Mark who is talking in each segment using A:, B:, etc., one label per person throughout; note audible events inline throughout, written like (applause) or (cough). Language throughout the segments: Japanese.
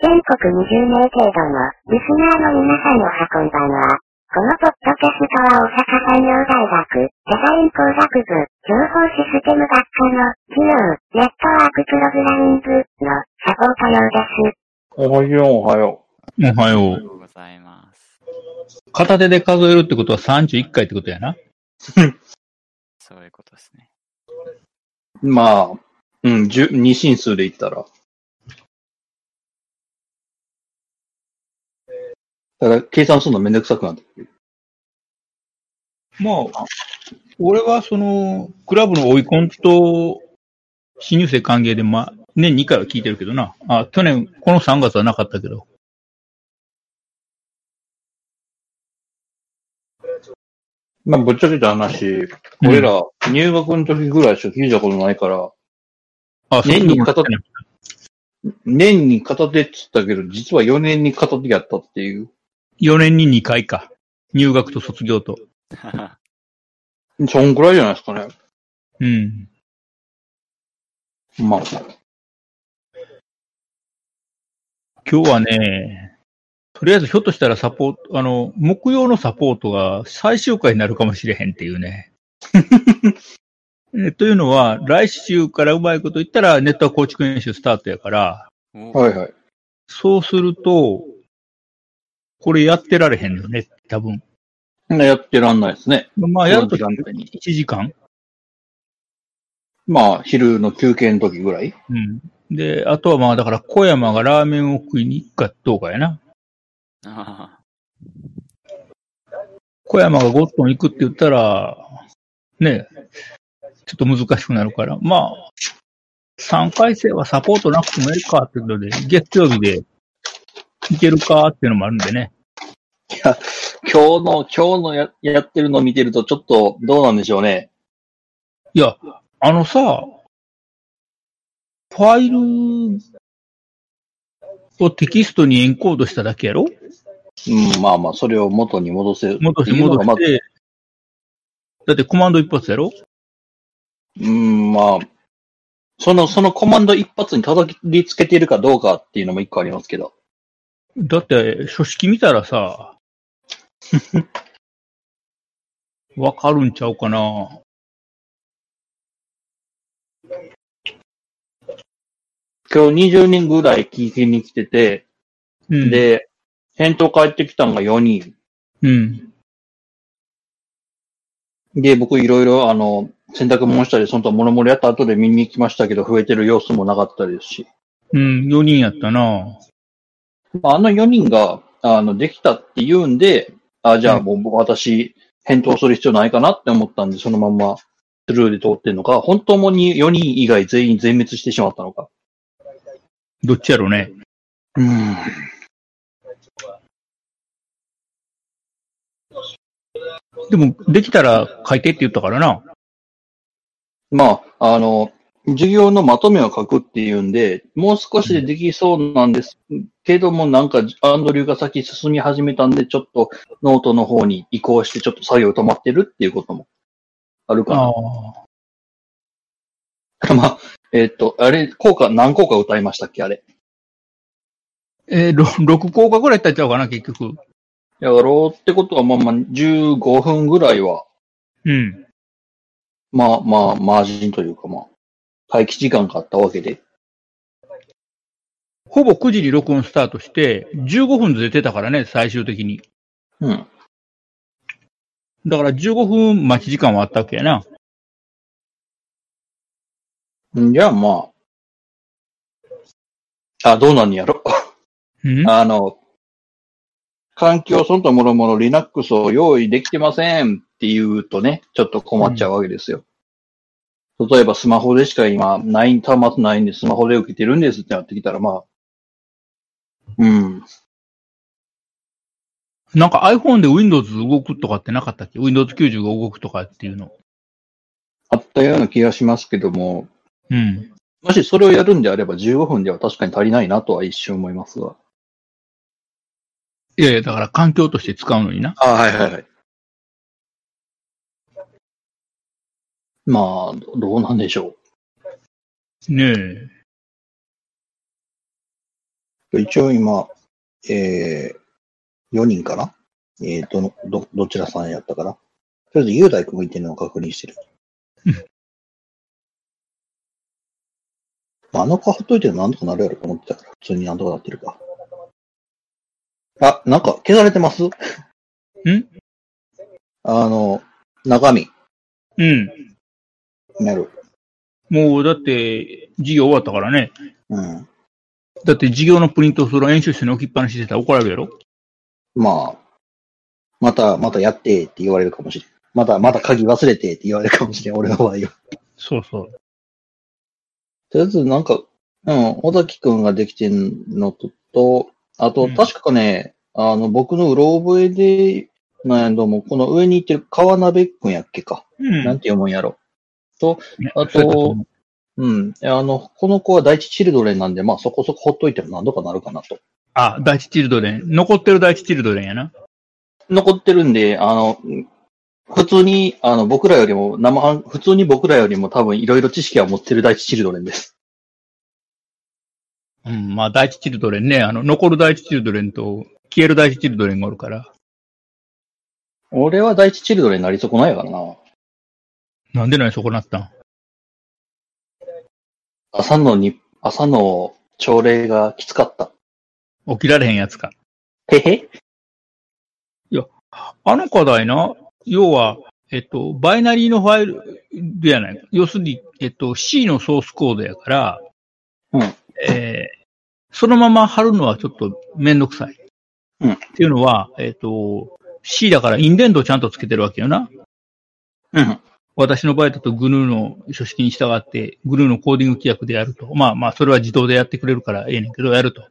A: 全国20名程度のリスナーの皆さんおはこんばんは。このポッドキャストは大阪産業大学デザイン工学部情報システム学科の企業ネットワークプログラミングのサポート用です。
B: おはよう、おはよ
C: おは
D: おは
C: よ
D: よ
C: う。
D: うございます。
C: 片手で数えるってことは31回ってことやな。
D: そういうことですね。
B: う。まあ、うん、十二進数で言ったら。だから、計算するのめんどくさくなってくる。
C: まあ、俺はその、クラブの追い込んと、新入生歓迎で、まあ、年2回は聞いてるけどな。あ、去年、この3月はなかったけど。
B: まあ、ぶっちゃけた話、俺ら、入学の時ぐらいしか聞いたことないから、
C: あ、そう
B: 年に片手
C: そう
B: 年に片手って言ったけど、実は4年に片手やったっていう。
C: 4年に2回か。入学と卒業と。
B: そんくらいじゃないですかね。
C: うん。
B: まあ、
C: 今日はね、とりあえずひょっとしたらサポート、あの、木曜のサポートが最終回になるかもしれへんっていうね。 (laughs) えというのは、来週からうまいこと言ったらネットワーク構築演習スタートやから、
D: お
B: はいはい。
C: そうすると、これやってられへんよね、多分。
B: やってらんないですね。
C: まあ、やると
B: この時間帯に
C: 1時間。
B: まあ、昼の休憩の時ぐらい。
C: うん。で、あとはまあ、だから小山がラーメンを食いに行くかどうかやな。
D: あ
C: 小山がゴットン行くって言ったら、ね、ちょっと難しくなるから、まあ、3回生はサポートなくてもいいかっていうことで、月曜日で行けるかっていうのもあるんでね。
B: 今日の、今日のややってるのを見てると、ちょっとどうなんでしょうね。
C: いや、あのさ、ファイルをテキストにエンコードしただけやろ
B: うん、まあまあ、それを元に戻せる
C: 戻して
B: っていうの
C: 戻
B: がま
C: し
B: ず
C: て、だってコマンド一発やろ
B: うん、まあ、その、そのコマンド一発に叩きつけてるかどうかっていうのも一個ありますけど。
C: だって、書式見たらさ、 (laughs) わかるんちゃうかな。
B: 今日20人ぐらい聞きに来てて、
C: うん、
B: で、返答返ってきたのが4人。
C: うん。
B: で、僕いろいろ、あの、洗濯物したり、その他もろもろやった後で見に行きましたけど、増えてる様子もなかったですし。
C: うん、4人やったな。
B: まああの4人が、あの、できたって言うんで、あ、じゃあもう僕私、返答する必要ないかなって思ったんで、そのまんま、スルーで通ってんのか、本当に4人以外全員全滅してしまったのか。
C: どっちやろうね。
B: うん。
C: でも、できたら書いてって言ったからな。
B: まあ、あの、授業のまとめを書くっていうんで、もう少しでできそうなんですけども、なんか、アンドリューが先進み始めたんで、ちょっとノートの方に移行して、ちょっと作業止まってるっていうこともあるかな
C: ああ。
B: まあ、えっ、と、あれ、効果、何効果歌いましたっけあれ。
C: えー、6効果ぐらいやったんちゃうかな、結局。
B: やろうってことは、まあまあ、15分ぐらいは、
C: うん。
B: まあまあ、マージンというか、まあ、待機時間があったわけで。
C: ほぼ9時に録音スタートして、15分ずれてたからね、最終的に。
B: うん。
C: だから15分待ち時間はあったわけやな。
B: じゃあまあ、あ、どうなんやろ。 (laughs)
C: うん
B: あの、環境その他もろもろ Linux を用意できてませんって言うとね、ちょっと困っちゃうわけですよ。例えばスマホでしか今、ない、端末ないんでスマホで受けてるんですってなってきたら、まあ、うん。
C: なんか iPhone で Windows 動くとかってなかったっけ ?Windows 90が動くとかっていうの。
B: あったような気がしますけども、
C: うん。
B: もしそれをやるんであれば15分では確かに足りないなとは一瞬思いますが。
C: いやいや、だから環境として使うのにな。
B: あはいはいはい。まあ、どうなんでしょう。
C: ねえ。
B: 一応今、えー、4人かなえー、どの、ど、どちらさんやったかなとりあえず、雄大君がいてるのを確認してる
C: うん。
B: まああの子ほっといてもなんとかなるやろと思ってたから、普通になんとかなってるか。あ、なんか消されてますんあの、中身、
C: うん。
B: なる。
C: もうだって、授業終わったからね。
B: うん。
C: だって授業のプリントをその演習室に置きっぱなしにしてたら怒られるやろ
B: まあ、また、またやってって言われるかもしれん。また、また鍵忘れてって言われるかもしれん、俺の場合は。
C: そうそう。
B: とりあえず、なんか、うん、尾崎くんができてんのと、とあと、
C: うん
B: 確かね、あの、僕のうろ覚えで、なんやどうも、この上に行ってる川鍋くんやっけか。
C: うん。
B: なんて読むんやろ。
C: ね
B: あと
C: そうやった思う
B: うん。あの、この子は第一チルドレンなんで、まあ、そこそこほっといても何とかなるかなと。
C: あ、第一チルドレン。残ってる第一チルドレンやな。
B: 残ってるんで、あの、普通に、あの、僕らよりも、生半、普通に僕らよりも多分いろいろ知識は持ってる第一チルドレンです。
C: うん、まあ、第一チルドレンね。あの、残る第一チルドレンと、消える第一チルドレンがおるから。
B: 俺は第一チルドレンになり損ないからな。
C: なんでないそこなったん
B: 朝のに、朝の朝礼がきつかった。
C: 起きられへんやつか。
B: へへ
C: あの課題な、要は、えっと、バイナリーのファイルでやない。要するに、えっと、C のソースコードやから、
B: うん
C: えーそのまま貼るのはちょっとめんどくさい。
B: うん
C: っていうのは、えっと、C だからインデントをちゃんとつけてるわけよな。
B: うん。
C: 私の場合だと GNU の書式に従って、GNU のコーディング規約でやると。まあまあ、それは自動でやってくれるからええねんけど、やると。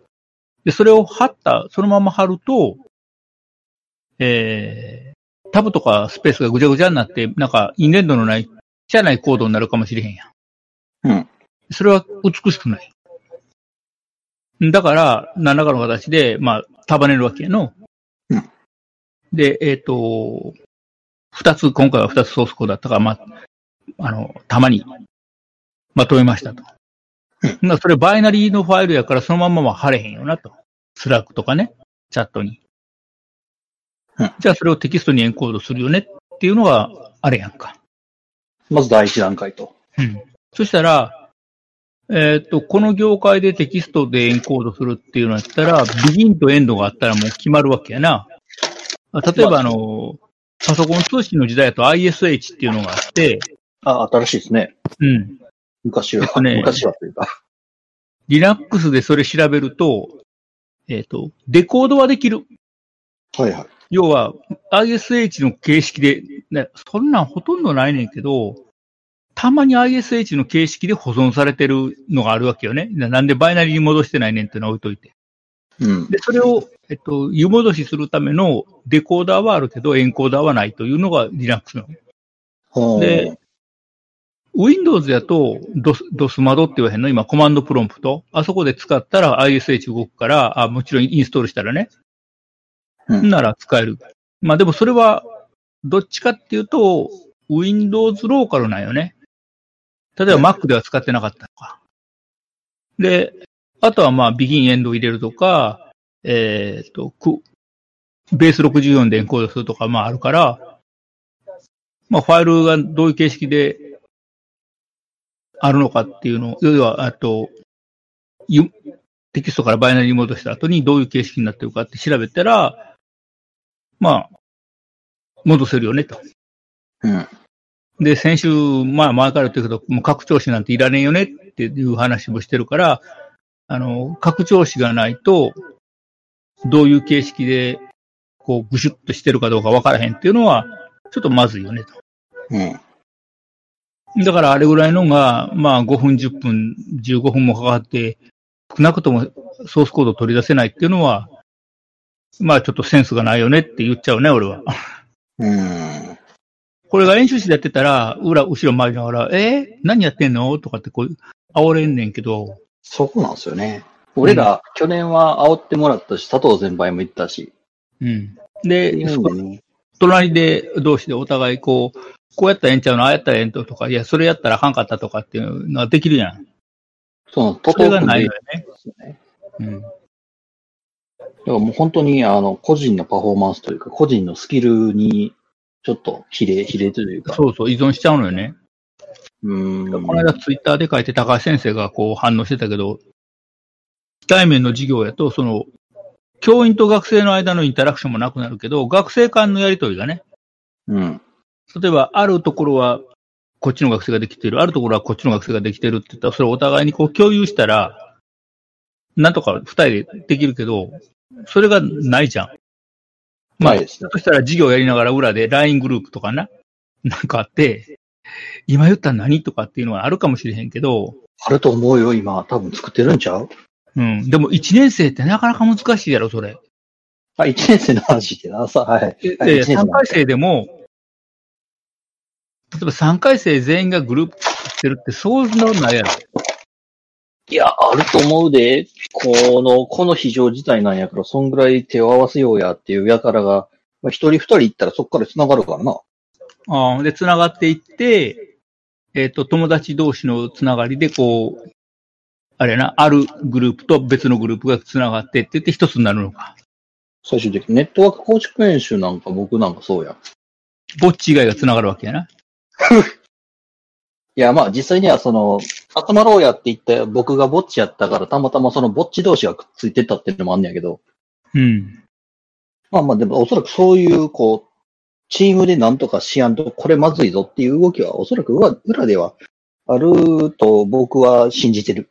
C: で、それを貼った、そのまま貼ると、えー、タブとかスペースがぐちゃぐちゃになって、なんか、インデントのない、じゃないコードになるかもしれへんやん。
B: うん。
C: それは美しくない。だから、何らかの形で、まあ、束ねるわけやの。
B: うん。
C: で、えっ、と、二つ、今回は二つソースコードだったから、まあ、あの、たまに、まとめましたと。まあそれバイナリーのファイルやからそのまんまは貼れへんよなと。スラックとかね、チャットに
B: うん。
C: じゃあそれをテキストにエンコードするよねっていうのがあれやんか。
B: まず第一段階と。
C: うん。そしたら、えーっと、この業界でテキストでエンコードするっていうのやったら、ビギンとエンドがあったらもう決まるわけやな。あ例えばあの、パソコン通信の時代だと ISH っていうのがあって、
B: あ、新しいですね。
C: うん。
B: 昔
C: えっと
B: は、
C: ね
B: 昔はというか。
C: Linux でそれ調べると、えっ、と、デコードはできる。
B: はいはい。
C: 要は、ISH の形式で、ね、そんなんほとんどないねんけど、たまに ISH の形式で保存されてるのがあるわけよね。ななんでバイナリーに戻してないねんっていうのは置いといて。
B: うん。
C: で、それを、えっと、湯戻しするためのデコーダーはあるけど、エンコーダーはないというのが Linux の。
B: ほー
C: で Windows だとドスドスマドって言わへんの今、コマンドプロンプト。あそこで使ったら ISH 動くから、あもちろんインストールしたらね。
B: うん
C: なら使える。まあでもそれは、どっちかっていうと、Windows ローカルなんよね。例えば Mac では使ってなかったとか。で、あとはまあ、ビギンエンドを入れるとか、えっ、と、くベース64でエンコードするとか、まああるから、まあファイルがどういう形式であるのかっていうのを、要は、あと、ゆテキストからバイナリーに戻した後にどういう形式になってるかって調べたら、まあ、戻せるよねと。
B: うん。
C: で、先週、まあ前から言ってるけど、もう拡張子なんていらねえよねっていう話もしてるから、あの、拡張子がないと、どういう形式で、こう、ぐしゅっとしてるかどうかわからへんっていうのは、ちょっとまずいよねと。
B: うん。
C: だからあれぐらいのが、まあ5分、10分、15分もかかって、少なくともソースコードを取り出せないっていうのは、まあちょっとセンスがないよねって言っちゃうね、俺は。
B: うん。
C: これが演習室でやってたら、裏、後ろ回りながら、えー、何やってんのとかってこう、煽れんねんけど、
B: そこなんですよね。俺ら、去年は煽ってもらったし、佐藤先輩も言ったし。
C: うん。で、
B: うんだね
C: 隣で、同士でお互いこう、こうやったらええんちゃうの、ああやったらええんととか、いや、それやったらあかんかったとかっていうのができるやん。
B: そう、ト
C: それ
B: ト
C: がない
B: で
C: のよね。
B: すよね。
C: うん。
B: だからもう本当に、あの、個人のパフォーマンスというか、個人のスキルに、ちょっと比例、比例というか。
C: そうそう、依存しちゃうのよね。
B: うーん。
C: この間ツイッターで書いて高橋先生がこう反応してたけど、非対面の授業やと、その、教員と学生の間のインタラクションもなくなるけど、学生間のやりとりがね、
B: うん。
C: 例えばあるところはこっちの学生ができてる、あるところはこっちの学生ができてるって言ったら、それをお互いにこう共有したら、なんとか二人でできるけど、それがないじゃん。まあ、
B: ないですね
C: そしたら授業やりながら裏で LINE グループとかな、なんかあって、今言った何とかっていうのはあるかもしれへんけど、
B: あると思うよ、今。多分作ってるんちゃう
C: うん。でも一年生ってなかなか難しいやろ、それ。
B: あ、1年生の話ってな、さ、はい。
C: で、
B: はい
C: で
B: 一年生
C: 3回生でも、例えば3回生全員がグループしてるって、そうなのないやろ。
B: いや、あると思うで、この、この非常事態なんやから、そんぐらい手を合わせようやっていうやからが、まあ一人二人行ったらそこから繋がるからな。
C: あーで、繋がっていって、えっ、と、友達同士のつながりで、こう、あれやな、あるグループと別のグループが繋がってって言って一つになるのか。
B: 最終的にネットワーク構築演習なんか僕なんかそうやん。い
C: ぼっち以外が繋がるわけやな。
B: や、まあ実際にはその、集まろうやって言った僕がぼっちやったから、たまたまそのぼっち同士がくっついてったっていうのもあんねやけど、
C: うん。
B: まあまあでもおそらくそういう、こう、チームでなんとかしやんと、これまずいぞっていう動きはおそらく裏裏ではあると僕は信じて
C: (laughs)
B: る。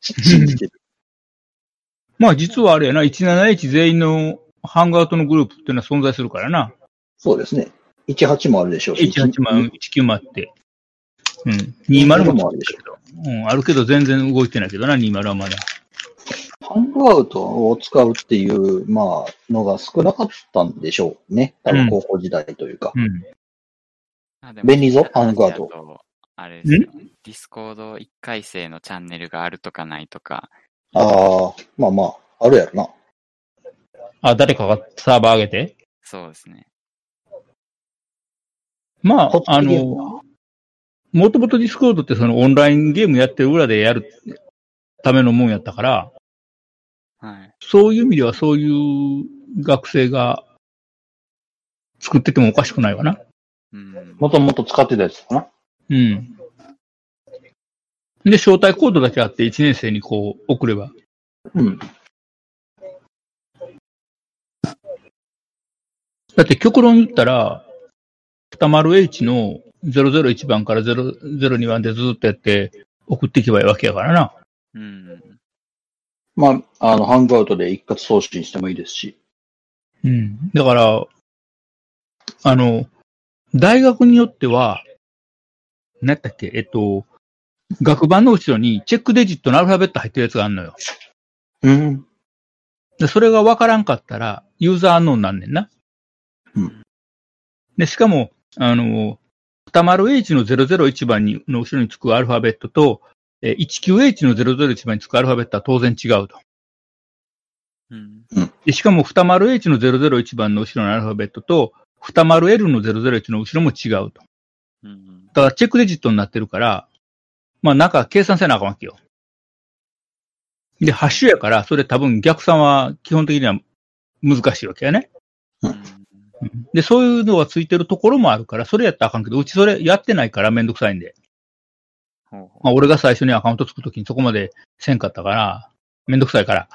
B: 信じてる。
C: まあ、実はあれやな、171全員のハングアウトのグループっていうのは存在するからな。
B: そうですね。18もあるでしょうし。
C: 18万、19万って。うん。20もあるけど。うん、あるけど全然動いてないけどな、20はまだ。
B: ハングアウトを使うっていう、まあ、のが少なかったんでしょうね。多
C: うん
B: 分高校時代というか。
C: うん。
D: あで
B: 便利ぞハングアウト。
D: トあれですよディスコード1回生のチャンネルがあるとかないとか、
B: ああ、まあまあ、あるやろな。
C: あ、誰かがサーバー上げて
D: そうですね。
C: ま
B: こ
C: あ
B: っ、ち
C: あ
B: で言う
C: の、もともとディスコードってそのオンラインゲームやってる裏でやるためのもんやったから、
D: はい。
C: そういう意味ではそういう学生が作っててもおかしくないわな。
D: うん。
B: もともと使ってたやつかな。
C: うん。で、招待コードだけあって1年生にこう送れば。
B: うん。
C: だって極論言ったら、201の001番から002番でずっとやって送っていけばいいわけやからな。
D: うん。
B: まあ、あの、ハングアウトで一括送信してもいいですし。
C: うん。だから、あの、大学によっては、なんだっけ、えっと、学版の後ろにチェックデジットのアルファベット入ってるやつがあるのよ。
B: うん。
C: で、それがわからんかったら、ユーザーアンノーンなんねんな。
B: うん。
C: で、しかも、あの、201の001番にの後ろにつくアルファベットと、えー 19H の001番につくアルファベットは当然違うと。
D: うん。
C: で、しかも 201H の001番の後ろのアルファベットと、201L の001の後ろも違うと。
D: うん。
C: だからチェックデジットになってるから、まあなんか計算せなあかんわけよ。で、ハッシュやから、それ多分逆算は基本的には難しいわけやね。
D: うん
C: で、そういうのがついてるところもあるから、それやったらあかんけど、うちそれやってないからめんどくさいんで。
D: ほうほ
C: まあ俺が最初にアカウント作るときにそこまでせんかったから、めんどくさいから。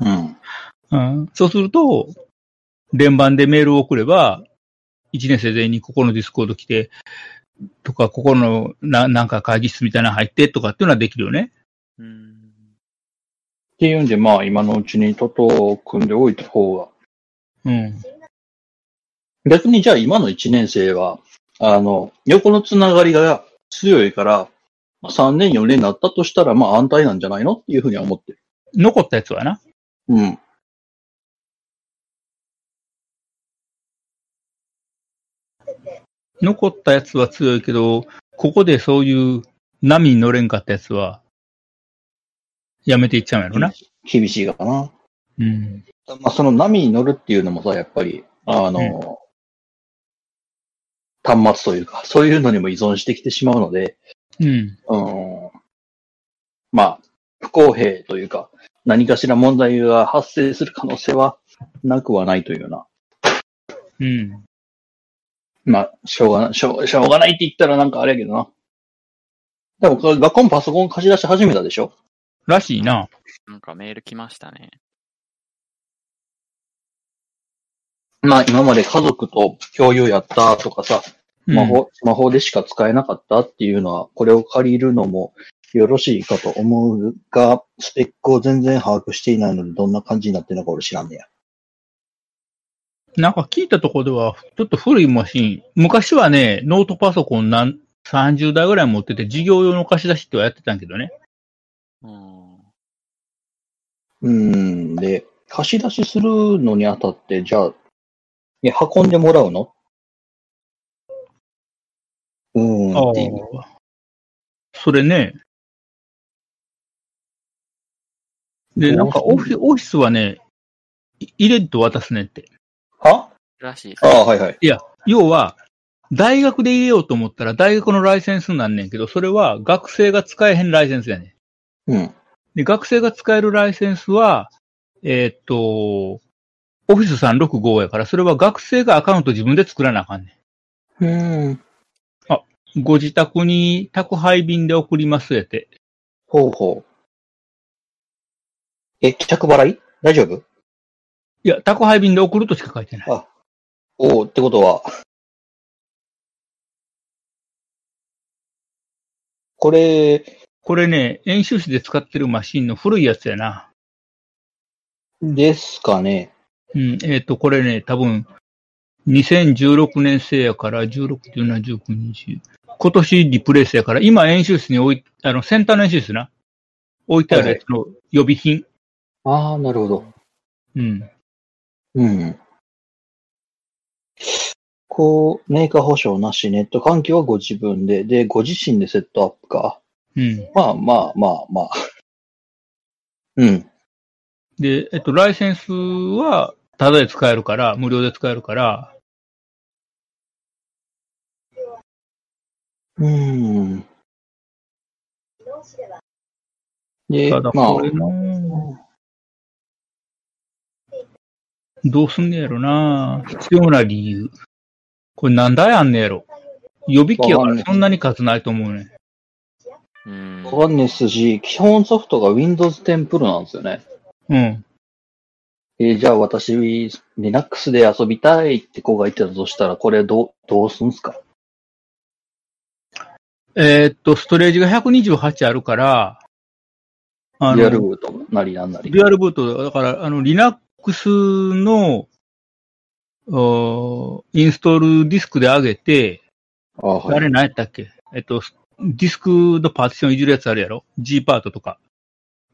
B: うん。
C: うん。そうすると、連番でメールを送れば、一年生全員にここのディスコード来て、とか、ここのななんか会議室みたいなの入ってとかっていうのはできるよね。
D: う。うん。
B: っていうんで、まあ、今のうちにトトを組んでおいた方が。
C: うん。
B: 逆に、じゃあ今の1年生は、あの、横のつながりが強いから、まあ、3年、4年になったとしたら、まあ、安泰なんじゃないのっていうふうには思ってる。
C: 残ったやつはな。
B: うん。
C: 残ったやつは強いけど、ここでそういう波に乗れんかったやつは、やめていっちゃうんやろな。
B: 厳しいかな。
C: うん。
B: まあ、その波に乗るっていうのもさ、やっぱり、あの、端末というか、そういうのにも依存してきてしまうので、
C: うん。
B: うん、まあ、不公平というか、何かしら問題が発生する可能性はなくはないというような。
C: うん。
B: まあ、しょうがない、しょうしょうがないって言ったらなんかあれやけどな。でも、これ学校もパソコン貸し出し始めたでしょ
C: らしいな。
D: なんかメール来ましたね。
B: まあ、今まで家族と共有やったとかさ、
C: うん
B: スマホ、スマホでしか使えなかったっていうのは、これを借りるのもよろしいかと思うが、スペックを全然把握していないので、どんな感じになってるのか俺知らんねや。
C: なんか聞いたところでは、ちょっと古いマシン。昔はね、ノートパソコンなん30台ぐらい持ってて、事業用の貸し出しってはやってたんやけどね。
D: うん。
B: うーん、で、貸し出しするのにあたって、じゃあ、え運んでもらうのうーんっていう。
C: ああそれね。で、なんかオフィオフィスはね、い入れると渡すねって。
B: は
D: らしいです
B: ああ、はいはい。
C: 要は、大学で入れようと思ったら大学のライセンスなんねんけど、それは学生が使えへんライセンスやねん。
B: うん。
C: で、学生が使えるライセンスは、えーっと、オフィス365やから、それは学生がアカウント自分で作らなあかんね
B: うーん。
C: ん。ご自宅に宅配便で送りますやて。
B: ほうほう。え、着払い大丈夫
C: いや、宅配便で送るとしか書いてない。
B: おおってことは、これ、
C: これね、演習室で使ってるマシンの古いやつやな。
B: ですかね。
C: うん、えっ、と、これね、多分、2016年製やから、16、17、19、20。今年リプレイスやから、今演習室に置い、あの、センターの演習室な。置いてあるやつの予備品。
B: ああ、なるほど。
C: うん。
B: うん。こう、メーカー保証なし、ネット環境はご自分で、で、ご自身でセットアップか。
C: うん。
B: まあまあまあまあ。うん。
C: で、えっと、ライセンスは、ただで使えるから、無料で使えるから、
B: うん。で、
C: ただ
B: まあ
C: こ、れの、どうすんねやろな必要な理由。これ何台あんねやろ予備機やか
B: わからんない
C: そんなに数ないと思うね。
D: うん。
B: わかんないっすし、基本ソフトが Windows 10 Pro なんですよね。
C: うん。
B: えーじゃあ私、Linux で遊びたいって子が言ってたとしたら、これどう、どうすんすか
C: えーっと、ストレージが128あるから、あ
B: リアル
C: の、
B: ブートなりなんなり。
C: デュアルブート、だから、あの、Linux の、おインストールディスクで上げて、
B: ああ、
C: あ
B: はい。
C: れ何やったっけえっと、ディスクのパーティションいじるやつあるやろ ?G パートとか。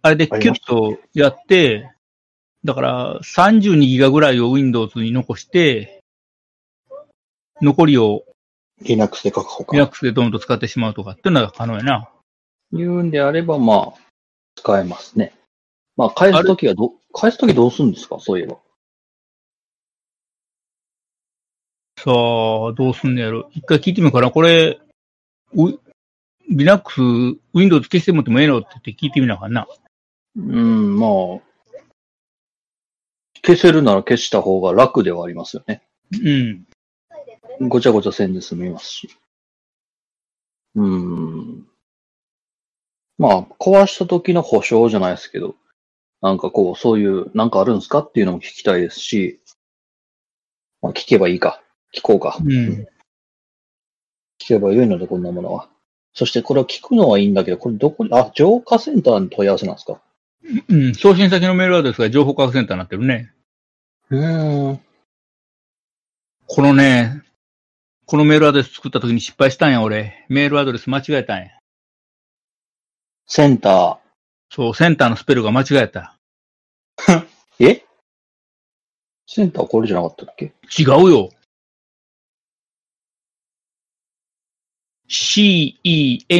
C: あれでキュッとやって、だから32ギガぐらいを Windows に残して、残りを
B: Linux で確保か。
C: Linux でどんどん使ってしまうとかっていうのが可能やな。
B: 言うんであれば、まあ、使えますね。まあ、返すときはど、返すときどうするんですかそういえば。
C: さあ、どうすんのやろ。一回聞いてみようかな。これ、う Linux、Windows 消してもってもええのって言って聞いてみなあかんな。
B: うん、まあ、消せるなら消した方が楽ではありますよね。
C: うん。
B: ごちゃごちゃせんで済みますし。うーん。まあ、壊した時の保証じゃないですけど、なんかこう、そういう、なんかあるんですかっていうのも聞きたいですし、まあ、聞けばいいか。聞こうか。
C: うん。
B: 聞けばよいので、こんなものは。そして、これは聞くのはいいんだけど、これどこに、あ、浄化センターに問い合わせなんですか
C: うん。送信先のメールアドレスが情報科学センターになってるね。
B: うーん。
C: このね、このメールアドレス作った時に失敗したんや、俺。メールアドレス間違えたんや。
B: センタ
C: そう、センターのスペルが間違えた。
B: ー、えセンターこれじゃなかったっけ
C: 違うよ。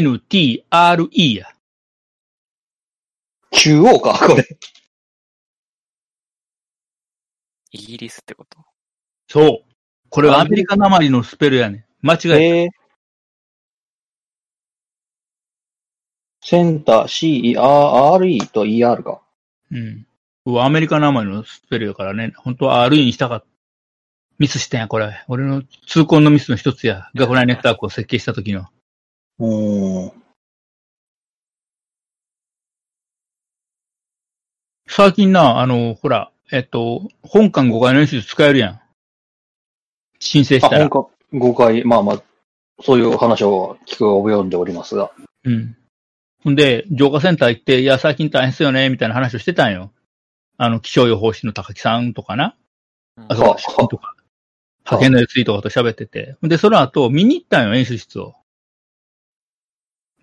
C: c-e-n-t-r-e や。
B: 中央か、 (laughs) これ。
D: イギリスってこと
C: そう。これはアメリカなまりのスペルやねん。間違えた。
B: えーセンター CERRE と ER か。
C: うん。うわアメリカ名前のスペルやからね、本当は R にしたかった。ミスしてんや、これ。俺の痛恨のミスの一つや。学内ネットワークを設計した時の。
B: おー。
C: 最近な、あの、ほら、えっと、本館5階の演習使えるやん。申請し
B: あ、
C: たら
B: 本。か、誤解、まあまあ、そういう話を聞く及んでおりますが。
C: うん。ほんで、浄化センター行って、いや、最近大変ですよね、みたいな話をしてたんよ。あの、気象予報士の高木さんとかな。
D: うん
C: あとは、
B: は
C: 主任とか。派遣のやついとかと喋ってて。ほんで、その後、見に行ったんよ、演習室を。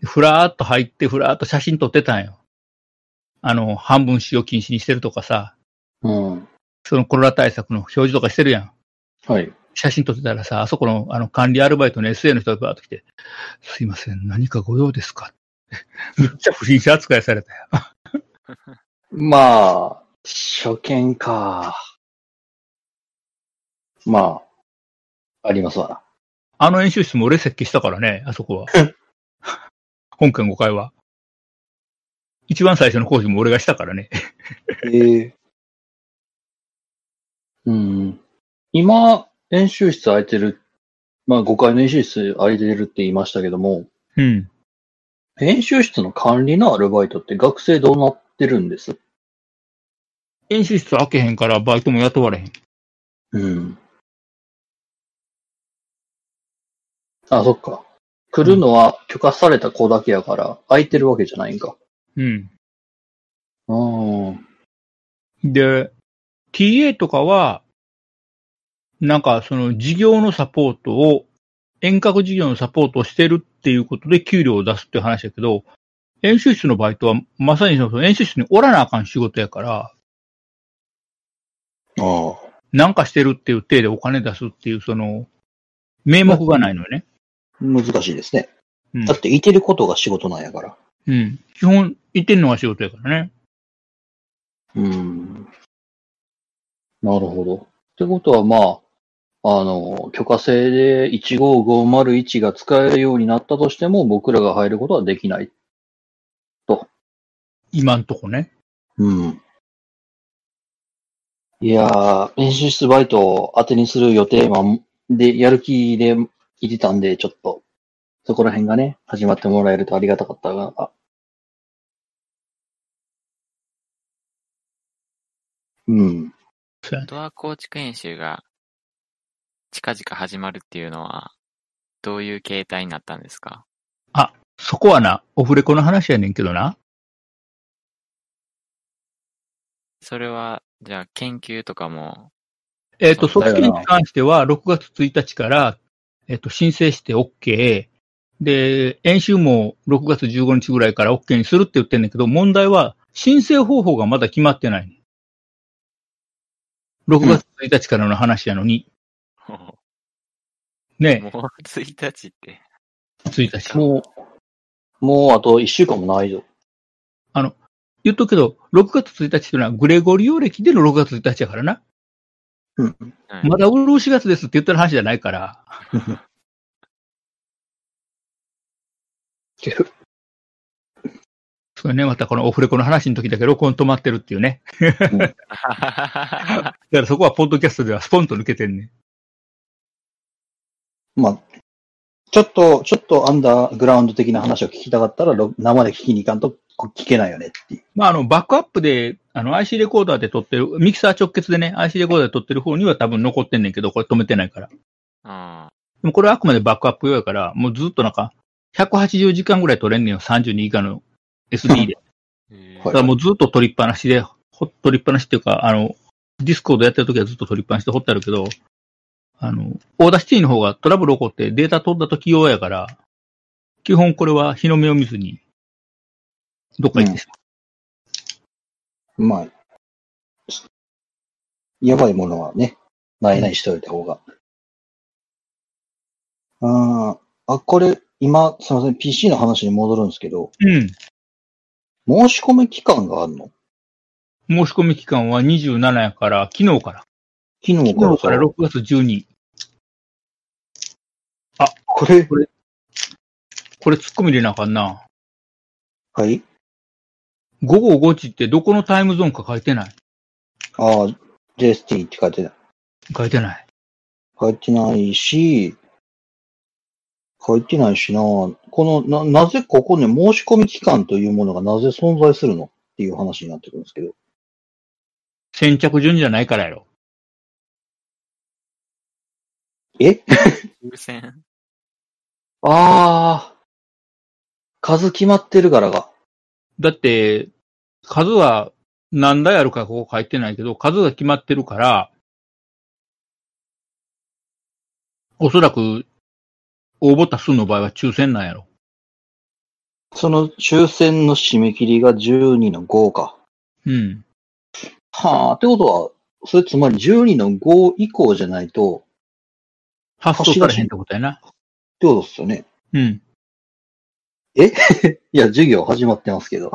C: ふらーっと入って、ふらーっと写真撮ってたんよ。あの、半分使用禁止にしてるとかさ、
B: うん。
C: そのコロナ対策の表示とかしてるやん。
B: はい。
C: 写真撮ってたらさ、あそこのあの管理アルバイトの SA の人がバーッと来て、すいません、何かご用ですか (laughs) めっちゃ不審者扱いされたよ。
B: まあ、初見か。まあ、ありますわ
C: あの演習室も俺設計したからね、あそ (laughs) こは。本館5階は。一番最初の工事も俺がしたからね。
B: な。ええうん。今、演習室空いてる。まあ、5階の演習室空いてるって言いましたけども、
C: うん。
B: 演習室の管理のアルバイトって学生どうなってるんです
C: 演習室開けへんからバイトも雇われへん。
B: うん。あ、そっか。来るのは許可された子だけやから、空いてるわけじゃないんか。
C: うん。
B: うん。
C: で、TA とかは、なんかその事業のサポートを、遠隔事業のサポートをしてるっていうことで給料を出すっていう話だけど、演習室のバイトはまさにその演習室におらなあかん仕事やから、
B: ああ。
C: なんかしてるっていう体でお金出すっていうその、名目がないのよね。
B: 難しいですね。
C: うん
B: だって、いてることが仕事なんやから。
C: うん。基本、いてんのが仕事やからね。
B: うん。なるほど。ってことは、まあ、あの、許可制で15501が使えるようになったとしても、僕らが入ることはできない。
C: 今んとこね。
B: うん。いやー、練習室バイトを当てにする予定は、で、やる気でいてたんで、ちょっと、そこら辺がね、始まってもらえるとありがたかったが、あうん。
C: そうやね
D: ドア構築演習が近々始まるっていうのは、どういう形態になったんですか
C: そこはな、オフレコの話やねんけどな。
D: それは、じゃあ研究とかも、
C: えっ、と、
D: そう
B: だ
C: 組
B: よな
C: 織に関しては、6月1日から、えっ、と、申請して OK。で、演習も6月15日ぐらいから OK にするって言ってんだけど、問題は、申請方法がまだ決まってないね。6月1日からの話やのに、
D: (laughs) もう
C: ね、
D: 1日って、 (laughs)
C: 1日。
B: もう、もうあと一週間もないぞ。
C: 言っとくけど、6月1日っていうのは、グレゴリオ歴での6月1日やからな。
B: うん。
D: うん
C: まだ4月ですって言ってる話じゃないから。それね、またこのオフレコの話の時だけ録音止まってるっていうね。だからそこはポッドキャストではスポンと抜けてんね。
B: まあ、ちょっと、ちょっとアンダーグラウンド的な話を聞きたかったら、ろ生で聞きに行かんとこ聞けないよねっていう。
C: まあ、あの、バックアップで、あの、IC レコーダーで撮ってる、ミキサー直結でね、IC レコーダーで撮ってる方には多分残ってんねんけど、これ止めてないから。で
D: うん
C: もこれはあくまでバックアップ用やから、もうずっとなんか、180時間ぐらい撮れんねんよ、32以下の
B: (laughs)
C: SD で。
D: へ
B: は
C: だ
B: い
C: からもうずっと取りっぱなしで、ほ取りっぱなしっていうか、あの、ディスコードやってる時はずっと取りっぱなしで掘ってあるけど、あの、オーダーシティの方がトラブル起こってデータ取った時用やから、基本これは日の目を見ずに、どっか行ってしま
B: まあ、やばいものはね、ないないしておいた方が。ああ、あ、これ、今、すいません、PC の話に戻るんですけど、
C: う。うん。
B: 申し込み期間があるの
C: 申し込み期間は27やから、昨日から。
B: 昨日からさ
C: 昨日から6月12。
B: これ、
C: これ突っ込み入れなあかんな。
B: はい
C: 午後5時ってどこのタイムゾーンか書いてない。
B: ああ、JST って書いてない。
C: 書いてない。
B: 書いてないし、書いてないしな、この、な、なぜここね、申し込み期間というものがなぜ存在するのっていう話になってくるんですけど。
C: 先着順じゃないからやろ。
B: え
D: 抽選
B: ああ、数決まってるからが。
C: だって、数は何台あるかここ書いてないけど、数が決まってるから、おそらく、応募多数の場合は抽選なんやろ。
B: その抽選の締め切りが12の5か。
C: うん。
B: はあ、ってことは、それつまり12の5以降じゃないと、
C: 発送されへんってことやな。
B: ってことですよね。
C: うん。
B: いや、授業始まってますけど。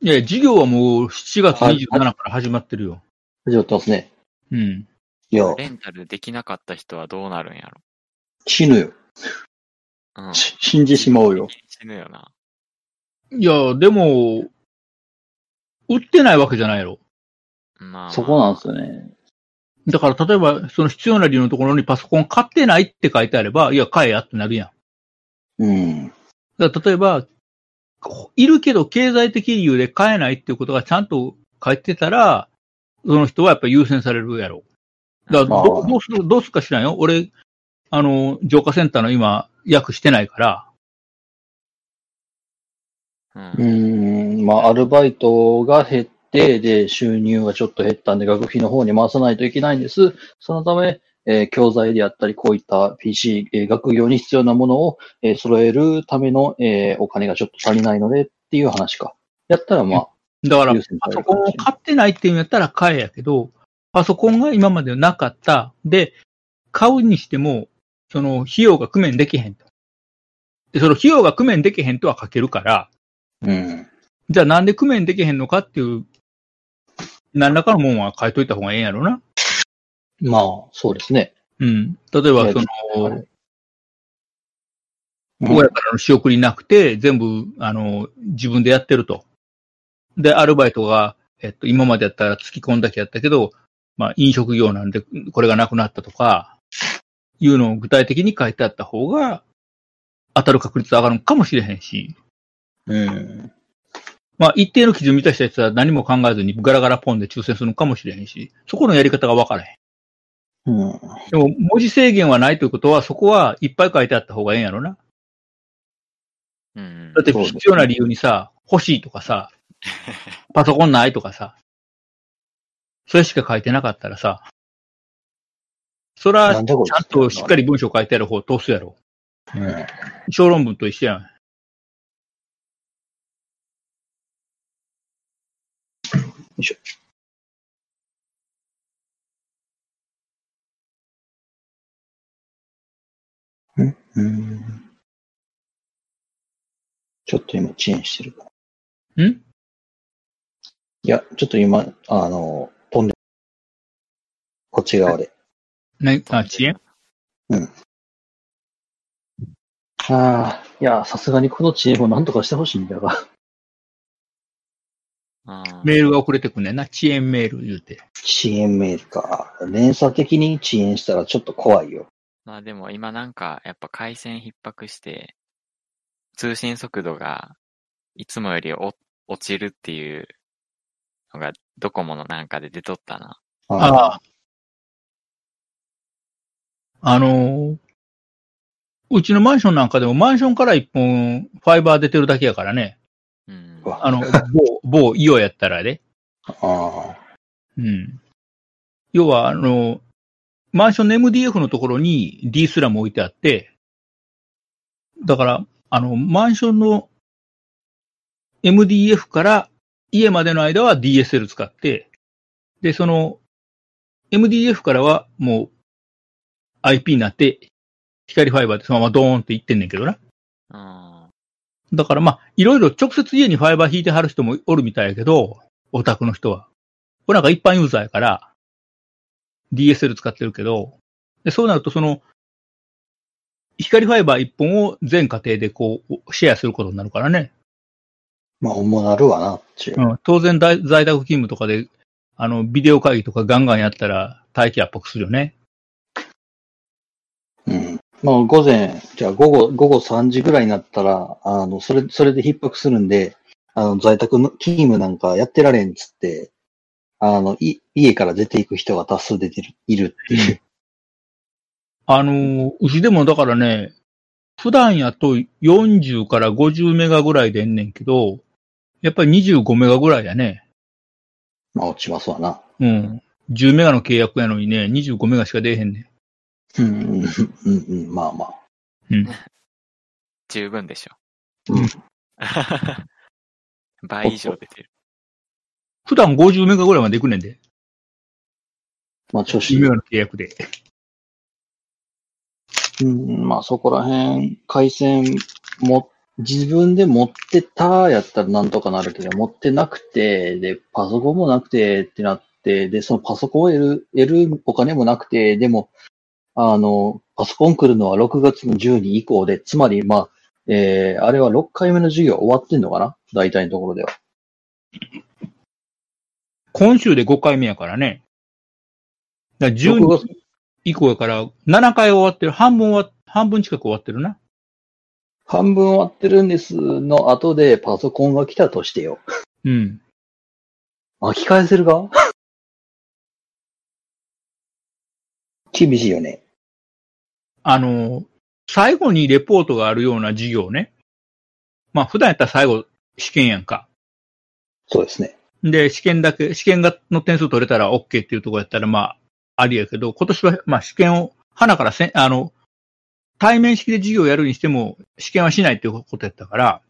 C: いや、授業はもう7月
B: はい
C: 27から始まってるよ。
B: 始まってますね。
C: うん。
B: いや、
D: レンタルできなかった人はどうなるんや
B: 死ぬよ。
D: ろ。うん。
B: し死んでしまうよ。
D: 死ぬよな。
C: いや、でも、売ってないわけじゃないやろ。
D: まあ、
B: そこなんですよね。
C: だから、例えば、その必要な理由のところにパソコン買ってないって書いてあれば、いや、買えやってなるやん。
B: うん。
C: だから例えば、こいるけど経済的理由で買えないっていうことがちゃんと書いてたら、その人はやっぱり優先されるやろ。だからど
B: ああ
C: どうする、どうするか知らんよ。俺、あの、浄化センターの今、訳してないから、
D: うん
B: う。ん、まあ、アルバイトが減って、で、収入がちょっと減ったんで、学費の方に回さないといけないんです。そのため、えー教材であったり、こういった PC、えー学業に必要なものを、えー揃えるための、えーお金がちょっと足りないのでっていう話か。やったら、ま
C: だか
B: あ、
C: ら
B: 優、先さ
C: パ
B: れ
C: ソ
B: る
C: コ
B: か
C: ン
B: も
C: を
B: しれない
C: 買ってないっていうんやったら買えやけど、パソコンが今までなかった。で、買うにしても、その費用が工面できへんと。で、その費用が工面できへんとは書けるから、
B: うん。
C: じゃあなんで工面できへんのかっていう、何らかのもんは書いといた方がええんやろな。
B: まあ、そうですね。
C: うん。例えば、そ
B: いや
C: の、
B: うん
C: 親からの仕送りなくて、全部、あの、自分でやってると。で、アルバイトが、えっと、今までやったら月込んだけやったけど、まあ、飲食業なんで、これがなくなったとか、いうのを具体的に書いてあった方が、当たる確率上がるのかもしれへんし、
B: うん。
C: まあ、一定の基準満たしたやつは何も考えずにガラガラポンで抽選するのかもしれへんし、そこのやり方が分からへん。
B: うん。
C: でも、文字制限はないということは、そこはいっぱい書いてあった方がええんやろな。
D: うん
C: だって必要な理由にさ、欲しいとかさ、パソコンないとかさ、それしか書いてなかったらさ、それ
B: な
C: は
B: んだこれ
C: ちゃんとしっかり文章書いてある方を通すやろ。
B: うん
C: 小論文と一緒やん。
B: うんちょっと今遅延してるから。
C: ん
B: いや、ちょっと今、あの、飛んで、こっち側で。
C: ね、あ、遅延
B: ああ、いや、さすがにこの遅延を何とかしてほしいんだが、
D: あー
C: メールが遅れてくんねんな。遅延メール言うて。
B: 遅延メールか。連鎖的に遅延したらちょっと怖いよ。
D: まあでも今なんかやっぱ回線逼迫して通信速度がいつもよりお落ちるっていうのがドコモのなんかで出とったな。
B: ああ、
C: ああ。あのーうちのマンションなんかでもマンションから一本ファイバー出てるだけやからね。
D: うん
B: う。わ
C: あの、某、某イオやったらで。
B: あ
C: うん。要は、あの、マンションの MDF のところに D スラム置いてあって、だから、あの、マンションの MDF から家までの間は DSL 使って、で、その、MDF からはもう IP になって、光ファイバーでそのままドーンっていってんねんけどな。
D: うん。
C: だからまあ、いろいろ直接家にファイバー引いてはる人もおるみたいやけど、オタクの人は。これなんか一般ユーザーやから、DSL 使ってるけど、でそうなるとその、光ファイバー一本を全家庭でこう、シェアすることになるからね。
B: まあ、主なるわな、っていう。
C: うん、当然在在宅勤務とかで、あの、ビデオ会議とかガンガンやったら、待機圧迫するよね。
B: うん。まあ、午前、じゃあ午後、午後3時ぐらいになったら、あの、それ、それで逼迫するんで、あの、在宅の勤務なんかやってられんっつって、あの、い、家から出ていく人が多数出てる、いるって (laughs) いう。
C: あのー、うちでもだからね、普段やと40から50メガぐらいでんねんけど、やっぱり25メガぐらいやね。
B: まあ、落ちますわな。
C: うん。10メガの契約やのにね、25メガしか出えへんねん。
B: うん、うん、うん、うん、まあまあ。
D: 十分でしょ。
B: うん
D: (laughs) 倍以上出てる。
C: 普段50メガぐらいまで行くねんで。
B: まあ、調子
C: 10メガの契約で。
B: うん、まあそこら辺、回線も、自分で持ってたやったらなんとかなるけど、持ってなくて、で、パソコンもなくてってなって、で、そのパソコンを得る、得るお金もなくて、でも、あの、パソコン来るのは6月の12以降で、つまり、まあ、えー、あれは6回目の授業終わってんのかな大体のところでは。
C: 今週で5回目やからね。だから
B: 6
C: 12
B: 月
C: 以降やから、7回終わってる。半分終わっ、半分近く終わってるな。
B: 半分終わってるんですの後でパソコンが来たとしてよ。
C: うん。
B: 巻き返せるか (laughs) 厳しいよね。
C: あの、最後にレポートがあるような授業ね。まあ、普段やったら最後、試験やんか。
B: そうですね。
C: で、試験だけ、試験が、の点数取れたら OK っていうところやったら、まあ、ありやけど、今年は、まあ、試験を、花からせん、あの、対面式で授業やるにしても、試験はしないっていうことやったから、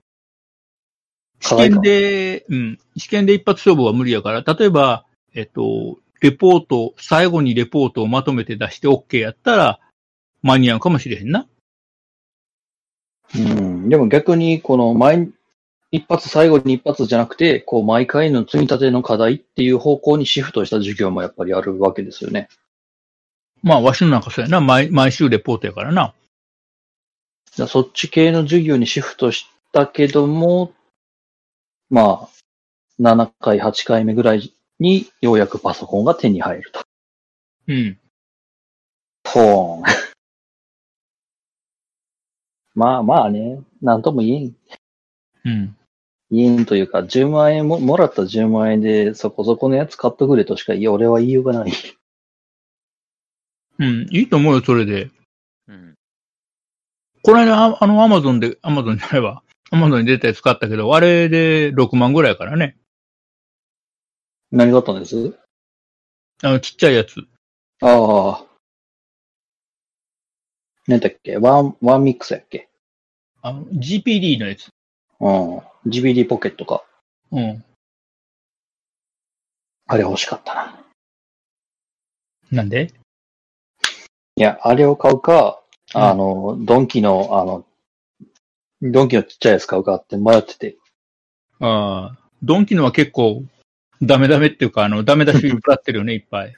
C: 試
B: 課題か
C: 験で、うん、試験で一発勝負は無理やから、例えば、えっと、レポート、最後にレポートをまとめて出して OK やったら、間に合うかもしれへんな。
B: うん。でも逆に、この前、一発最後に一発じゃなくて、こう毎回の積み立ての課題っていう方向にシフトした授業もやっぱりあるわけですよね。
C: まあ、わしのなんかそうやな。毎毎週レポートやからな。
B: じゃあそっち系の授業にシフトしたけども、まあ、7回、8回目ぐらいにようやくパソコンが手に入ると。
C: うん。
B: ポーン。まあまあね、なんとも言えん
C: うん。
B: 言えんというか、10万円も、もらった10万円で、そこそこのやつ買っとくれとしか、いや、俺は言いようがない。
C: うん。いいと思うよ、それで。
D: うん。
C: この間、ああの、アマゾンで、アマゾンじゃないわ。アマゾンに出たやつ買ったけど、あれで6万ぐらいやからね。
B: 何があったんです
C: あの、ちっちゃいやつ。
B: ああ。なんだっけワン、ワンミックスやっけ
C: あの、GPD のやつ。
B: うん。GBD ポケットか。
C: うん。
B: あれ欲しかったな。
C: なんで
B: いや、あれを買うか、あの、ドンキの、あの、ドンキのちっちゃいやつ買うかって迷ってて。
C: ああ、ドンキのは結構、ダメダメっていうか、あの、ダメ出し歌ってるよね、いっぱい。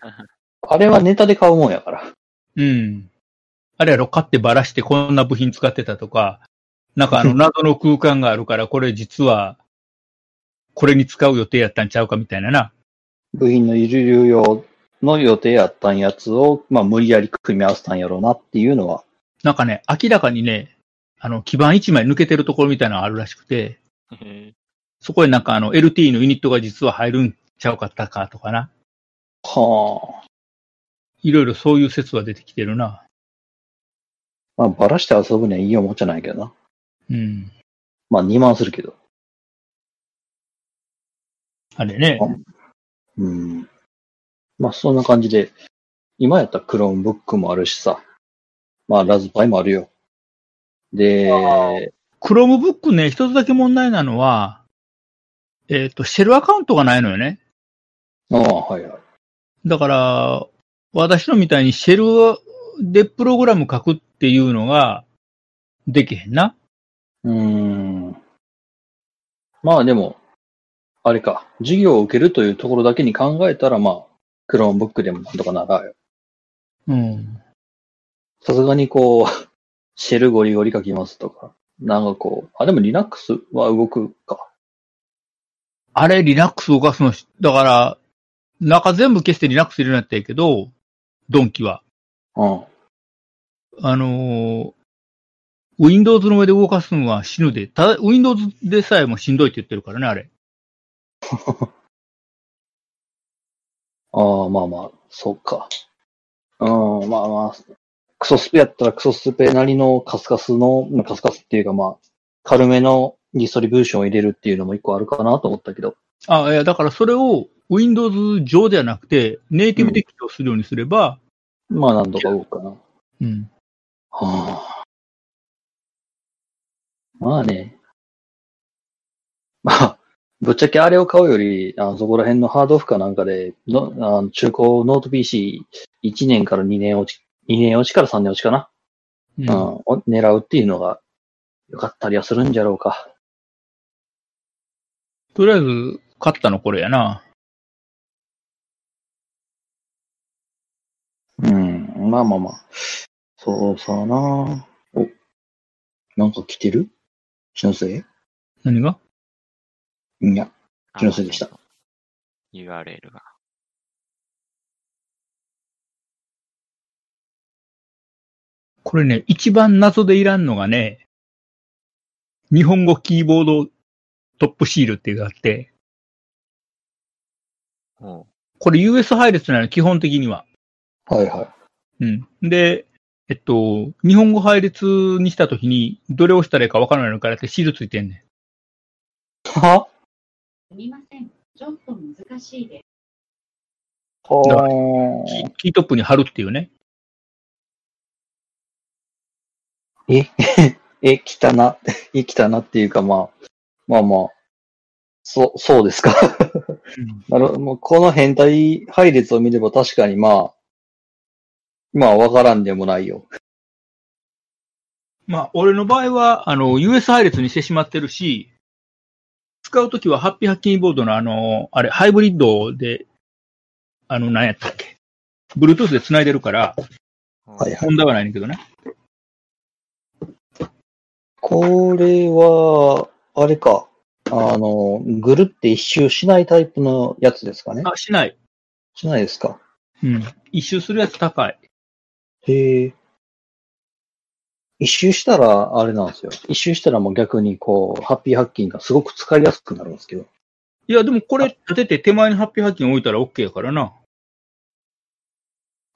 B: あれはネタで買うもんやから。
C: うん。あれやろ、買ってばらしてこんな部品使ってたとか、なんかあの、謎の空間があるから、これ実は、これに使う予定やったんちゃうかみたいなな。
B: 部品の流用の予定やったんやつを、まあ、無理やり組み合わせたんやろうなっていうのは
C: なんかね、明らかにね、あの、基板一枚抜けてるところみたいなのがあるらしくて、そこへなんかあの、LT のユニットが実は入るんちゃうかったかとかな。
B: はあ。
C: いろいろそういう説は出てきてるな。
B: まあ、ばらして遊ぶにはいいおもちゃないけどな。
C: うん。
B: まあ、2万するけど。
C: あれね。
B: うん。まあ、そんな感じで、今やったらクローンブックもあるしさ。まあ、ラズパイもあるよ。で、
C: クロームブックね、一つだけ問題なのは、えっ、と、シェルアカウントがないのよね。
B: ああ、はいはい。
C: だから、私のみたいにシェルでプログラム書くっていうのが、できへんな。
B: うーん。まあ、でも、あれか。授業を受けるというところだけに考えたら、まあ、クローンブックでもなんとかならんよ。
C: うん。
B: さすがにこう、 (laughs) シェルゴリゴリ書きますとか。なんかこう、あ、でも Linux は動くか。
C: あれ、Linux 動かすのし、だから、中全部消して Linux 入れるんやったんやけど、ドンキは。
B: うん。
C: あのー Windows の上で動かすのは死ぬで、ただ、Windows でさえもしんどいって言ってるからね、あれ。
B: ああ、まあまあ、そっか。うん、まあまあ、クソスペやったらクソスペなりのカスカスの、まあカスカスっていうかまあ、軽めのディストリビューションを入れるっていうのも一個あるかなと思ったけど。
C: あ、いや、だからそれを Windows 上ではなくて、ネイティブで起動するようにすれば、
B: まあ何度か動くかな。は
C: うん
B: あ。まあね。まあ、ぶっちゃけあれを買うより、あのそこら辺のハードオフかなんかで、のあの中古ノート PC1 年から2年落ち、2年落ちから3年落ちかな。
C: うん
B: うん、を狙うっていうのが良かったりはするんじゃろうか。
C: とりあえず、勝ったのこれやな。
B: うん、まあまあまあ。そうさなお、なんか来てる気のせい
C: 何が
B: いや、
D: あ
B: 気のせいでした。
D: URL が。
C: これね、一番謎でいらんのがね、日本語キーボードトップシールっていうのがあって、
D: おう
C: これ US 配列なの、基本的には。
B: はいはい。
C: うん。で、えっと、日本語配列にしたときに、どれを押したらいいかわからないのからってシールついてんね
B: は
E: すみません。ちょっと難しいです。
B: は
C: ん。キキートップに貼るっていうね。
B: え、え、来たな、 (laughs) え、来たなっていうかまあ、まあまあ、そ、そうですか。 (laughs) なるほど。もうこの変態配列を見れば確かにまあ、まあわからんでもないよ。
C: まあ、俺の場合は、あの、US 配列にしてしまってるし、使うときはハッピーハッキーボードのあの、あれ、ハイブリッドで、あの、何やったっけ。Bluetooth で繋いでるから、
D: おう
B: はいはい。
C: 問題はないんだけどね。
B: これは、あれか。あの、ぐるって一周しないタイプのやつですかね。
C: あ、しない。
B: しないですか。
C: うん。一周するやつ高い。
B: へえ。一周したら、あれなんですよ。一周したらもう逆にこう、ハッピーハッキングがすごく使いやすくなるんですけど。
C: いや、でもこれ立てて手前にハッピーハッキング置いたら OK やからな。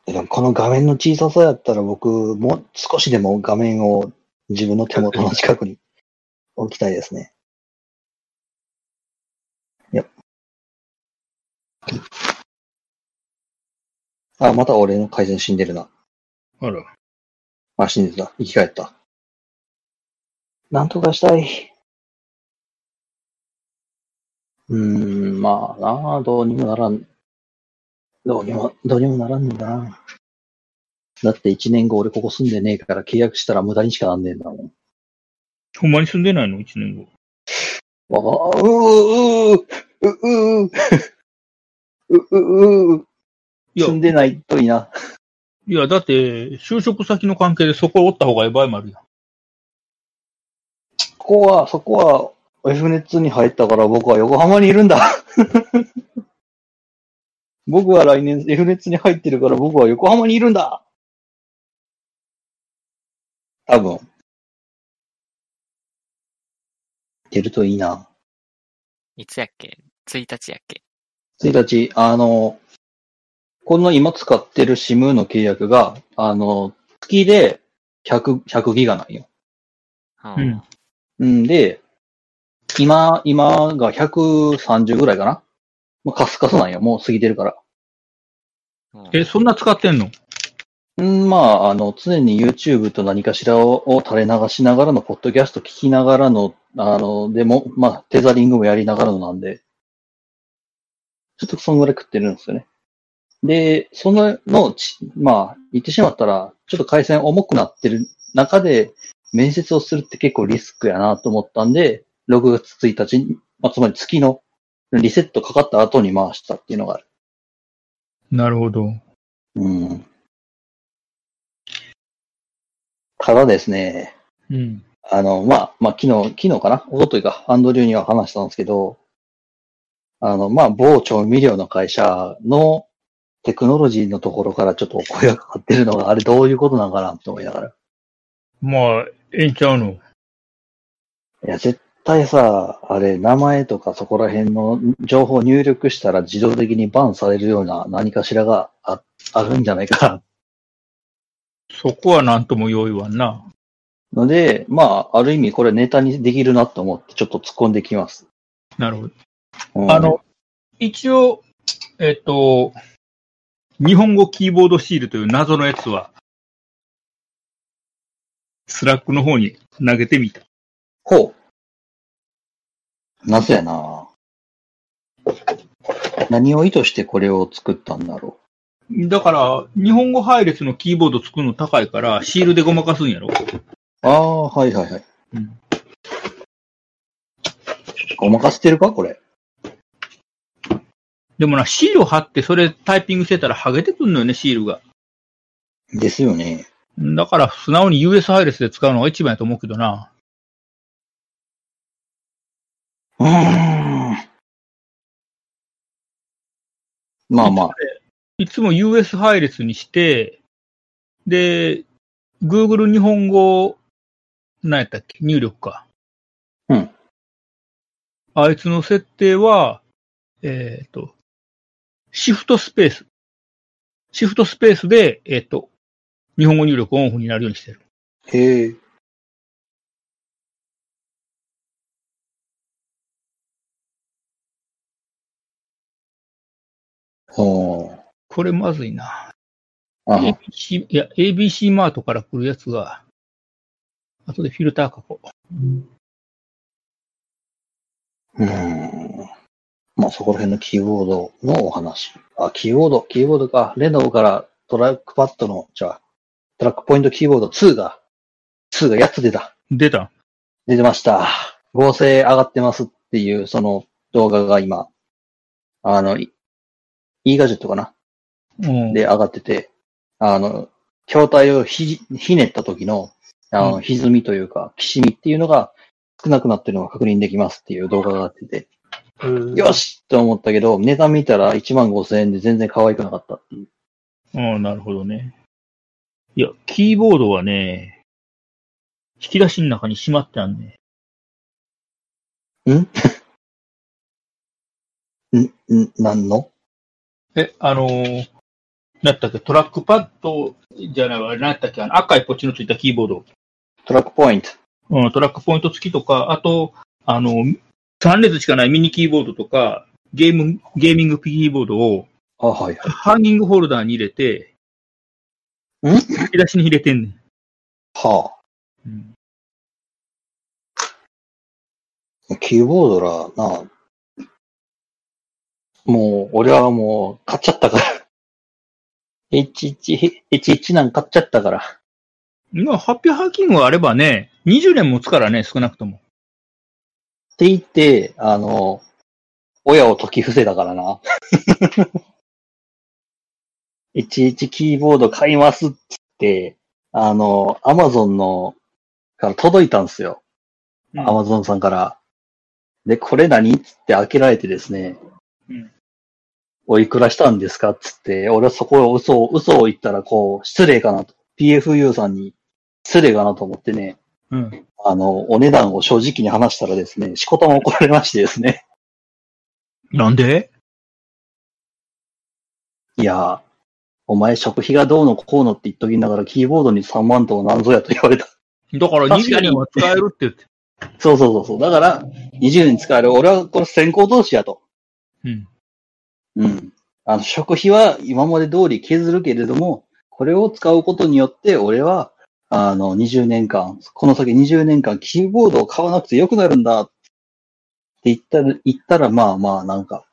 B: でもこの画面の小ささやったら僕、もう少しでも画面を自分の手元の近くに置きたいですね。いや。あ、また俺の回線死んでるな。
C: あら。
B: あ、死んでた。生き返った。なんとかしたい。うーん、まあなあ、どうにもならん。どうにも、どうにもならんねんな。だって一年後俺ここ住んでねえから契約したら無駄にしかなんねえんだもん。
C: ほんまに住んでないの ?1 年後。
B: わあ、ううううううううう
C: いや
B: 住んでないといいな。
C: いや、だって、就職先の関係でそこおった方がええ場合もあるやん。
B: そこは、そこは F ネッツに入ったから僕は横浜にいるんだ。 (laughs) 僕は来年 F ネッツに入ってるから僕は横浜にいるんだ。多分。出るといいな。
D: いつやっけ ?1 日やっけ
B: 1日、あの、この今使ってる SIM の契約が、あの、月で100、100ギガなんよ。
D: お
C: う
D: うん
B: うんで、今、今が130ぐらいかな。もうカスカスなんよ。もう過ぎてるから。
D: おう
C: え、そんな使ってんの
B: うん、まあ、あの、常に YouTube と何かしらをを垂れ流しながらの、ポッドキャスト聞きながらの、あの、でも、まあ、テザリングもやりながらのなんで、ちょっとそんぐらい食ってるんですよね。で、その、のち、まあ、言ってしまったら、ちょっと回線重くなってる中で、面接をするって結構リスクやなと思ったんで、6月1日に、まあ、つまり月のリセットかかった後に回したっていうのがある。
C: なるほど。
B: うん。ただですね、
C: うん。
B: あの、まあ、まあ、昨日、昨日かな一昨日か、アンドリューには話したんですけど、あの、まあ、某調味料の会社のテクノロジーのところからちょっとお声がかかってるのが、あれどういうことなんかなって思いながら。
C: まあ、ええんちゃうの。
B: いや、絶対さ、あれ、名前とかそこら辺の情報入力したら自動的にバンされるような何かしらがああるんじゃないかな
C: そこはなんとも用意はな。
B: ので、まあ、ある意味これネタにできるなと思ってちょっと突っ込んできます。
C: なるほど。
B: うん
C: あ、の、一応、えっと、日本語キーボードシールという謎のやつは、スラックの方に投げてみた。
B: ほう。なぜやな何を意図してこれを作ったんだろ
C: だから、日本語配列のキーボード作るの高いから、シールでごまかすんやろ
B: う。ああ、はいはいはい。
C: うん。
B: ごまかしてるかこれ。
C: でもな、シール貼ってそれタイピングしてたら剥げてくんのよね、シールが。
B: ですよね。
C: だから、素直に US 配列で使うのが一番やと思うけどな。
B: うーん。まあまあ。
C: いつも US 配列にして、で、Google 日本語、何やったっけ入力か。
B: うん。
C: あいつの設定は、えっ、と、シフトスペース。シフトスペースで、えっ、と、日本語入力オンオフになるようにしてる。
B: へえ。ほう。
C: これまずいな。
B: あ
C: ABC、いや、ABC マートから来るやつが、後でフィルター書こう。
B: うーん。まあそこら辺のキーボードのお話。あ、キーボード、キーボードか。レノーからトラックパッドの、じゃあ、トラックポイントキーボード2が、2が8つ出た。
C: 出た
B: 出てました。合成上がってますっていう、その動画が今、あの、い e ガジェットかな
C: うん。
B: で上がってて、あの、筐体をひ、ひねった時の、あ
C: う
B: の、歪みというか、きしみっていうのが少なくなってるのが確認できますっていう動画が上がってて、よしと思ったけど、値段見たら1万5千円で全然可愛くなかったっていう。
C: うん、なるほどね。いや、キーボードはね、引き出しの中にしまってあんね。
B: ん、ん、なんの
C: え、あのー、なんやったっけ、トラックパッドじゃないわ、なんやったっけ、あの赤いポチのついたキーボード。
B: トラックポイント。
C: うん、トラックポイント付きとか、あと、あの、3列しかないミニキーボードとか、ゲーム、ゲーミングキーボードを
B: あ、はいはい。
C: ハンギングホルダーに入れて、
B: ん
C: 引き出しに入れてんね
B: は
C: ん。うん、
B: あ。キーボードら、なあもう、俺はもう、買っちゃったから。11、11なん買っちゃったから。
C: まあ、ハッピーハッキングがあればね、20年持つからね、少なくとも。
B: って言って、あの、親を解き伏せたからな。 (laughs) いちいちキーボード買いますっつって、あの、アマゾンの、から届いたんですよ。
C: うん
B: アマゾンさんから。で、これ何っつって開けられてですね。
C: うん
B: おいくらしたんですかっつって、俺はそこを嘘を、嘘を言ったらこう、失礼かなと。PFU さんに失礼かなと思ってね。
C: うん。
B: あの、お値段を正直に話したらですね、しこたま怒られましてですね。 (laughs)
C: なんで
B: いや、お前食費がどうのこうのって言っときながら、キーボードに3万とは何ぞやと言われた。 (laughs)
C: だから
B: 確
C: 20
B: かに
C: 年は使えるって言って。
B: そうそうそうそう。だから、20年使える。俺はこれ先行投資やと。
C: うん。
B: うん。あの、食費は今まで通り削るけれども、これを使うことによって、俺は、あの、20年間、この先20年間、キーボードを買わなくてよくなるんだ。って言ったら、言ったら、まあまあ、なんか、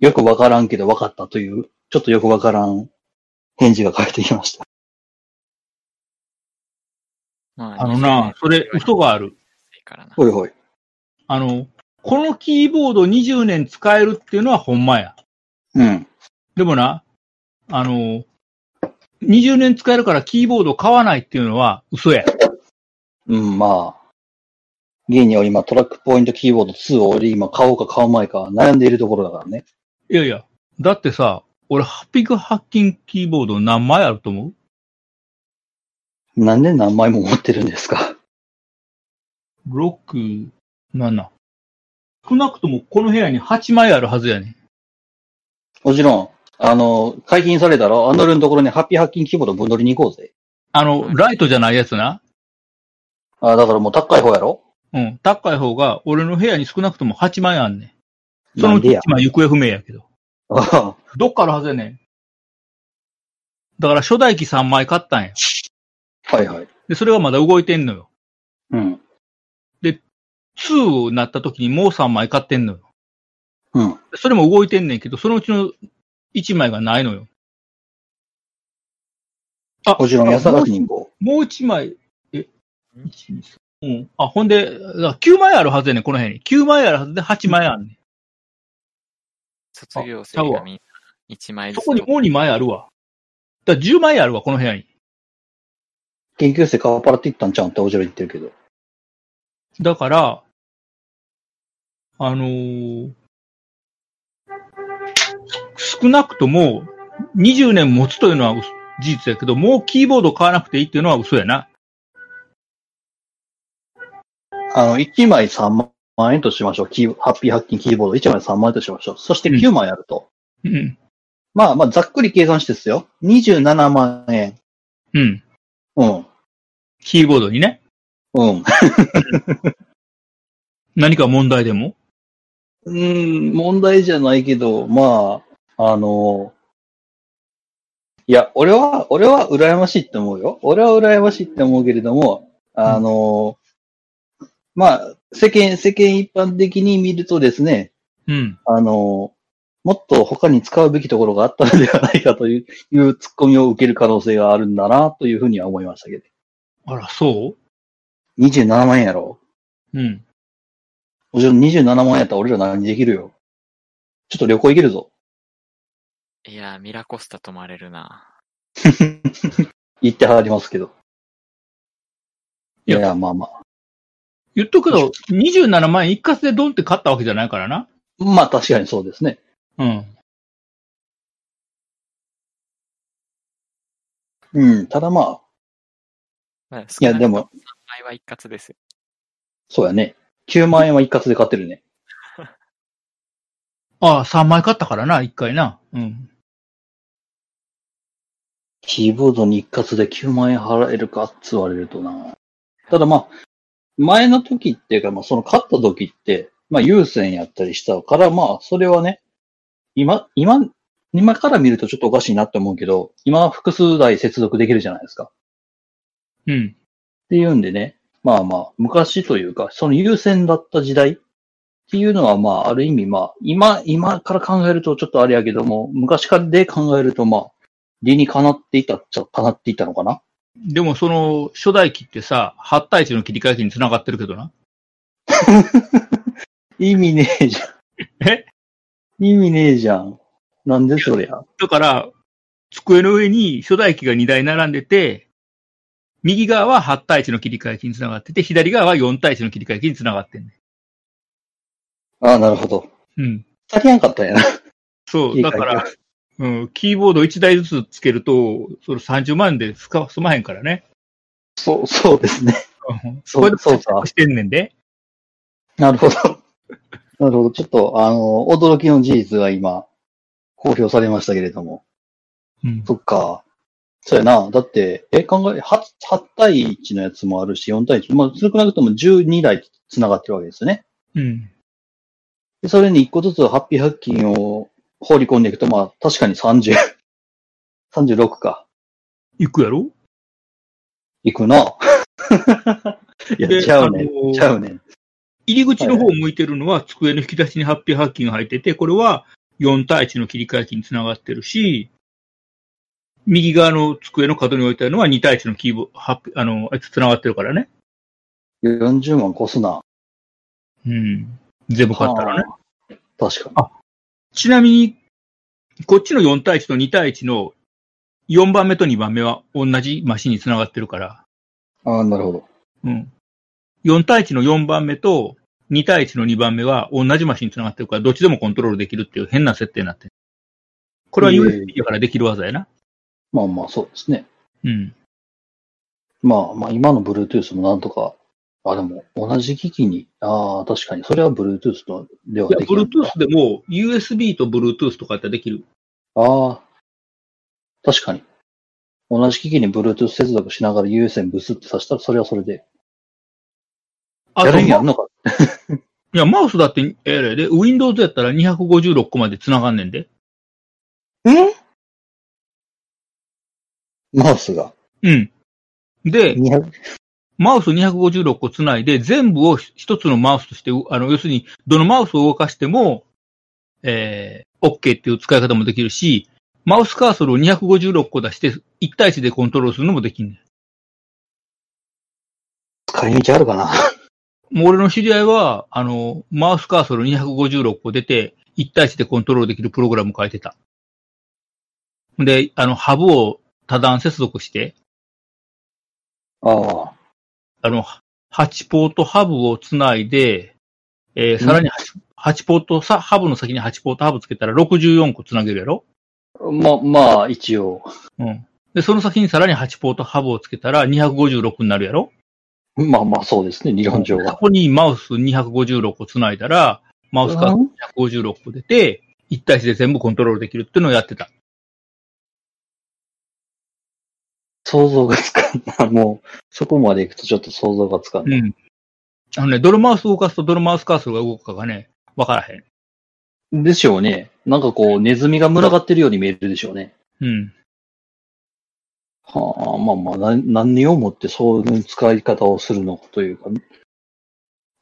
B: よくわからんけどわかったという、ちょっとよくわからん返事が返ってきました。
D: ま
C: あのな、それ嘘がある。。
D: 20からな
B: ほいほい。
C: あの、このキーボード20年使えるっていうのはほんまや。
B: うん。
C: でもな、あの、20年使えるからキーボード買わないっていうのは嘘や。
B: うん、まあ。ゲーニャを今、トラックポイントキーボード2を俺今買おうか買うまいか悩んでいるところだからね。
C: いやいや、だってさ、俺、ハピクハッキンキーボード何枚あると思う
B: なんで何枚も持ってるんですか
C: ?6、7。少なくともこの部屋に8枚あるはずやねん。
B: もちろん、あの、解禁されたら、アンドルのところにハッピーハッキングキーボードぶん取りに行こうぜ。
C: あの、ライトじゃないやつな。
B: あだからもう高い方やろ
C: うん。高い方が、俺の部屋に少なくとも8枚あんねん。そ
B: な
C: の
B: ん
C: うち
B: で
C: 1
B: や。 (laughs)
C: 枚行方不明やけど。
B: あ
C: どっからはずやねん。だから初代機3枚買ったんや。
B: あはいはい。
C: で、それがまだ動いてんのよ。
B: うん。
C: 2になった時にもう3枚買ってんのよ。
B: うん。
C: それも動いてんねんけど、そのうちの1枚がないのよ。あ
B: もちろん、安崎に行こ
C: もう1枚、え、1、2、3。うん。あ、ほんで、だから9枚あるはずやねん、この辺に。9枚あるはずで8枚あんねん。
D: 卒業生がみんな1枚ず
C: そ
D: つ
C: こ
D: 取
C: に
D: っ
C: もう2枚あるわ。だから10枚あるわ、この部屋に。
B: う。研究生顔パラって行ったんちゃうんっておじろ言ってるけど。
C: だから、あのー少なくとも20年持つというのは嘘事実やけど、もうキーボード買わなくていいっていうのは嘘やな。
B: あの、1枚3万円としましょう。キーハッピーハッキングキーボード1枚3万円としましょう。そして9枚あると。
C: うん。
B: まあまあ、ざっくり計算してですよ。27万円。
C: うん。
B: うん。
C: キーボードにね。
B: うん。
C: 何か問題でも
B: うん、問題じゃないけど、まあ、あの、いや、俺は、俺は羨ましいって思うよ。俺は羨ましいって思うけれども、あの、まあ、世間、世間一般的に見るとですね、
C: うん。
B: あの、もっと他に使うべきところがあったのではないかという、いう突っ込みを受ける可能性があるんだな、というふうには思いましたけど。
C: あら、そ
B: 27万円やろ。
C: ううん。
B: もちろん27万円やったら俺ら何できるよ。ちょっと旅行行けるぞ。
D: て。いやー、ミラコスタ泊まれるな。
B: 言ってはりますけど。い
C: いや
B: や、まあまあ。
C: 言っとくけど、27万円一括でドンって買ったわけじゃないからな。
B: まあ確かにそうですね。
C: うん。
B: うん。ただまあ、
D: い
B: いやでも。
D: 3枚は一括ですよ。
B: そうやね。9万円は一括で買ってるね。
C: ああ、3枚買ったからな、一回な。うん。
B: キーボードに一括で9万円払えるかって言われるとな。ただまあ、前の時っていうか、まあその買った時って、まあ優先やったりしたから、まあそれはね、今、今、今から見るとちょっとおかしいなって思うけど、今は複数台接続できるじゃないですか。
C: うん。
B: っていうんでね、まあまあ、昔というか、その優先だった時代っていうのは、まあ、ある意味、まあ、今、今から考えるとちょっとあれやけども、昔からで考えると、まあ、理にかなっていたっちゃ、かなっていたのかな
C: でもその初代機ってさ、8対1の切り替え機に繋がってるけどな。
B: 意味ねえじゃん。
C: え
B: 意味ねえじゃん。なんでそりゃ。
C: だから、机の上に初代機が2台並んでて、右側は8対1の切り替え機に繋がってて、左側は4対1の切り替え機に繋がってんね。
B: ああ、なるほど。
C: うん。
B: 足りなかったんやな。
C: そう、
B: 切り替
C: だ
B: え機
C: から、うん、キーボード1台ずつつけると、その30万円で済か済まへんからね。
B: そう、そうですね。
C: うん
B: そう
C: これで
B: そうか
C: してんねんで。
B: なるほど。なるほど。ちょっと、あの、驚きの事実が今、公表されましたけれども。
C: うん
B: そっか。そうやな。だって、え、考え、8, 8対1のやつもあるし、4対1。まあ、少なくとも12台繋がってるわけですよね。
C: うん。
B: で、それに1個ずつハッピーハッキンを放り込んでいくと、まあ、確かに30、36か。
C: いくやろ
B: いくな。 (laughs) いや、
C: で
B: ちゃうね
C: あのー
B: ん。ちゃうねん。
C: 入り口の方を向いてるのは、机の引き出しにハッピーハッキングが入ってて、これは4対1の切り替え機につながってるし、右側の机の角に置いてあるのは2対1のキーボハッピあの、あいつつながってるからね。
B: 40万越すな。
C: うん。全部買ったらね。
B: はあ確かに。
C: ちなみに、こっちの4対1と2対1の4番目と2番目は同じマシンにつながってるから、
B: ああ、なるほど。
C: うん。 4対1の4番目と2対1の2番目は同じマシンに繋がってるから、どっちでもコントロールできるっていう変な設定になってる。これは
B: ええ
C: USB だからできる技やな。
B: まあまあ、そうですね。
C: うん。
B: まあまあ、今の Bluetooth もなんとか、あ、でも、同じ機器に、ああ、確かに、それは Bluetooth とではい
C: や、
B: できない。
C: Bluetooth でも USB と Bluetooth とかってできる。
B: ああ、確かに。同じ機器に Bluetooth 接続しながら有線ブスってさしたら、それはそれで。
C: あ
B: や
C: と
B: る意味あるのか
C: いや、マウスだって、えれで、Windows やったら256個まで繋がんねんで。
B: えマウスが。
C: うん。で、
B: 200
C: マウス256個つないで、全部を一つのマウスとして、うあの、要するに、どのマウスを動かしても、えー、OK っていう使い方もできるし、マウスカーソルを256個出して、1対1でコントロールするのもできんね
B: 使い道あるかな
C: ん。もう俺の知り合いは、あの、マウスカーソル256個出て、1対1でコントロールできるプログラム書いてた。で、あの、ハブを多段接続して、
B: ああ。
C: あの、8ポートハブをつないで、えーさらに 8, 8ポートさ、ハブの先に8ポートハブつけたら64個つなげるやろ
B: ま、まあ、一応。
C: うん。で、その先にさらに8ポートハブをつけたら256になるやろ
B: まあまあ、そうですね、理論上
C: そ
B: は。
C: こにマウス256個つないだら、マウスが256個出て、1対1で全部コントロールできるっていうのをやってた。
B: 想像がつかんな。もう、そこまで行くとちょっと想像がつかん
C: う
B: ない。
C: ん。あのね、ドルマウス動かすとドルマウスカーソルが動くかがね、わからへん。
B: でしょうね。なんかこう、ネズミが群がってるように見えるでしょうね。
C: うん。
B: はあ、まあまあ、な何をもってそういう使い方をするのかというか、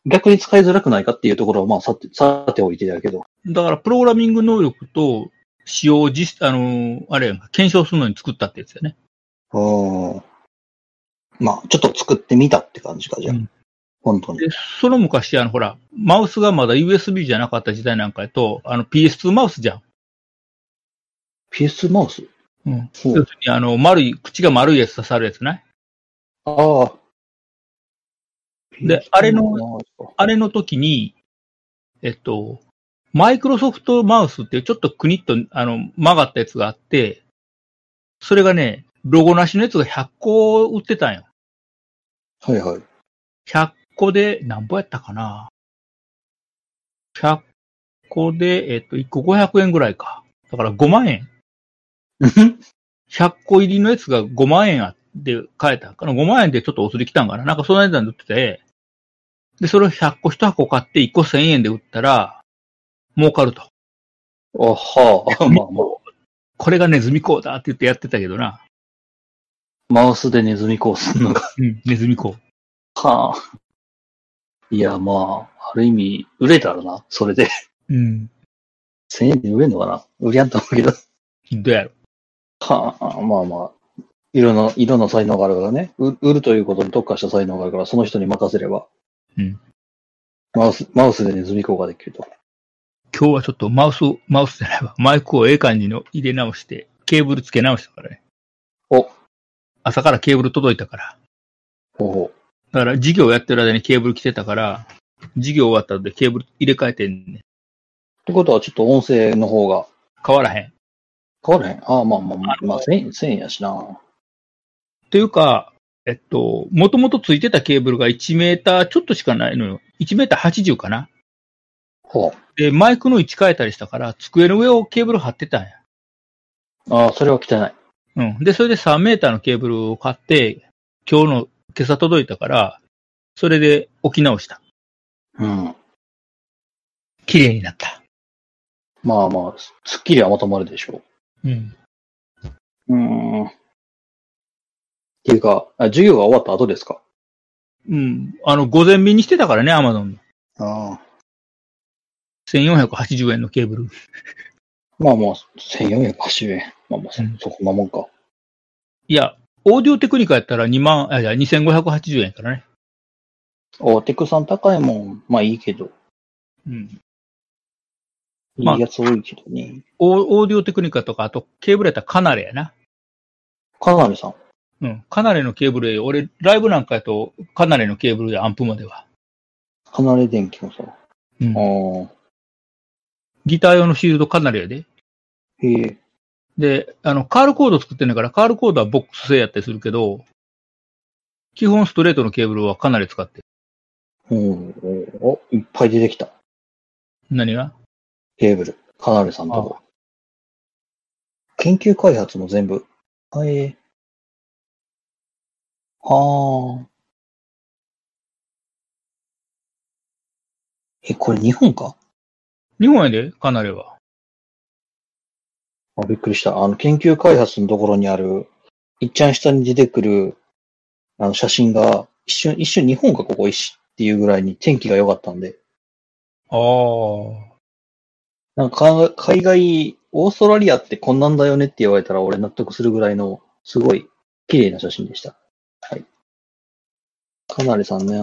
B: 逆に使いづらくないかっていうところは、まあ、さて、さておいてだけど。
C: だから、プログラミング能力と使用実、あのーあれやんか、検証するのに作ったってやつだよね。
B: うん。まあ、ちょっと作ってみたって感じか、じゃあ。
C: うん
B: 本当に。
C: で、その昔、あの、ほら、マウスがまだ USB じゃなかった時代なんかやと、あの、PS2 マウスじゃん。
B: PS マウス
C: うん。
B: ほ
C: 要
B: う
C: するに、あの、丸い、口が丸いやつ刺さるやつね。
B: ああ。
C: であれの
B: PS マウスか
C: あれの時に、えっと、マイクロソフトマウスっていうちょっとクニッと、あの、曲がったやつがあって、それがね、ロゴなしのやつが100個売ってたんよ。
B: はいはい。
C: 100個で、何本やったかな ?100 個で、えっと、1個500円ぐらいか。だから5万円。100個入りのやつが5万円あって買えたんかな ?5 万円でちょっとお釣り来たんかななんかその値段で売ってて、で、それを100個1箱買って1個1000円で売ったら、儲かると。
B: あはあ、まあまあ。
C: これがネズミ講だって言ってやってたけどな。
B: マウスでネズミこうすんのが。
C: うん、ネズミ講。
B: はあ。いや、まあ、ある意味、売れたらな、それで。
C: うん。
B: 1000円で売れんのかな売りやんと思うけど。 (laughs)
C: どうやろ。
B: はあ、まあまあ。いろんな、いろんな才能があるからね。う売るということに特化した才能があるから、その人に任せれば。
C: うん。
B: マウス、マウスでネズミ講ができると。
C: 今日はちょっとマウスを、マウスじゃないわ。マイクをええ感じの入れ直して、ケーブル付け直したからね。
B: お
C: 朝からケーブル届いたから。
B: ほうほ
C: だから授業やってる間にケーブル来てたから、授業終わったのでケーブル入れ替えてんね。
B: う。ってことは、ちょっと音声の方が
C: 変わらへん。
B: 変わらへん。ああ、まあまあまあ、まあ、1000円、1000円やしな。
C: というか、えっと、もともとついてたケーブルが1メーターちょっとしかないのよ。1メーター80かな。
B: ほ
C: で、マイクの位置変えたりしたから、机の上をケーブル貼ってたんや。
B: う。ああ、それは汚い。
C: うん。で、それで3メーターのケーブルを買って、今日の、今朝届いたから、それで置き直した。
B: うん。
C: 綺麗になった。
B: まあまあ、すすっきりはまとまるでしょう。
C: うん。
B: うーん。っていうか、あ授業が終わった後ですか
C: うん。あの、午前便にしてたからね、アマゾンの。
B: ああ。
C: 1480円のケーブル。
B: まあまあ、1480円。まあまあ、そ
C: うん
B: そこなもんか。
C: いや、オーディオテクニカやったら2万、あ、いや、2580円やからね。
B: おテクさん高いもん。まあいいけど。
C: うん。
B: い
C: まあ
B: いやつ多いけどね。
C: オーオーディオテクニカとか、あとケーブルやったらカナレやな。
B: かなりさん。
C: うん。かなりのケーブルで、俺、ライブなんかやと、かなりのケーブルでアンプまでは。
B: 離れ電気もさ。
C: うん
B: あ。あ。
C: ギター用のシールドかなりやで。
B: へえ。
C: で、あの、カールコード作ってんねんから、カールコードはボックス製やったりするけど、基本ストレートのケーブルはかなり使ってる。
B: うん。お、おいっぱい出てきた。
C: 何が
B: ケーブル。カナルさんとこ。研究開発も全部。あええ。はあ。え、これ日本か
C: 日本やで、かなりは。
B: あ、びっくりした。あの、研究開発のところにある、いっちゃん下に出てくる、あの、写真が、一瞬、一瞬日本かここ一っていうぐらいに天気が良かったんで、
C: ああ。
B: なんかか海外、オーストラリアってこんなんだよねって言われたら俺納得するぐらいの、すごい綺麗な写真でした。はい。かなりさんね。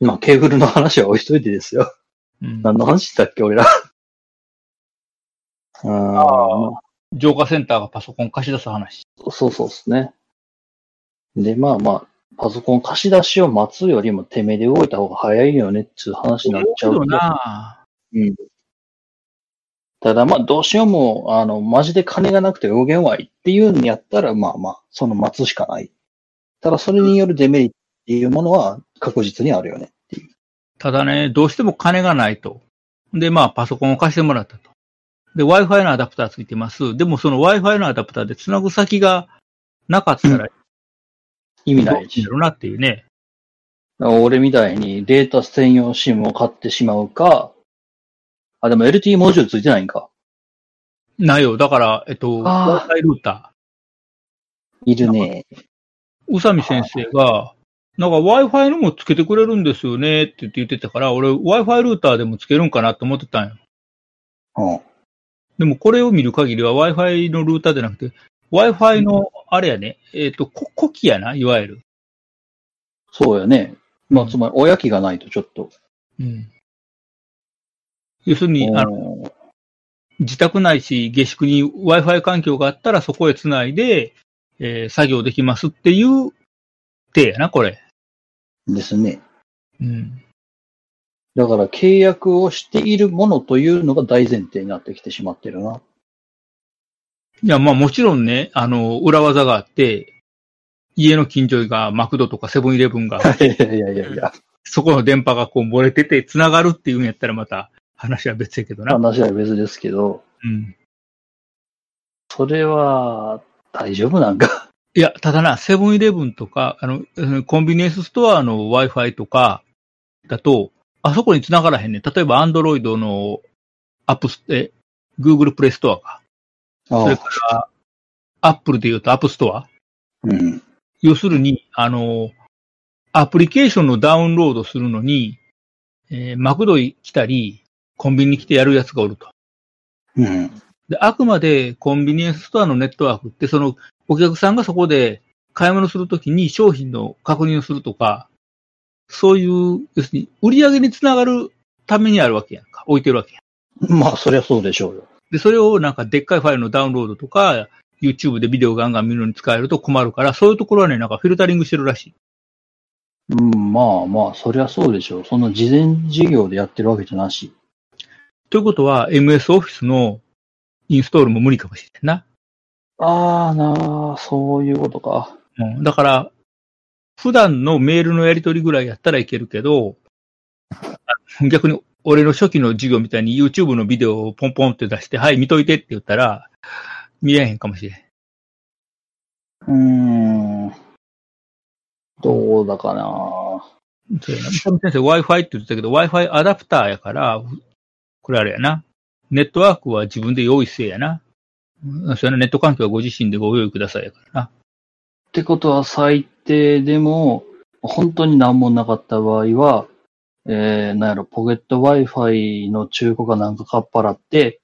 B: まあ、ケーブルの話は置いといてですよ。
C: うん。
B: 何の話したっけ、俺ら。ああ、まあ
C: 浄化センターがパソコン貸し出す話。
B: そうそうですね。で、まあまあ、パソコン貸し出しを待つよりも、てめえで動いた方が早いよねっていう話になっちゃうけど。
C: な
B: ただまあ、どうしようも、あの、マジで金がなくて動けんわいっていうんやったら、まあまあ、その待つしかない。ただ、それによるデメリットっていうものは確実にあるよね。
C: ただね、どうしても金がないと。で、まあ、パソコンを貸してもらったと。で、Wi-Fi のアダプターついてます。でも、その Wi-Fi のアダプターで繋ぐ先がなかったら、
B: 意味ない
C: し
B: し。
C: ろなっていうね。
B: 俺みたいにデータ専用 SIM を買ってしまうか、あ、でも LTE モジュールついてないんか。
C: ないよ。だから、えっと、
B: あ
C: Wi-Fi ルータ
B: いるね。
C: ー。宇佐美先生が、なんか Wi-Fi にもつけてくれるんですよねって言って言ってたから、俺 Wi-Fi ルーターでもつけるんかなと思ってたんよ。
B: うん。
C: でもこれを見る限りは Wi-Fi のルーターじゃなくて、Wi-Fi の、あれやね、えっ、と、こ、コキやな、いわゆる。
B: そうやね。まあ、つまり、親機がないとちょっと。
C: うん。要するに、あの、
B: うん
C: 自宅ないし、下宿に Wi-Fi 環境があったらそこへつないで、えー作業できますっていう手やな、これ。
B: ですね。
C: うん。
B: だから、契約をしているものというのが大前提になってきてしまってるな。
C: いや、まあもちろんね、あの、裏技があって、家の近所がマクドとかセブンイレブンが、 (laughs)
B: いやいやいやいや、
C: そこの電波がこう漏れてて繋がるっていうんやったらまた話は別やけどな。
B: 話は別ですけど、
C: うん。
B: それは、大丈夫なんか。
C: いや、ただな、セブンイレブンとか、あの、うんコンビニエンスストアの Wi-Fi とかだと、あそこに繋がらへんねん。例えば、Android のアップス、え、Google プレイストアか。それから、Apple で言うと App ストア。
B: うん。
C: 要するに、あの、アプリケーションのダウンロードするのに、えーマクドに来たり、コンビニに来てやるやつがおると。
B: うん。
C: で、あくまでコンビニエンスストアのネットワークって、そのお客さんがそこで買い物するときに商品の確認をするとか、そういう、要するに売り上げにつながるためにあるわけやんか。置いてるわけやん。
B: まあ、そりゃそうでしょうよ。
C: で、それをなんかでっかいファイルのダウンロードとか、YouTube でビデオガンガン見るのに使えると困るから、そういうところはね、なんかフィルタリングしてるらしい。
B: うん、まあまあ、そりゃそうでしょう。その事前事業でやってるわけじゃなし。
C: ということは、MS オフィスのインストールも無理かもしれんな。
B: ああなあ、そういうことか。
C: うん。だから、普段のメールのやり取りぐらいやったらいけるけど、 (laughs) あ逆に俺の初期の授業みたいに YouTube のビデオをポンポンって出して、はい、見といてって言ったら、見えへんかもしれん。
B: うーん。どうだかな。
C: そうやな。三上先生 Wi-Fi って言ってたけど、Wi-Fi アダプターやから、これあれやな。ネットワークは自分で用意せえやな。うんそうやな、ネット環境はご自身でご用意くださいやからな。
B: ってことは最低でも、本当に何もなかった場合は、えー、なんやろ、ポケット Wi-Fi の中古かなんかかっぱらって、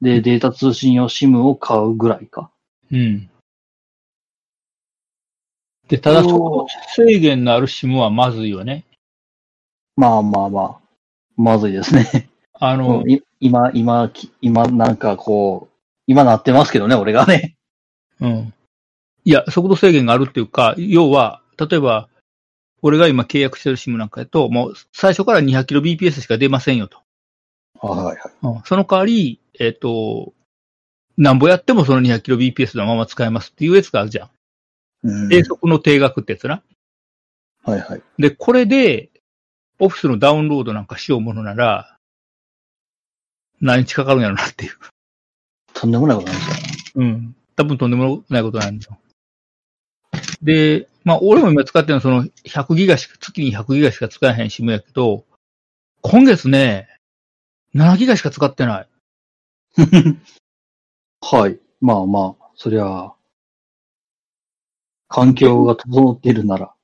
B: で、データ通信用 SIM を買うぐらいか。
C: うん。で、ただ、
B: おー
C: 制限のある SIM はまずいよね。
B: まあまあまあ、まずいです (laughs) ね。
C: あの、
B: い今、今、き今なんかこう、今なってますけどね、俺がね。
C: うん。いや、速度制限があるっていうか、要は、例えば、俺が今契約してる SIM なんかやと、もう最初から 200kbps しか出ませんよと。
B: はいはい。
C: うんその代わり、えっ、と、なんぼやってもその 200kbps のまま使えますっていうやつがあるじゃん。
B: うん
C: 低速の定額ってやつな。
B: はいはい。
C: で、これで、オフィスのダウンロードなんかしようものなら、何日かかるんやろなっていう。
B: とんでもないことなんですよ。
C: うん。多分とんでもないことなんですよ。で、まあ、俺も今使ってるのはその100ギガしか、月に100ギガしか使えへん SIM やけど、今月ね、7ギガしか使ってない。
B: はい。まあまあ、そりゃあ、環境が整っているなら。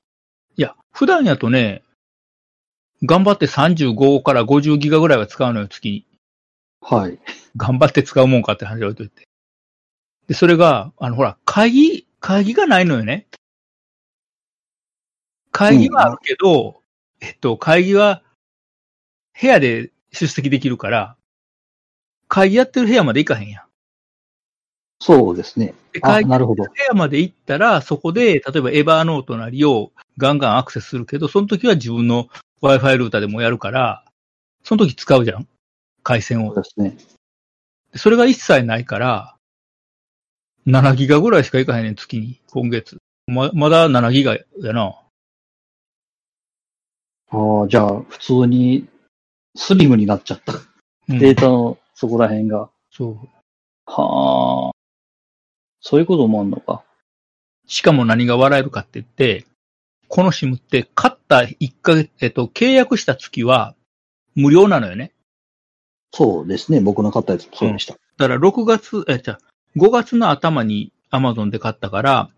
C: いや、普段やとね、頑張って35から50ギガぐらいは使うのよ、月に。
B: はい。
C: 頑張って使うもんかって話を置いといて。で、それが、あの、ほら、会議、会議がないのよね。会議はあるけど、えっと、会議は、部屋で出席できるから、会議やってる部屋まで行かへんやん。
B: そうですね。
C: で
B: あ、
C: 会議
B: なるほど。
C: 部屋まで行ったら、そこで、例えばエバーノートなりをガンガンアクセスするけど、その時は自分の Wi-Fi ルーターでもやるから、その時使うじゃん回線
B: そう
C: を。
B: ですね。
C: それが一切ないから、7ギガぐらいしかいかへんねん、月に、今月。ま、まだ7ギガやな。
B: ああ、じゃあ、普通にスリムになっちゃった。
C: うん
B: データのそこら辺が。
C: そう。
B: はあ。そういうこともあんのか。
C: しかも何が笑えるかって言って、この SIM って、買った1ヶ月、えっと、契約した月は無料なのよね。
B: そうですね。僕の買ったやつもそうでした。
C: だから6月、え、じゃ5月の頭に Amazon で買ったから、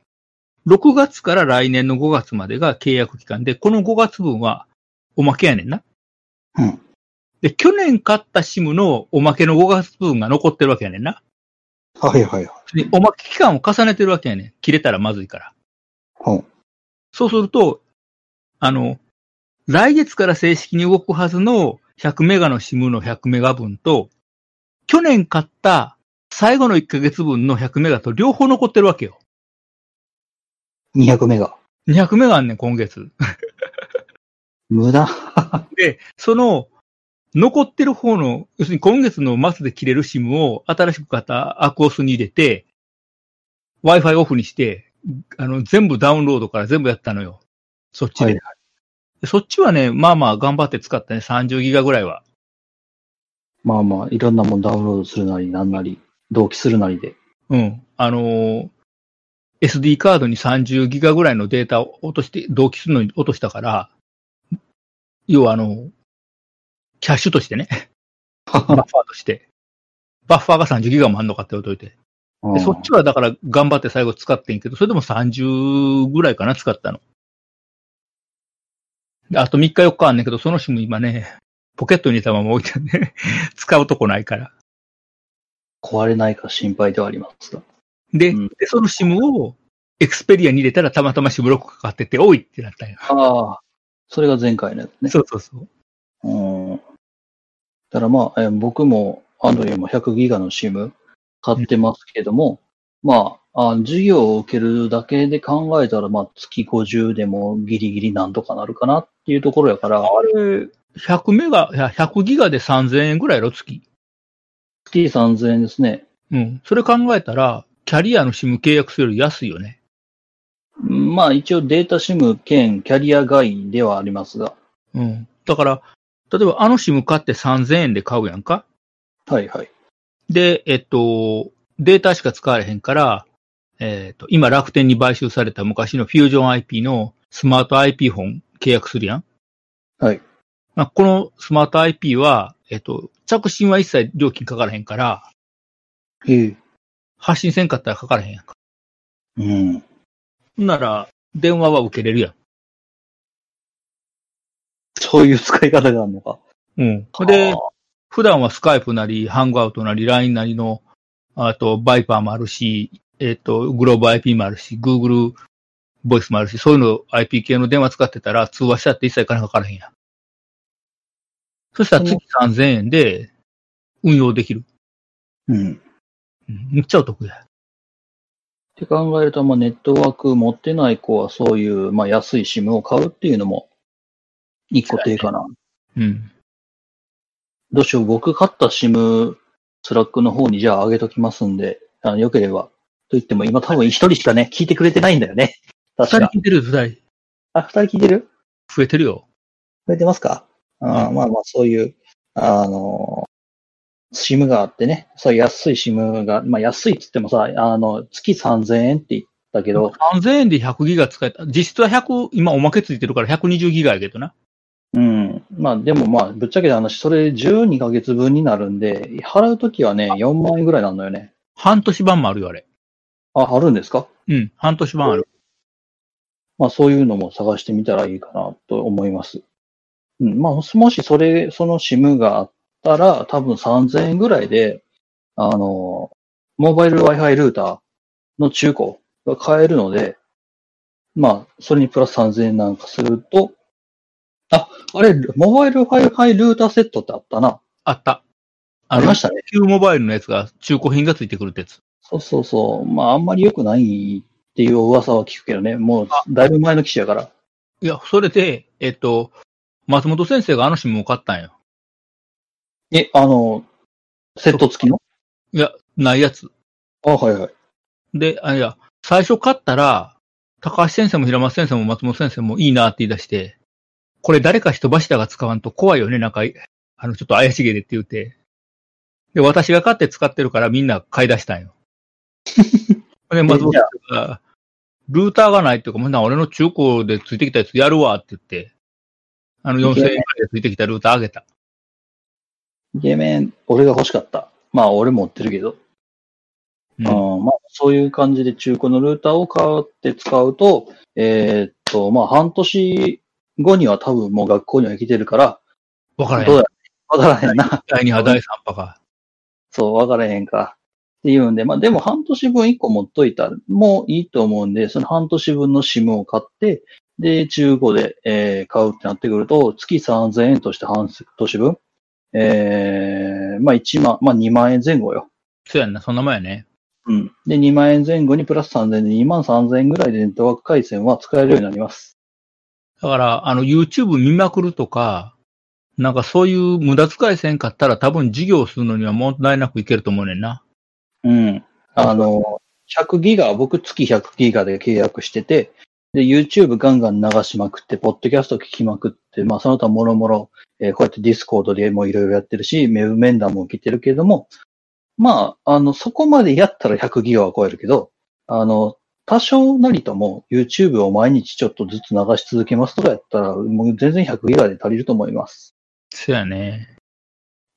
C: 6月から来年の5月までが契約期間で、この5月分はおまけやねんな。
B: うん。
C: で、去年買った SIM のおまけの5月分が残ってるわけやねんな。
B: はいはいは
C: でおまけ期間を重ねてるわけやねん。切れたらまずいから。
B: い。うん。
C: そうすると、あの、来月から正式に動くはずの100メガの SIM の100メガ分と、去年買った最後の1ヶ月分の100メガと両方残ってるわけよ。
B: 200メガ。
C: 200メガあんねん、今月。
B: 無駄。
C: で、その、残ってる方の、要するに今月の末で切れる SIM を新しく買ったアクオスに入れて、Wi-Fi オフにして、あの、全部ダウンロードから全部やったのよ。そっちで。
B: はい
C: でそっちはね、まあまあ頑張って使ったね、30ギガぐらいは。
B: まあまあ、いろんなもんダウンロードするなり、なんなり、同期するなりで。
C: うん。あのー SD カードに30ギガぐらいのデータを落として、同期するのに落としたから、要はあの、キャッシュとしてね、
B: (laughs)
C: バッファーとして、バッファーが30ギガもあんのかって言っといて。
B: う
C: で
B: ん
C: そっちはだから頑張って最後使ってんけど、それでも30ぐらいかな、使ったの。であと3日4日あんねんけど、その SIM 今ね、ポケットに入れたまま置いてね、 (laughs) 使うとこないから。
B: 壊れないか心配ではありますが。
C: で、
B: うん
C: でその SIM をエクスペリアに入れたらたまたま SIM ロックかかってて、おいってなったんよ。
B: ああ、それが前回のやつね。
C: そうそうそう。
B: うん。だからまあ、えー僕も、アンドリューも100ギガの SIM 買ってますけども、まあ、あ授業を受けるだけで考えたら、まあ、月50でもギリギリなんとかなるかなっていうところやから、
C: あれ、100メガ、いや100ギガで3000円ぐらいやろ、月。
B: 月3000円ですね。
C: うん。それ考えたら、キャリアの SIM 契約するより安いよね。
B: うんまあ、一応データ SIM 兼キャリア外ではありますが、
C: うん。だから、例えばあの SIM 買って3000円で買うやんか。
B: はいはい。
C: で、えっと、データしか使われへんから、えっと、今楽天に買収された昔のフュージョン IP のスマート IP 本契約するやん。
B: はい。
C: まあ、このスマート IP は、えっと、着信は一切料金かからへんから、
B: へえ。
C: 発信せんかったらかからへんやんか。
B: うん。
C: ほんなら、電話は受けれるやん。
B: そういう使い方があるのか。
C: うん。ほんで
B: あー、
C: 普段はスカイプなり、ハングアウトなり、LINE なりの、あと、バイパーもあるし、えっ、と、グローブ IP もあるし、Google ボイスもあるし、そういうの IP 系の電話使ってたら、通話しちゃって一切金かからへんやん。そしたら月3000円で運用できる。
B: うん。
C: うんめっちゃお得や。
B: って考えると、まあ、ネットワーク持ってない子はそういう、まあ、安い SIM を買うっていうのも一個手かな。
C: うん。
B: どうしよう、僕買った SIM、スラックの方にじゃあ上げときますんで、あの、良ければ。と言っても、今多分一人しかね、聞いてくれてないんだよね。
C: 二
B: 確
C: 人
B: か。
C: 聞いてる、二人。
B: あ、二人聞いてる
C: 増えてるよ。
B: 増えてますかあーまあまあ、そういう、あのー、SIM があってね、そう安い SIM が、まあ安いって言ってもさ、あの、月3000円って言ったけど、
C: 3000円で100ギガ使えた。実質は100、今おまけついてるから120ギガやけどな。
B: うん。まあでもまあ、ぶっちゃけた話、それ12ヶ月分になるんで、払うときはね、4万円ぐらいなのよね。
C: 半年版もあるよ、あれ。
B: あ、あるんですか
C: うん、半年版ある。
B: まあそういうのも探してみたらいいかなと思います。うん、まあもしもしそれ、その SIM があったら多分3000円ぐらいで、あの、モバイル Wi-Fi ルーターの中古が買えるので、まあそれにプラス3000円なんかすると、あ、あれ、モバイル Wi-Fi ルーターセットってあったな。
C: あった。
B: ありましたね。
C: Q モバイルのやつが、中古品がついてくるってやつ。
B: そうそうそう。まああんまり良くないっていう噂は聞くけどね。もうだいぶ前の機種やから。
C: いや、それで、えっと、松本先生があの SIM を買ったんよ。
B: え、あの、セット付きの
C: いや、ないやつ。
B: あ、はいはい。
C: で、あ、いや、最初買ったら、高橋先生も平松先生も松本先生もいいなって言い出して、これ誰か人柱が使わんと怖いよね、なんか、あの、ちょっと怪しげでって言うて。で、私が買って使ってるからみんな買い出し
B: (laughs)
C: たんよ。で、松本先生が、ルーターがないっていうか、もうな俺の中古でついてきたやつやるわって言って、あの4000円くらいでついてきたルーターあげた。
B: イケメン、俺が欲しかった。まあ、俺持ってるけど。
C: う
B: うんん、まあ、そういう感じで中古のルーターを買って使うと、えーっと、まあ、半年後には多分もう学校には来てるから、
C: わからへん。
B: どう
C: 第
B: やわからへんな。
C: 2波、第3波か。
B: そう、わからへんか。っていうんで、まあ、でも半年分1個持っといたらもういいと思うんで、その半年分の SIM を買って、で、中古で、えー買うってなってくると、月3000円として半年分、えー、まあ、1万、まあ、2万円前後よ。
C: そうやんな、そんなもんやね。
B: うん。で、2万円前後にプラス3000円で2万3000円ぐらいでネットワーク回線は使えるようになります。
C: だから、あの、YouTube 見まくるとか、なんかそういう無駄遣いせんかったら多分事業するのには問題なくいけると思うねんな。
B: うん。あの、100ギガ、僕月100ギガで契約してて、で、YouTube ガンガン流しまくって、ポッドキャスト聞きまくって、まあ、その他もろもろ、えーこうやってディスコードでもいろいろやってるし、メブ面談も受けてるけれども、まあ、あの、そこまでやったら100ギガは超えるけど、あの、多少なりとも YouTube を毎日ちょっとずつ流し続けますとかやったら、もう全然100ギガで足りると思います。
C: そうやね。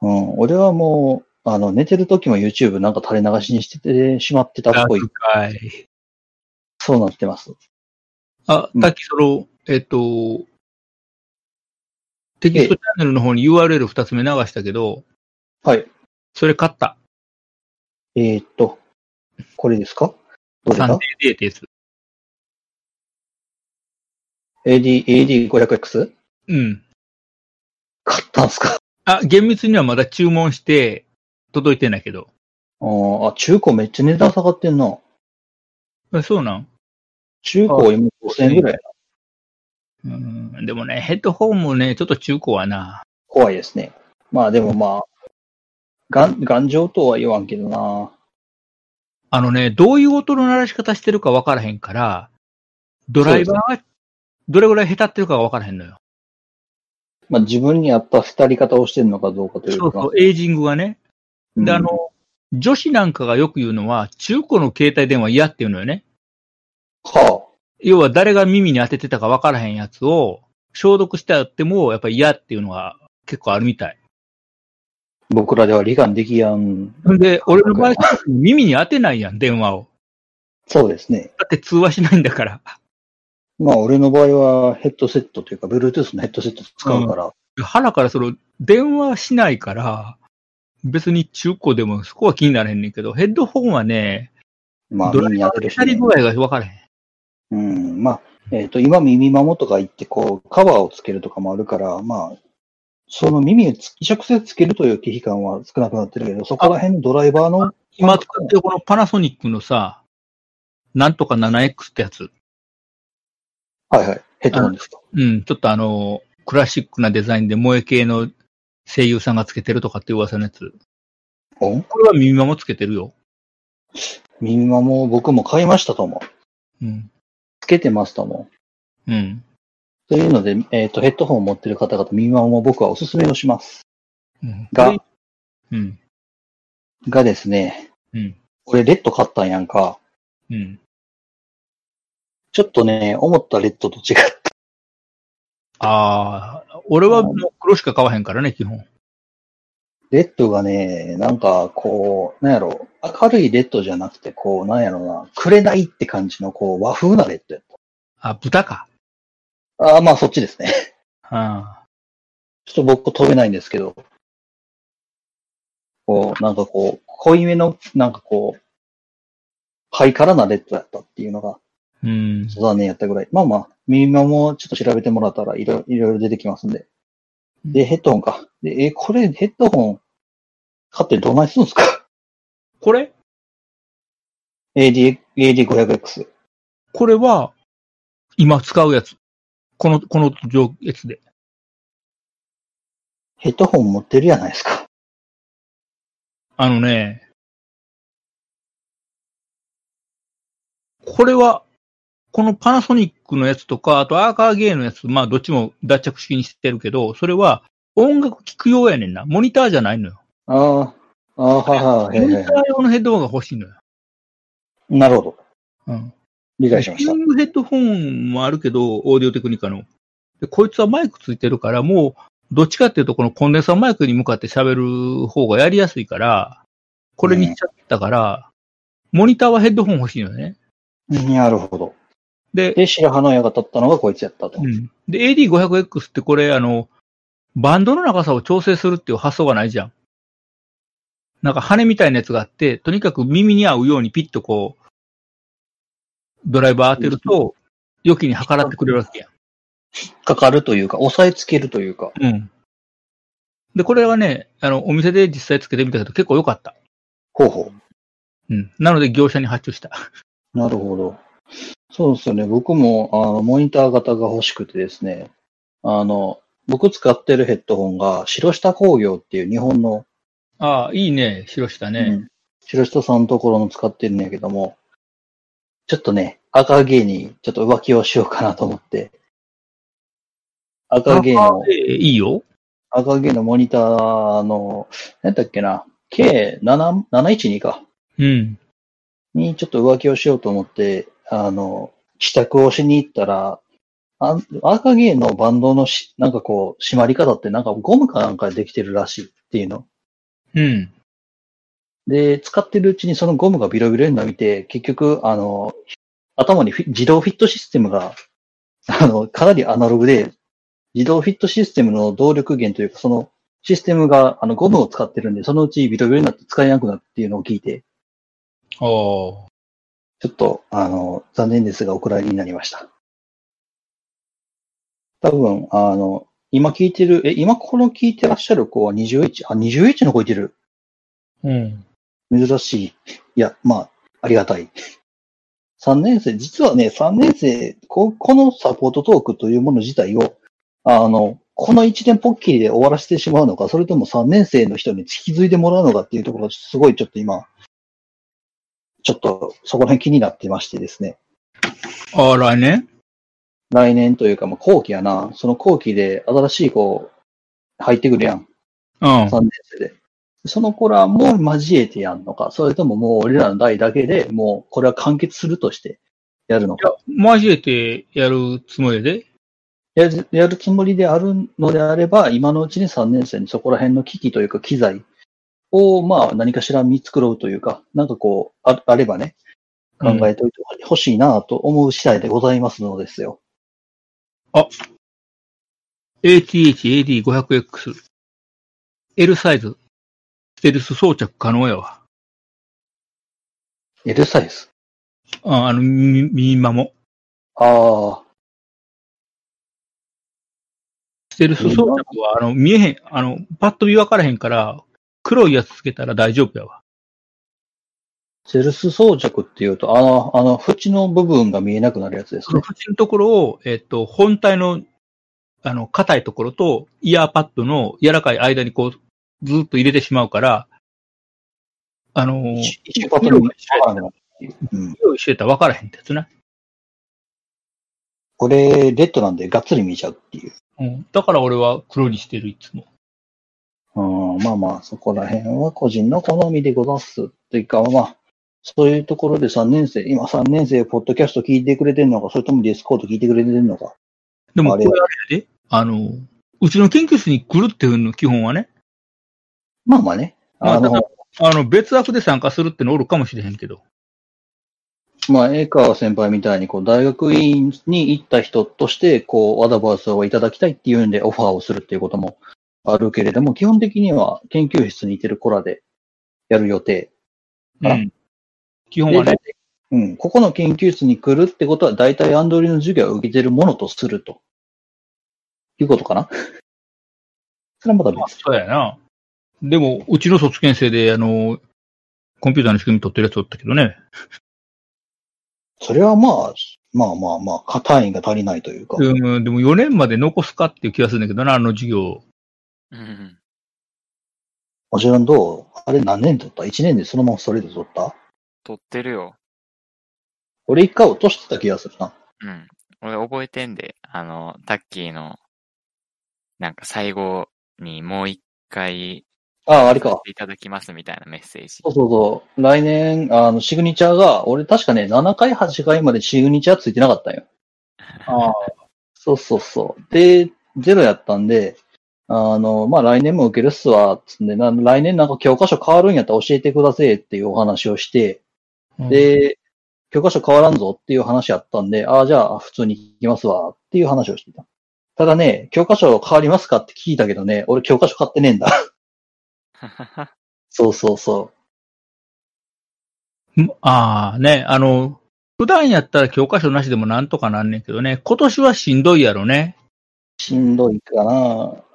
B: うん、俺はもう、あの、寝てる時も YouTube なんか垂れ流しにしててしまってたっぽい。
C: 遣い。
B: そうなってます。
C: あ、
B: うん
C: さっきその、えっと、テキストチャンネルの方に URL2 つ目流したけど、
B: はい。
C: それ買った。
B: えーっと、これですかどれ
C: サン
B: だ
C: デーデーってやつ。
B: ?AD、AD500X?
C: うん。
B: 買ったんすか
C: あ、厳密にはまだ注文して届いてないけど。
B: うん、あ、中古めっちゃ値段下がってんな。
C: えそうなん
B: 中古今5000円ぐらい。
C: うん。でもね、ヘッドホンもね、ちょっと中古はな。
B: 怖いですね。まあでもまあ、頑、頑丈とは言わんけどな。
C: あのね、どういう音の鳴らし方してるか分からへんから、ドライバーがどれぐらい下手ってるかが分からへんのよ。
B: まあ自分に合った浸り方をしてるのかどうかというか。
C: そうそう、エイジングがね。
B: うん
C: で、あの、女子なんかがよく言うのは、中古の携帯電話嫌っていうのよね。
B: は
C: 要は誰が耳に当ててたか分からへんやつを、消毒してあっても、やっぱ嫌っていうのが結構あるみたい。
B: あ、僕らでは理解できやん。
C: で、俺の場合、耳に当てないやん、電話を。
B: そうですね。
C: だって通話しないんだから。
B: まあ、俺の場合はヘッドセットというか、Bluetooth のヘッドセット使うから、
C: 腹からその、電話しないから、別に中古でもそこは気にならへんねんけど、ヘッドホンはね、
B: まあ、
C: ドラ
B: 耳
C: イ
B: に
C: バ
B: 当て
C: ーの
B: るし
C: 光
B: ね、
C: り具合が分からへん。
B: うん、まあ、えっ、と、今耳まもとか言って、こう、カバーをつけるとかもあるから、まあ、その耳につ直接つけるという危機感は少なくなってるけど、そこら辺のドライバーの、
C: 今使ってるこのパナソニックのさ、なんとか 7X ってやつ。
B: はいはい。ヘッドホンですか。
C: うん、ちょっとあの、クラシックなデザインで萌え系の声優さんがつけてるとかって噂のやつ。
B: お
C: これは耳まもつけてるよ。
B: 耳マも僕も買いましたと思う。
C: うん。
B: つけてますと思
C: うん。
B: う。というので、えっ、と、ヘッドホンを持ってる方々、耳マも僕はおすすめをします。
C: うん
B: が、
C: うん。
B: がですね、
C: うん。
B: 俺レッド買ったんやんか。
C: うん。
B: ちょっとね、思ったレッドと違う。
C: ああ、俺はもう黒しか買わへんからね、基本。
B: レッドがね、なんか、こう、なんやろ、明るいレッドじゃなくて、こう、なんやろな、くれないって感じの、こう、和風なレッドやっ
C: あ、豚か。
B: た。ああ、まあ、そっちですね。 (laughs)
C: あ
B: ちょっと僕飛べないんですけど、こう、なんかこう、濃いめの、なんかこう、ハイカラなレッドやったっていうのが、
C: ーうん。
B: そうだね、やったぐらい。まあまあ、耳マもちょっと調べてもらったらいろいろいろ出てきますんで。で、ヘッドホンか。で、え、これヘッドホン買ってどないするんですか
C: これ
B: ?AD、AD500X。
C: これは、今使うやつ。この、この状やつで。
B: ヘッドホン持ってるやないですか。
C: あのね、これは、このパナソニックのやつとか、あとアーカーゲーのやつ、まあどっちも脱着式にしてるけど、それは音楽聴く用やねんな。モニターじゃないのよ。
B: ああ、ああ、はいはい
C: モ
B: はい
C: ニ
B: は
C: タ
B: い
C: ー
B: は
C: 用のヘッドホンが欲しいのよ。
B: い。 (laughs) なるほど。
C: うん。
B: 理
C: キュ
B: 解しました
C: ー。ブヘッドホンもあるけど、オーディオテクニカの。で、こいつはマイクついてるから、もう、どっちかっていうと、このコンデンサーマイクに向かって喋る方がやりやすいから、これにしちゃったから、モニターはヘッドホン欲しいのよね。
B: なるほど。
C: で、
B: で、白羽の矢が立ったのがこいつやったと。
C: うん。で、AD500X ってこれ、あの、バンドの長さを調整するっていう発想がないじゃん。なんか羽みたいなやつがあって、とにかく耳に合うようにピッとこう、ドライバー当てると、良きに計らってくれるわけや
B: かかるというか、押さえつけるというか。
C: ん。うん。で、これはね、あの、お店で実際つけてみたけど結構良かった。
B: ほうほ
C: うん。なので業者に発注した。
B: う。なるほど。そうですよね。僕も、あの、モニター型が欲しくてですね。あの、僕使ってるヘッドホンが、白下工業っていう日本の、
C: ああ、いいね、白下
B: う
C: ね。
B: ん白下さんのところの使ってるんやけども、ちょっとね、赤毛にちょっと浮気をしようかなと思って、赤毛の、
C: えーいいよ。
B: 赤毛のモニターの、なんだっけな、K712 か。
C: うん。
B: にちょっと浮気をしようと思って、あの、支度をしに行ったら、あアーカゲーのバンドのし、なんかこう、締まり方ってなんかゴムかなんかでできてるらしいっていうの。
C: うん。
B: で、使ってるうちにそのゴムがビロビロに伸びて、結局、あの、頭にフィ自動フィットシステムが、 (laughs) あの、かなりアナログで、自動フィットシステムの動力源というか、そのシステムが、あの、ゴムを使ってるんで、そのうちビロビロになって使えなくなるっていうのを聞いて、
C: ああ。
B: ちょっと、あの、残念ですが、お蔵入りになりました。多分、あの、今聞いてる、え、今この聞いてらっしゃる子は21、あ、21の子いてる。
C: うん。
B: 珍しい。いや、まあ、ありがたい。3年生、実はね、3年生、ここのサポートトークというもの自体を、あの、この1年ポッキリで終わらせてしまうのか、それとも3年生の人に引き継いでもらうのかっていうところが、すごいちょっと今、ちょっとそこら辺気になってましてですね。
C: ああ、来年
B: 来年というか、まあ、後期やな。その後期で新しい子入ってくるやん。
C: うん。
B: 3年生で。その子らも交えてやんのか、それとももう俺らの代だけでもうこれは完結するとしてやるのか。
C: 交えてやるつもりで。
B: やるやるつもりであるのであれば、今のうちに3年生にそこら辺の機器というか機材を、まあ何かしら見繕うというか、なんかこう、ああればね、考えておいてほしいなと思う次第でございますのですよ。
C: ATH AD500X。L サイズ。ステルス装着可能やわ。
B: L サイズ。
C: ああの、み耳まも。
B: ああ、
C: ステルス装着は、あの、見えへん、あの、パッと見分からへんから、黒いやつつけたら大丈夫やわ。
B: セルス装着っていうと、あの、あの、縁の部分が見えなくなるやつです
C: その
B: ね。
C: 縁のところを、えっと、本体の、あの、硬いところと、イヤーパッドの柔らかい間にこう、ずっと入れてしまうから、あの、
B: 一一パターンもうん。
C: 用意してたら分からへんってやつね。
B: これ、レッドなんでがっつり見ちゃうっていう。
C: うん。だから俺は黒にしてる、いつも。
B: うん、まあまあ、そこら辺は個人の好みでござんす。というか、まあ、そういうところで3年生、今3年生、ポッドキャスト聞いてくれてんのか、それともディスコード聞いてくれてんのか。
C: でも、こ
B: あ
C: れ
B: れ
C: あれやで、あの、うちの研究室に来るっていうの基本はね、
B: まあまあね。あ
C: まあた
B: の、
C: あの、別枠で参加するってのおるかもしれへんけど。
B: まあ、江川先輩みたいに、こう、大学院に行った人として、こう、アドバイスをいただきたいっていうんで、オファーをするっていうこともあるけれども、基本的には研究室にいてる子らでやる予定。
C: う
B: あら
C: ん。基本はね
B: で、うん、ここの研究室に来るってことは、大体アンドリューの授業を受けてるものとすると。いうことかな (laughs) それはまた
C: まあ、
B: 別。
C: そうやな。でも、うちの卒研生で、あの、コンピューターの仕組み取ってるやつおったけどね。
B: それはまあ、まあまあまあ、単位が足りないというか。
C: うん、でも4年まで残すかっていう気がするんだけどな、あの授業。
D: うん。
B: もちろんどうあれ何年取った ?1 年でそのままそれで取った
D: 撮ってるよ。
B: 俺一回落としてた気がするな。
D: うん。俺覚えてんで、あの、タッキーの、なんか最後にもう一回、
B: ああ、あ
D: あ
B: れか。。
D: いただきますみたいなメッセージ
B: そ。うそうそう。来年、あの、シグニチャーが、俺確かね、7回、8回までシグニチャーついてなかったんよ。
C: ああ。
B: そうそうそう。で、ゼロやったんで、あの、まあ、来年も受けるっすわ、つんで、な来年なんか教科書変わるんやったら教えてくださいっていうお話をして、
C: で、
B: で、教科書変わらんぞっていう話やったんで、ああ、じゃあ普通に聞きますわっていう話をしてた。ただね、教科書変わりますかって聞いたけどね、俺教科書買ってねえんだ。そうそうそ
C: ああ、ね、あの、普段やったら教科書なしでもなんとかなんねんけどね、今年はしんどいやろね。
B: う。しんどいかな。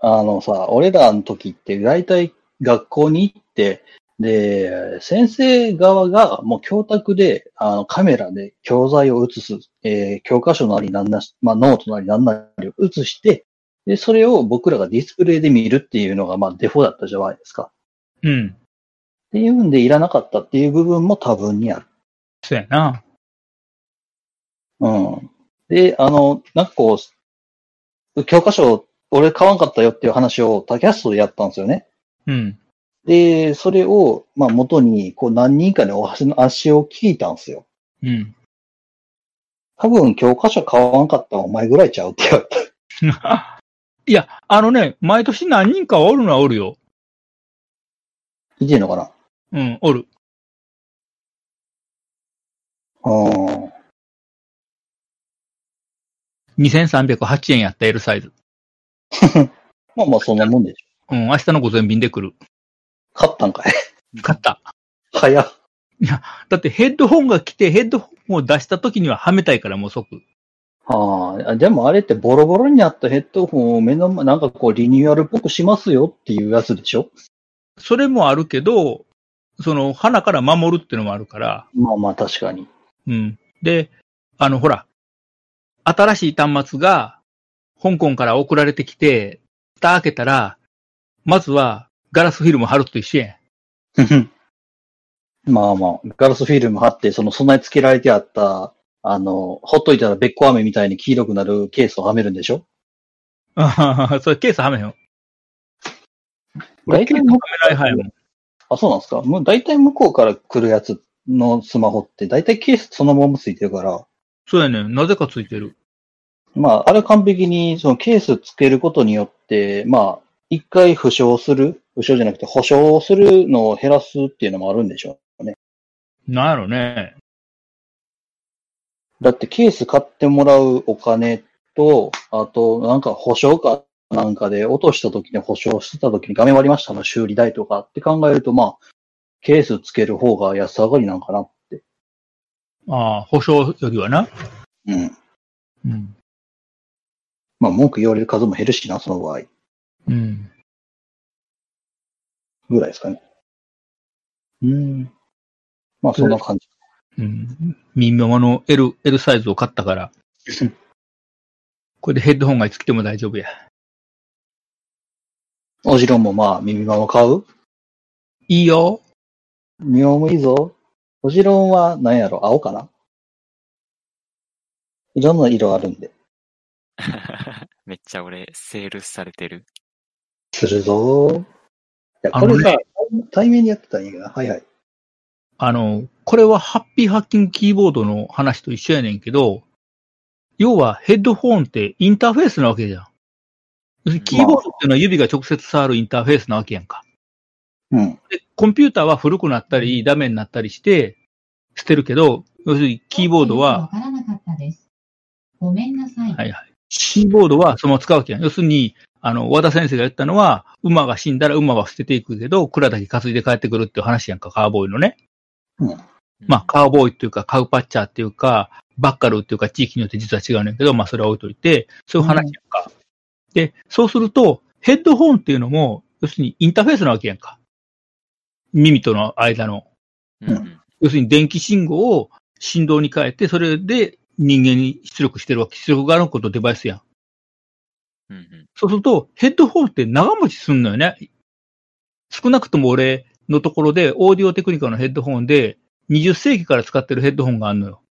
B: あのさ、俺らの時って大体学校に行って、で、先生側がもう教託で、あのカメラで教材を写す、えー教科書なりなんなし、まあノートなりなんなりを写して、で、それを僕らがディスプレイで見るっていうのが、まあデフォだったじゃないですか。
C: うん。
B: っていうんでいらなかったっていう部分も多分にある。
C: そうやな。
B: うん。で、あの、なんかこう、教科書、俺買わんかったよっていう話をタキャストでやったんですよね。
C: うん。
B: で、それを、まあ、元に、こう、何人かでお箸の足を聞いたんですよ。
C: うん。
B: 多分、教科書買わんかったらお前ぐらいちゃうって言われた。
C: いや、あのね、毎年何人かはおるのはおるよ。
B: いてんのかな
C: うん、おる。
B: うん。
C: 2308円やった L サイズ。
B: まあまあ、そんなもんでしょ。
C: うん、明日の午前便で来る。
B: 買ったんかい。 (laughs)
C: 買った。
B: 早っ。
C: だってヘッドホンが来て、ヘッドホンを出した時にははめたいからもう即。
B: ああ、でもあれってボロボロになったヘッドホンを目の前、なんかこう、リニューアルっぽくしますよっていうやつでしょ
C: それもあるけど、その、花から守るってのもあるから、
B: まあまあ、確かに。 (laughs)
C: うん。で、あの、ほら、新しい端末が、香港から送られてきて、蓋開けたら、まずは、ガラスフィルム貼ると一緒やん。
B: まあまあ、ガラスフィルム貼って、その備え付けられてあった、あの、ほっといたらべっこ飴みたいに黄色くなるケースをはめるんでしょ
C: あははそれケースはめへん (laughs) よ。
B: 大体
C: は
B: 向こ
C: めない派やもん。
B: う、あ、そうなんですかもう大体向こうから来るやつのスマホって、大体ケースそのままついてるから、
C: そうやねん。なぜかついてる。
B: まあ、あれ完璧に、そのケースつけることによって、まあ、一回負傷する、負傷じゃなくて保証するのを減らすっていうのもあるんでしょうね。
C: なんやろね。
B: だってケース買ってもらうお金と、あと、なんか保証かなんかで落とした時に保証してた時に画面割りましたの修理代とかって考えると、まあ、ケースつける方が安上がりなんかなって。
C: ああ、保証よりはな。
B: うん。
C: うん。
B: まあ、文句言われる数も減るしな、その場合。
C: うん。
B: ぐらいですかね。うん。まあそんな感じ。
C: うん。ミニママの L、L サイズを買ったから。これでヘッドホンがいつ来ても大丈夫や。
B: おじろんもまあ耳まま買う
C: いいよ。
B: 耳まもいいぞ。おじろんは何やろ青かないろんな色あるんで。
D: (laughs) めっちゃ俺、セールスされてる。
B: するぞー。いや、
C: あ
B: こ
C: のね
B: れさ、対面でやってたらいいんやな。はいはい。
C: あの、これはハッピーハッキングキーボードの話と一緒やねんけど、要はヘッドホンってインターフェースなわけじゃん。要するにキーボードっていうのは指が直接触るインターフェースなわけやんか。
B: うん。
C: で、コンピューターは古くなったり、ダメになったりして、捨てるけど、要するにキーボード
E: わ
C: は、
E: からなかったです。ごめんなさい。
C: はいはい。キーボードはそのまま使うわけやん。要するに、あの、和田先生が言ったのは、馬が死んだら馬は捨てていくけど、蔵だけ担いで帰ってくるっていう話やんか、カーボーイのね。まあ、カウボーイっていうか、カウパッチャーっていうか、バッカルーっていうか、地域によって実は違うねんだけど、まあ、それは置いといて、そういう話やんか。で、そうすると、ヘッドホンっていうのも、要するにインターフェースなわけやんか。耳との間の。
D: うんうん。
C: 要するに電気信号を振動に変えて、それで人間に出力してるわけ。出力があることデバイスやん。
D: うんうん。
C: そうすると、ヘッドホンって長持ちすんのよね。少なくとも俺のところで、オーディオテクニカのヘッドホンで、20世紀から使ってるヘッドホンがあるのよ。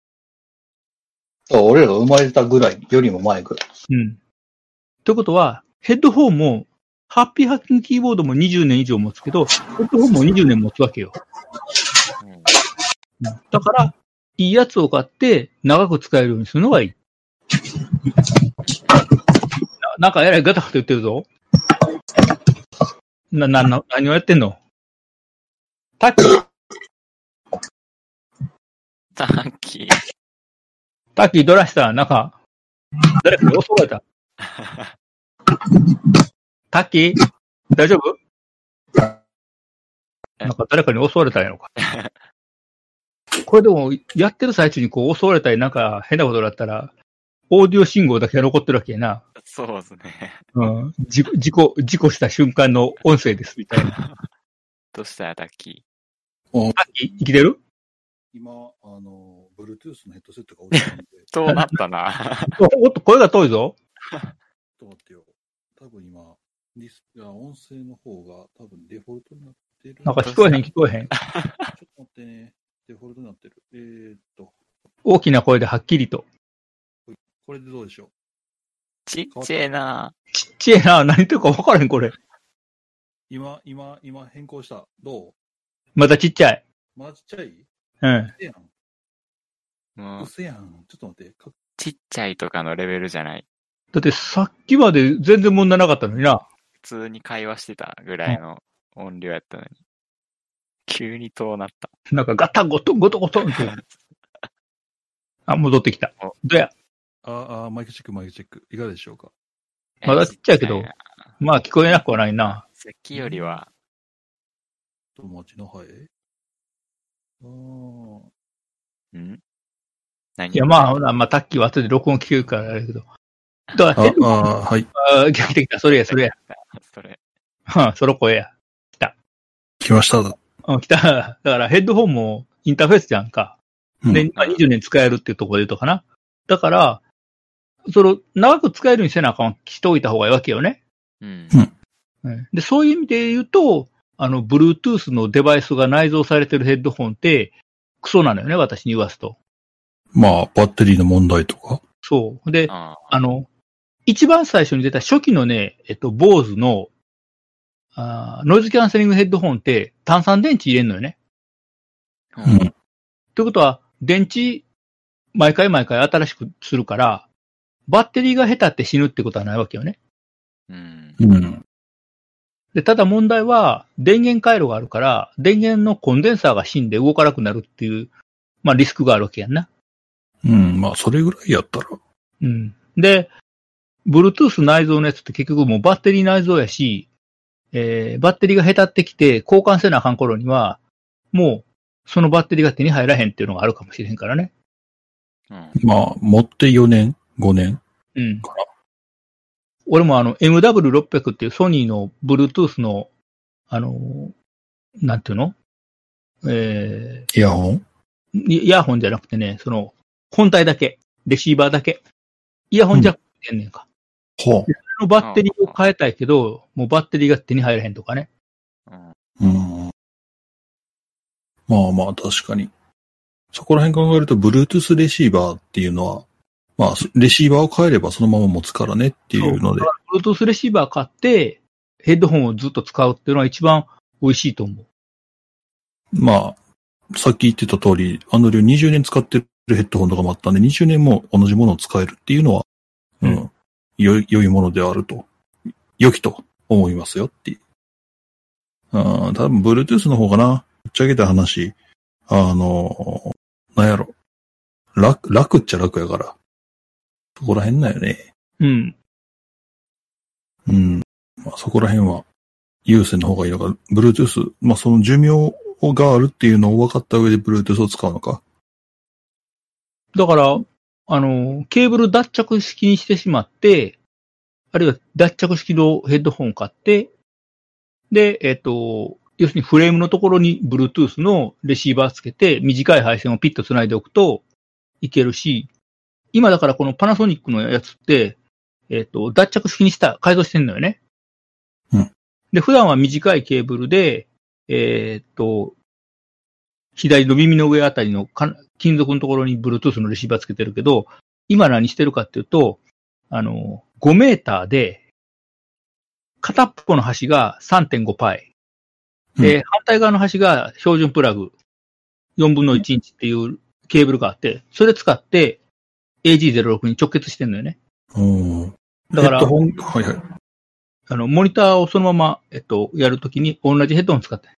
B: そう俺らが生まれたぐらいよりも前ぐらい。
C: うん。ということは、ヘッドホンも、ハッピーハッキングキーボードも20年以上持つけど、ヘッドホンも20年持つわけよ。
D: うん
C: だから、いいやつを買って、長く使えるようにするのがいい。ななんかえらいガタガタ言ってるぞ。な、な、な、何をやってんのタッキー、
D: タッキー。
C: タッキーどらしたなんか、誰かに襲われた。タッキー、大丈夫なんか誰かに襲われたんやろか。これでも、やってる最中にこう襲われたり、なんか変なことだったら、オーディオ信号だけが残ってるわけやな。
D: そうですね。 (laughs)
C: うん。事故、事故、事故した瞬間の音声です、みたいな。
D: どうしたタッキ
C: さっき、生きてる
F: 今、あの、Bluetooth のヘッドセットが落ちたんで、ちょっ
D: ー。どうなったな (laughs)
C: おおっと、声が遠いぞ。
F: と待ってよ。多分今、ディスプレイ、あ音声の方が多分デフォルトになってる。
C: なんか聞こえへん、聞こえへん。
F: ちょっと待ってね。デフォルトになってる。えー、っと、
C: 大きな声ではっきりと。
F: これでどうでしょう。
D: ちっちゃいな
C: ちっちゃいな、何言ってるか分からへん、これ。
F: 今、今、今変更した。どう
C: まだちっちゃい。
F: まだちっちゃい
C: うん。
F: えやん。
D: も
F: う
D: う、
F: せやん。ちょっと待って。か
D: ちっちゃいとかのレベルじゃない。
C: だってさっきまで全然問題なかったのにな。
D: 普通に会話してたぐらいの音量やったのに。急に遠なった。
C: なんかガタゴトンゴトンゴトンって。あ、戻ってきた。どや。
F: ああ、マイクチェック、マイクチェック。いかがでしょうか
C: まだちっちゃいけど
D: な
C: まあ聞こえなくはないな。
D: さっきよりは、
F: ちょっと待ちのはい。あー
D: ん何
C: いや、まあ、ほら、まあ、タッキーは後で録音聞けるからあれだけど。だから、ヘッドホン
F: あー、はい。
C: あー、逆てきた。それや、それや。
D: それ。
C: うん、その声や。
F: 来ました。
C: うん、来た。だから、ヘッドホンもインターフェースじゃんか。
F: うん
C: で、まあ20年使えるっていうところで言うとかな。だから、その、長く使えるようにせなあかん、しておいた方がいいわけよね。
D: うん。
C: で、そういう意味で言うと、あの、Bluetooth のデバイスが内蔵されてるヘッドホンって、クソなのよね、私に言わすと。
F: まあ、バッテリーの問題とか。
C: そう。で、
D: ああ
C: あの、一番最初に出た初期のね、えっと、BOSE の、あーノイズキャンセリングヘッドホンって炭酸電池入れんのよね。
D: うん
F: うん
C: ということは、電池、毎回毎回新しくするから、バッテリーが下手って死ぬってことはないわけよね。
D: うん。
F: うん。
C: で、ただ問題は、電源回路があるから、電源のコンデンサーが死んで動かなくなるっていう、まあリスクがあるわけやんな。
F: うん。まあ、それぐらいやったら。
C: うん。で、Bluetooth 内蔵のやつって結局もうバッテリー内蔵やし、えー、バッテリーが下手ってきて交換せなあかん頃には、もうそのバッテリーが手に入らへんっていうのがあるかもしれへんからね。
D: うん。
F: まあ、持って4年、5年。
C: うん。俺もあの MW600 っていうソニーの Bluetooth の、あのー、なんていうのえ
B: イヤホン
C: ーイイヤホンじゃなくてね、その、本体だけ、レシーバーだけ。イヤホンじゃなくてんねんか。
B: ほ
C: そのバッテリーを変えたいけど、もうバッテリーが手に入らへんとかね。
D: うん。
B: う。うん。まあまあ、確かに。そこら辺考えると、Bluetooth レシーバーっていうのは、まあ、レシーバーを変えればそのまま持つからねっていうので。
C: Bluetooth レシーバー買って、ヘッドホンをずっと使うっていうのは一番美味しいと思う。
B: まあ、さっき言ってた通り、アンドリュー20年使ってるヘッドホンとかもあったんで、20年も同じものを使えるっていうのは、うん、良い、良いものであると、良きと思いますよっていう。うん、多分 Bluetooth の方かな。ぶっちゃけた話、あの、なんやろ。楽、楽っちゃ楽やから。そこら辺だよね。
C: うん。
B: うん。まあ、そこら辺は、優先の方がいいのか、Bluetooth、まあ、その寿命があるっていうのを分かった上で Bluetooth を使うのか。
C: だから、あの、ケーブル脱着式にしてしまって、あるいは脱着式のヘッドホンを買って、で、えっ、と、要するにフレームのところに Bluetooth のレシーバーつけて、短い配線をピッと繋いでおくといけるし、今だからこのパナソニックのやつって、えっ、と、脱着式にした、改造してんのよね。
B: うん。
C: で、普段は短いケーブルで、えっ、と、左の耳の上あたりのか金属のところに Bluetooth のレシーバーつけてるけど、今何してるかっていうと、あの、5メーターで、片っぽの端が3.5パイ。で、
B: う
C: 反対側の端が標準プラグ、4分の1インチっていうケーブルがあって、それ使って AG06 に直結してんのよね。
B: うん。
C: だから
B: ヘッドホン、はいはい。
C: あの、モニターをそのまま、えっと、やるときに同じヘッドホン使って。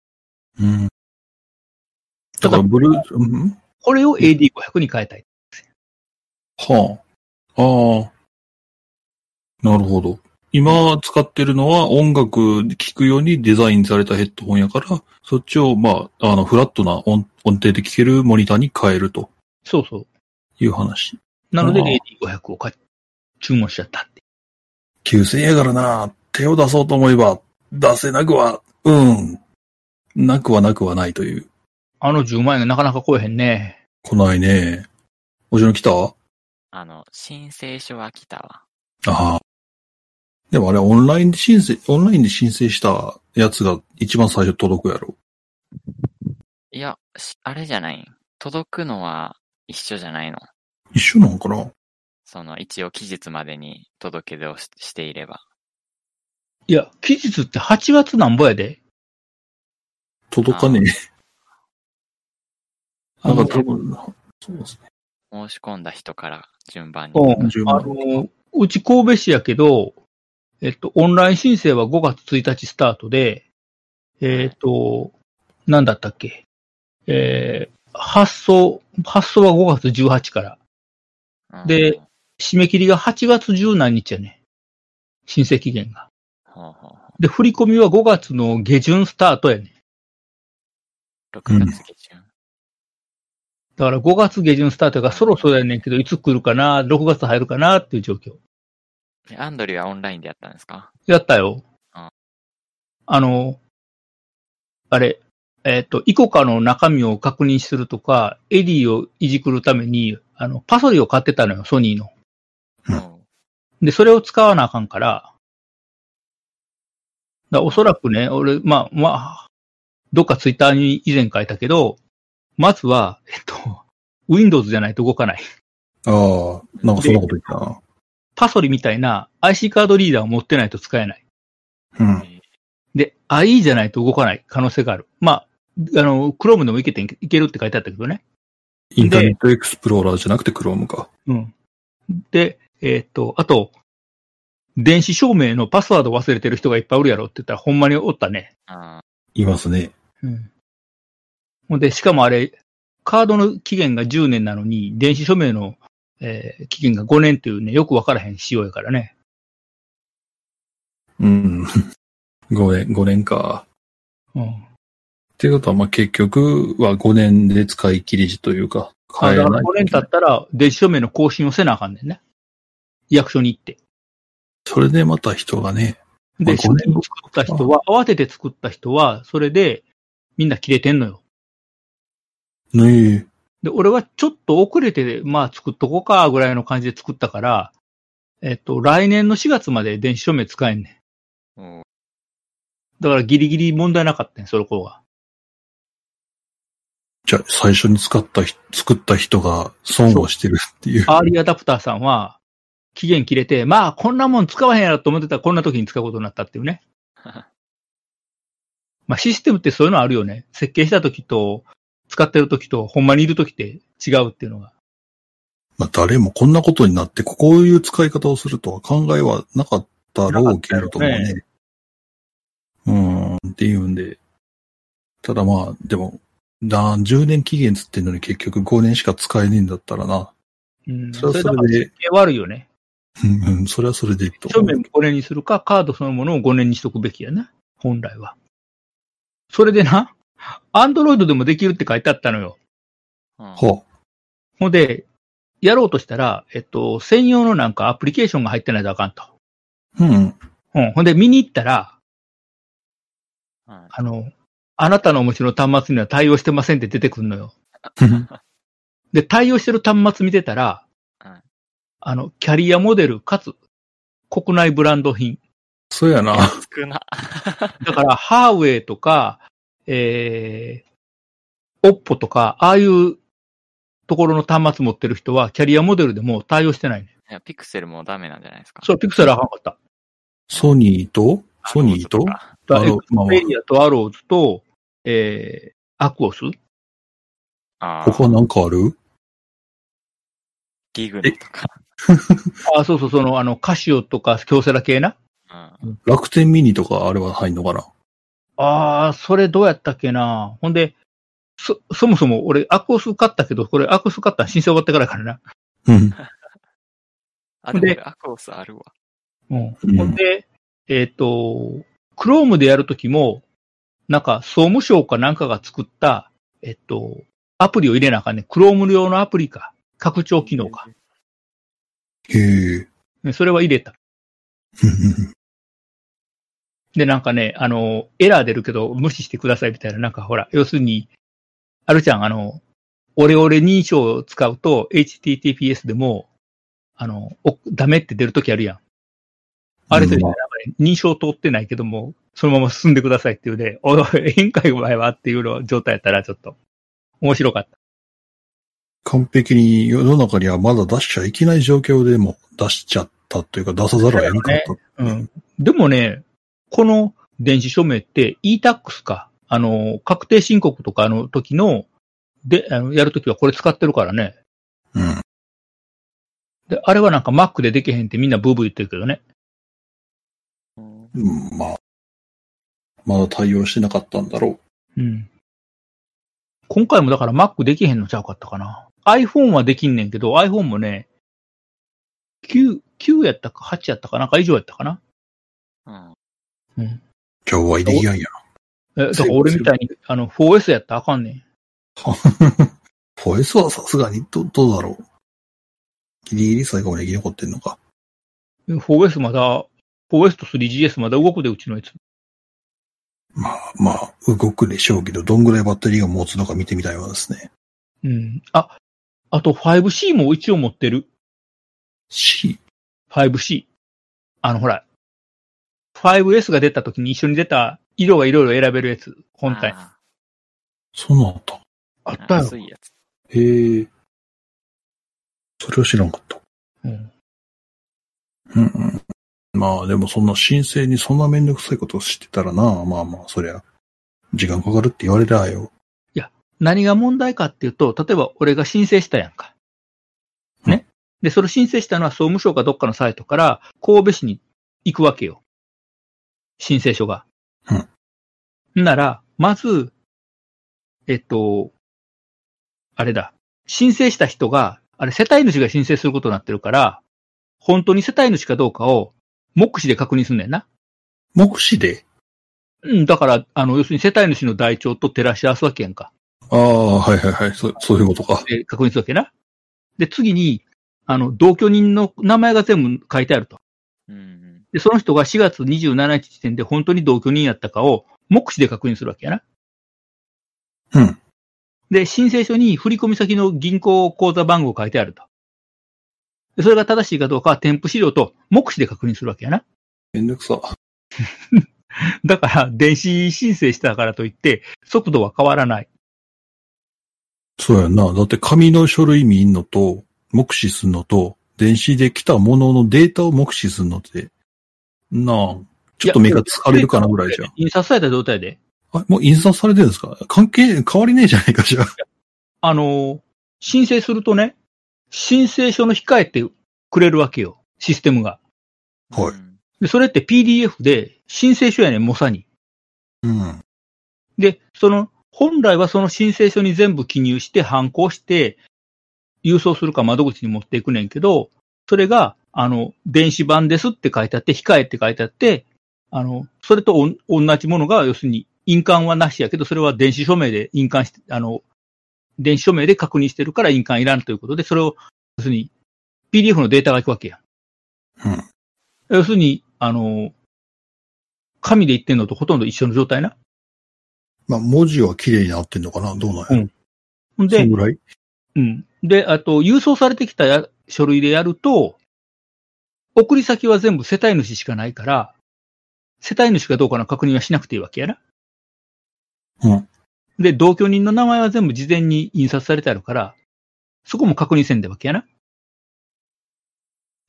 B: うん。
C: た
B: だか
C: だ
B: ら、ブルー、うん
C: これを AD500 に変えたい。
B: はあ。ああ。なるほど。今使ってるのは音楽聴くようにデザインされたヘッドホンやから、そっちを、まあ、あの、フラットな音音程で聴けるモニターに変えると
C: そうそう。
B: いう話。
C: なので
B: あー
C: AD500 を買っ注文しちゃったって。
B: 9000円やからな、手を出そうと思えば、出せなくは、うん。なくはなくはないという。
C: あの10万円がなかなか来えへんね。
B: 来ないね。おじの来たあ
D: あの、申請書は来たわ。
B: あ。でもあれオンラインで申請、オンラインで申請したやつが一番最初届くやろ。
D: いや、しあれじゃない届くのは一緒じゃないの。
B: 一緒なんかな
D: その、一応期日までに届け出をししていれば。
C: いや、期日って8月なんぼやで。
B: 届かねえ。(laughs) な
C: あー
B: んか多分、そうですね。
D: 申し込んだ人から順番
C: う
D: に。
C: ん
B: 順。番
C: あの、うち神戸市やけど、えっと、オンライン申請は5月1日スタートで、えっと、なんだったっけ。えー発送、発送は5月18から。
D: うん
C: で、締め切りが8月10何日やね。申請期限が。
D: ほうほうほ
C: で、振り込みは5月の下旬スタートやね。
D: う6月下旬。
C: だから5月下旬スタートがそろそろやねんけど、いつ来るかな、6月入るかなっていう状況。
D: でアンドリューはオンラインでやったんですか
C: やったよ
D: うん。
C: あの、あれ、えっ、と、イコカの中身を確認するとか、エディをいじくるために、あの、パソリを買ってたのよ、ソニーの。
B: うん
D: うん
C: で、それを使わなあかんから、だおそらくね、俺、まあ、まあ、どっかツイッターに以前書いたけど、まずは、えっと、Windows (laughs) じゃないと動かない。
B: ああ、なんかそんなこと言ったな。
C: パソリみたいな IC カードリーダーを持ってないと使えない。
B: うん。
C: で、IE じゃないと動かない可能性がある。まあ、あの、Chrome でもいけてんいけるって書いてあったけどね。
B: インターネットエクスプローラーじゃなくて Chrome か。
C: うん。で、えーっと、あと、電子証明のパスワード忘れてる人がいっぱいおるやろって言ったらほんまにおったね。
D: あ
B: いますね。
C: うん。ほんで、しかもあれ、カードの期限が10年なのに、電子署名の、えー期限が5年というね、よくわからへん仕様やからね。
B: うん。5年、5年か。
C: うん。
B: っていうことは、まあ、結局は5年で使い切り時というか、
C: あ
B: 変え
C: だ
B: ない
C: から5年経ったら、電子署名の更新をせなあかんねんね。役所に行って。
B: それでまた人がね、
C: で、
B: こ
C: 初
B: れ
C: 期に作った人は、慌てて作った人は、それで、みんな切れてんのよ。
B: ねえ。
C: で、俺はちょっと遅れて、まあ作っとこうか、ぐらいの感じで作ったから、えっと、来年の4月まで電子署名使えんねん。
D: おー
C: だからギリギリ問題なかったね、その子が。
B: じゃあ、最初に使った人、作った人が損をしてるっていう。
C: アーリーアダプターさんは、期限切れて、まあ、こんなもん使わへんやろと思ってたら、こんな時に使うことになったってい
B: (laughs)
C: うね。まあ、システムってそういうのあるよね。設計した時と、使ってる時と、ほんまにいる時って違うっていうのが。
B: まあ、誰もこんなことになって、こういう使い方をするとは考えはなかったろうけれども
C: なかった
B: ね。うん、っていうんで。ただまあ、でも、な10年期限つってんのに結局5年しか使えねえんだったらな。
C: うん。
B: それはそれで
C: だから設計悪いよね。
B: うん、うん、それはそれでいいと
C: 正
B: 思う。
C: 面5年にするか、カードそのものを5年にしとくべきやな。本来は。それでな、アンドロイドでもできるって書いてあったのよ。
D: うん
B: は
C: ほんで、やろうとしたら、えっと、専用のなんかアプリケーションが入ってないとあかんと。
B: あ、うん。
C: うん。ほんで、見に行ったら、
D: うん
C: あの、あなたのお持ちの端末には対応してませんって出てくるのよ。 (laughs) で、対応してる端末見てたら
D: うん、
C: あの、キャリアモデルかつ、国内ブランド品。
B: そうやな。
D: 少な。
C: だ (laughs) から、ハーウェイとか、えー、オッポとか、ああいうところの端末持ってる人は、キャリアモデルでも対応してないね。
D: いやピクセルもダメなんじゃないですか。
C: そう、ピクセルあかんかった。
B: ソニーと、ソニーと、
D: あ
C: だから
B: あ
C: エ
B: の
C: クスペリアとアローズと、えー、アクオス
D: あー。
B: 他なんかある
D: ギグのとか。
C: あ、そうそう、その、あの、カシオとか、京セラ系な。
D: うん。
B: 楽天ミニとかあれは入んのかな
C: ああ、それどうやったっけな。ほんで、そ、そもそも俺、アクオス買ったけど、これアクオス買ったら申請終わってからやからな。
B: うん。
D: あ、でも俺アクオスあるわ。
C: うん。ほんで、えっ、と、クロームでやるときも、なんか、総務省かなんかが作った、えっと、アプリを入れなあかんね。クローム用のアプリか。拡張機能か。
B: へえ。 (laughs)
C: ねそれは入れた。で、なんかね、あの、エラー出るけど無視してくださいみたいな、なんかほら、要するに、あるちゃん、あの、オレオレ認証を使うと、HTTPS でも、あの、おダメって出るときあるやん。あれと
B: う
C: 一緒で、なんんかね、認証通ってないけども、そのまま進んでくださいっていうで、おい、宴会前はっていうの状態やったら、ちょっと、面白かった。
B: 完璧に世の中にはまだ出しちゃいけない状況でも出しちゃったというか出さざるを得なかった。
C: うん。でもね、この電子署名って e-tax か、あの、確定申告とかの時の、で、あのやるときはこれ使ってるからね。
B: うん。
C: で、あれはなんか Mac でできへんってみんなブーブー言ってるけどね。
D: うん
B: うんまあ。まだ対応してなかったんだろ
C: うん。今回もだから Mac できへんのちゃうかったかな。iPhone はできんねんけど、iPhone もね、9、9やったか8やったかなんか以上やったかな。
D: う
B: う。
D: ん。
B: 今日はイディアンや
C: え、だから俺みたいに、あの、4S やったらあかんねん。
B: な。フォエスはさすがにど、どうだろう。ギリギリ最後まで生き残ってんのか。
C: 4S まだ、4S と 3GS まだ動くで、うちのやつ。
B: まあまあ、動くでしょうけど、どんぐらいバッテリーが持つのか見てみたいわですね。
C: うん。あ、あと 5C も一応持ってる。
B: C。
C: 5C。あの、ほら、5S が出た時に一緒に出た色がいろいろ選べるやつ、本体。あ
D: あ
B: そうなんだった。
D: ー。
C: ったよ
D: 安。いやつ。
B: へえ。それは知らんかった。
C: うん。
B: うんうん。まあでもそんな申請にそんなめんどくさいことしてたらな、まあまあそりゃ、時間かかるって言われりゃよ。
C: 何が問題かっていうと、例えば俺が申請したやんか。ね。で、それ申請したのは総務省かどっかのサイトから神戸市に行くわけよ。申請書が。うん。なら、まず、えっと、あれだ。申請した人が、あれ世帯主が申請することになってるから、本当に世帯主かどうかを目視で確認すんねんな。
B: 目視で
C: うん、だから、あの、要するに世帯主の台帳と照らし合わすわけやんか。
B: ああ、はいはいはい、そそういうことか。
C: で確認するわけな。で、次に、あの、同居人の名前が全部書いてあると。
D: うんうん。
C: で、その人が4月27日時点で本当に同居人やったかを目視で確認するわけやな。
B: うん。
C: で、申請書に振込先の銀行口座番号書いてあると。でそれが正しいかどうかは添付資料と目視で確認するわけやな。
B: めんどくさ。
C: だから、電子申請したからといって、速度は変わらない。
B: そうやんな。だって紙の書類見んのと、目視すんのと、電子で来たもののデータを目視すんのって、なあ、ちょっと目が疲れるかなぐらいじゃん。
C: 印刷された状態で。
B: あ、もう印刷されてるんですか関係、変わりねえじゃないか、じゃあ。
C: あのー、申請するとね、申請書の控えってくれるわけよ。システムが。
B: はい
D: うん
C: で、それって PDF で申請書やねん、もさに。
B: うん。
C: で、その、本来はその申請書に全部記入して、反抗して、郵送するか窓口に持っていくねんけど、それが、あの、電子版ですって書いてあって、控えって書いてあって、あの、それとおん同じものが、要するに、印鑑はなしやけど、それは電子署名で印鑑して、あの、電子署名で確認してるから印鑑いらんということで、それを、要するに、PDF のデータがいくわけや。
B: うん。
C: 要するに、あの、紙で言ってんのとほとんど一緒の状態な。
B: まあ、文字は綺麗になってんのかなどうなんや。
C: うんほん
B: そ
C: で
B: ん、ぐらい
C: うん。で、あと、郵送されてきたや書類でやると、送り先は全部世帯主しかないから、世帯主かどうかの確認はしなくていいわけやな。
B: うん。
C: で、同居人の名前は全部事前に印刷されてあるから、そこも確認せんでわけやな。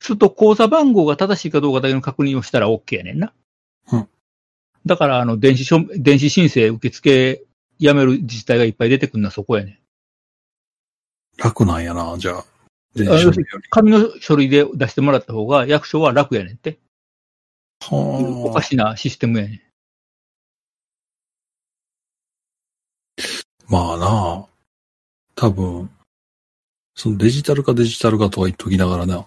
C: すると、口座番号が正しいかどうかだけの確認をしたら OK やねんな。
B: うん。
C: だから、あの、電子書、電子申請受付やめる自治体がいっぱい出てくるのはそこやねん。
B: 楽なんやな、じゃあ。電
C: あ
B: 子書
C: 要す
B: 類
C: る紙の書類で出してもらった方が役所は楽やねんって。お
B: は
C: か
B: あ。
C: しなシステムやね
B: まあなあ。多分、そのデジタル化デジタル化とは言っときながらな。
C: ん。い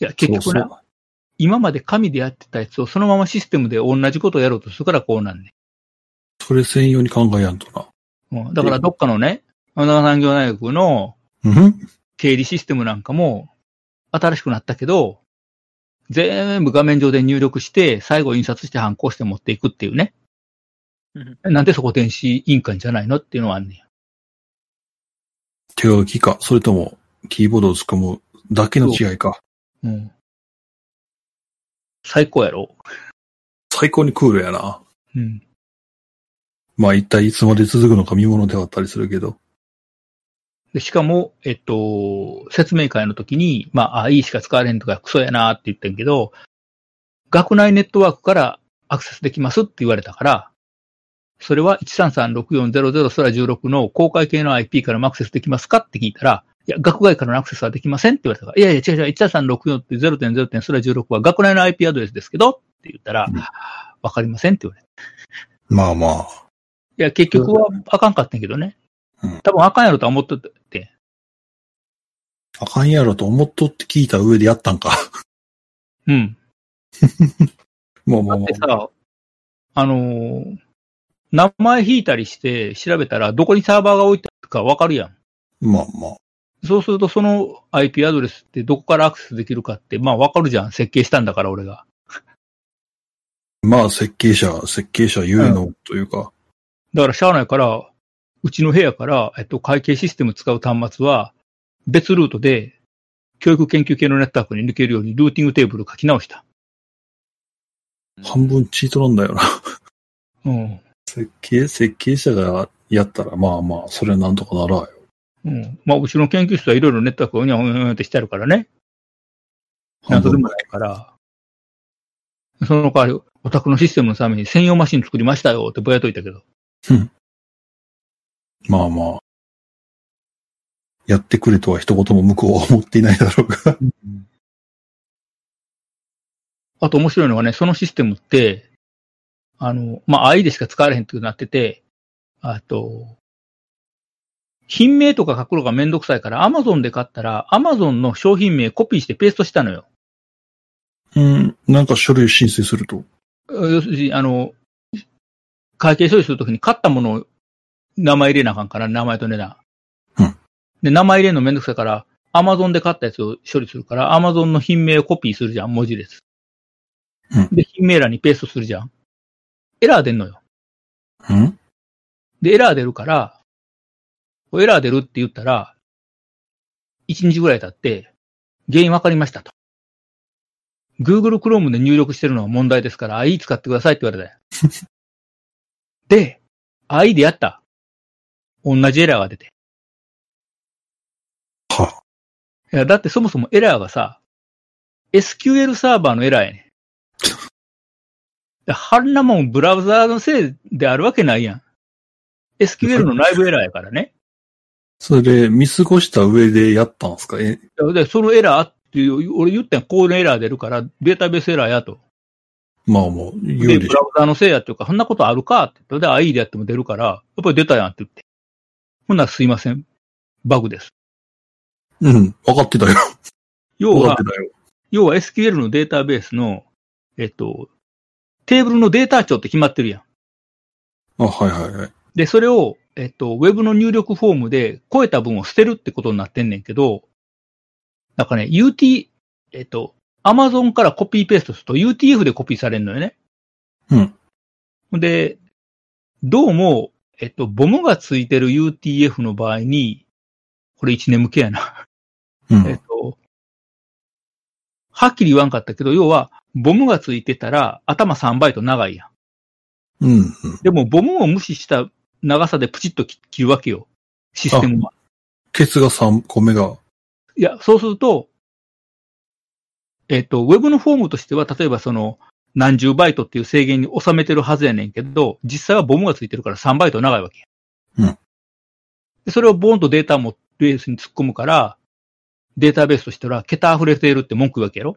C: や、結局
B: そう
C: な、今まで紙でやってたやつをそのままシステムで同じことをやろうとするからこうなんね
B: そうそれ専用に考えやんとな。
C: ん。うんだからどっかのね、穴川産業大学の
B: うん
C: 経理システムなんかも新しくなったけど、全部画面上で入力して、最後印刷して反抗して持っていくっていうね。なんでそこ電子印鑑じゃないのっていうのはあんねん。
B: 手書きか、それとも、キーボードを突っ込むだけの違いか。
C: うん。最高やろ
B: 最高にクールやな。
C: うん。
B: まあ一体いつまで続くのか見物ではあったりするけど。
C: でしかも、えっと、説明会の時に、まあ、あいいしか使われへんとか、クソやなって言ってんけど、学内ネットワークからアクセスできますって言われたから、それは1336400スラ16の公開系の IP からもアクセスできますかって聞いたら、いや、学外からのアクセスはできませんって言われたから、いやいや、違う違う、13364って0.0.0スラ16は学内の IP アドレスですけどって言ったら
B: うん、
C: わかりませんって言われた。
B: まあまあ。
C: いや、結局はあかんかったんやけどね
B: うん。
C: 多分あかんやろとは思ってて、
B: あかんやろと思っとって聞いた上でやったんか。 (laughs)
C: うん。
B: まあま
C: だ
B: あ
C: っ
B: ま
C: てさ、あのー名前引いたりして調べたら、どこにサーバーが置いてあるかわかるやん。
B: あ。まあまあ。
C: そうすると、その IP アドレスってどこからアクセスできるかって、まあわかるじゃん。設計したんだから、俺が。
B: まあ設計者、設計者ゆえのというか。
C: だから、しゃあないから、うちの部屋から、えっと、会計システム使う端末は、別ルートで、教育研究系のネットワークに抜けるようにルーティングテーブル書き直した。
B: 半分チートなんだよ (laughs) な。
C: うん。
B: 設計、設計者がやったら、まあまあ、それはなんとかならんよ。
C: うん。まあ、うちの研究室はいろいろネットワークをうにゃうにゃうにゃってしてあるからね。なんとでもないから、その代わり、オタクのシステムのために専用マシン作りましたよってぼやっといたけど。
B: まあまあ。やってくれとは一言も向こうは思っていないだろう
C: (laughs)
B: が。
C: あと面白いのはね、そのシステムって、あの、まあ、愛でしか使われへんっていうなってて、あと、品名とか書くのがめんどくさいから、アマゾンで買ったら、アマゾンの商品名コピーしてペーストしたのよ。
B: うん。なんか書類申請すると。
C: 要するに、あの、会計処理するときに買ったものを名前入れなあかんから、名前と値段。
B: うん
C: で、名前入れるのめんどくさいから、アマゾンで買ったやつを処理するから、アマゾンの品名をコピーするじゃん、文字列。
B: うん
C: で、品名欄にペーストするじゃん。エラー出んのよ。
B: うん
C: で、エラー出るから、こうエラー出るって言ったら、1日ぐらい経って、原因分かりましたと。Google Chrome で入力してるのは問題ですから、IE 使ってくださいって言われたよ。で、IE でやった。同じエラーが出て。
B: はい
C: や、だってそもそもエラーがさ、SQL サーバーのエラーやねん。であんなもんブラウザーのせいであるわけないやん。SQL の内部エラーやからね。
B: それ、見過ごした上でやったんですかえ、
C: で、そのエラーっていう、俺言ったんやこういうエラー出るから、データベースエラーやと。
B: まあもう、言
C: で、
B: う
C: ブ
B: でし
C: ラ
B: ょ。
C: ウザーのせいやっていうか、そんなことあるかって言ったら。で、IE でやっても出るから、やっぱり出たやんって言って。ほんならすいません。バグです。
B: うん、分かってたよ。
C: 要
B: 分かっ
C: は
B: て、たよ。
C: 要は SQL のデータベースの、えっと、テーブルのデータ値って決まってるやん。
B: あ、はいはいはい。
C: で、それを、えっと、ウェブの入力フォームで超えた分を捨てるってことになってんねんけど、なんかね、UT、えっと、Amazon からコピーペーストすると UTF でコピーされるのよね。
B: うん。
C: で、どうも、えっと、ボムがついてる UTF の場合に、これ1年向けやな。
B: う
C: えっ
B: ん。
C: と、はっきり言わんかったけど、要は、ボムがついてたら頭3バイト長いやん。
B: うん。うん
C: でも、ボムを無視した長さでプチッと切切るわけよ。システムは。
B: ケツが3個目が。
C: いや、そうすると、えっ、と、ウェブのフォームとしては、例えばその、何十バイトっていう制限に収めてるはずやねんけど、実際はボムがついてるから3バイト長いわけや。
B: うん
C: でそれをボーンとデータもベースに突っ込むから、データベースとしては、桁溢れているって文句言うわけやろ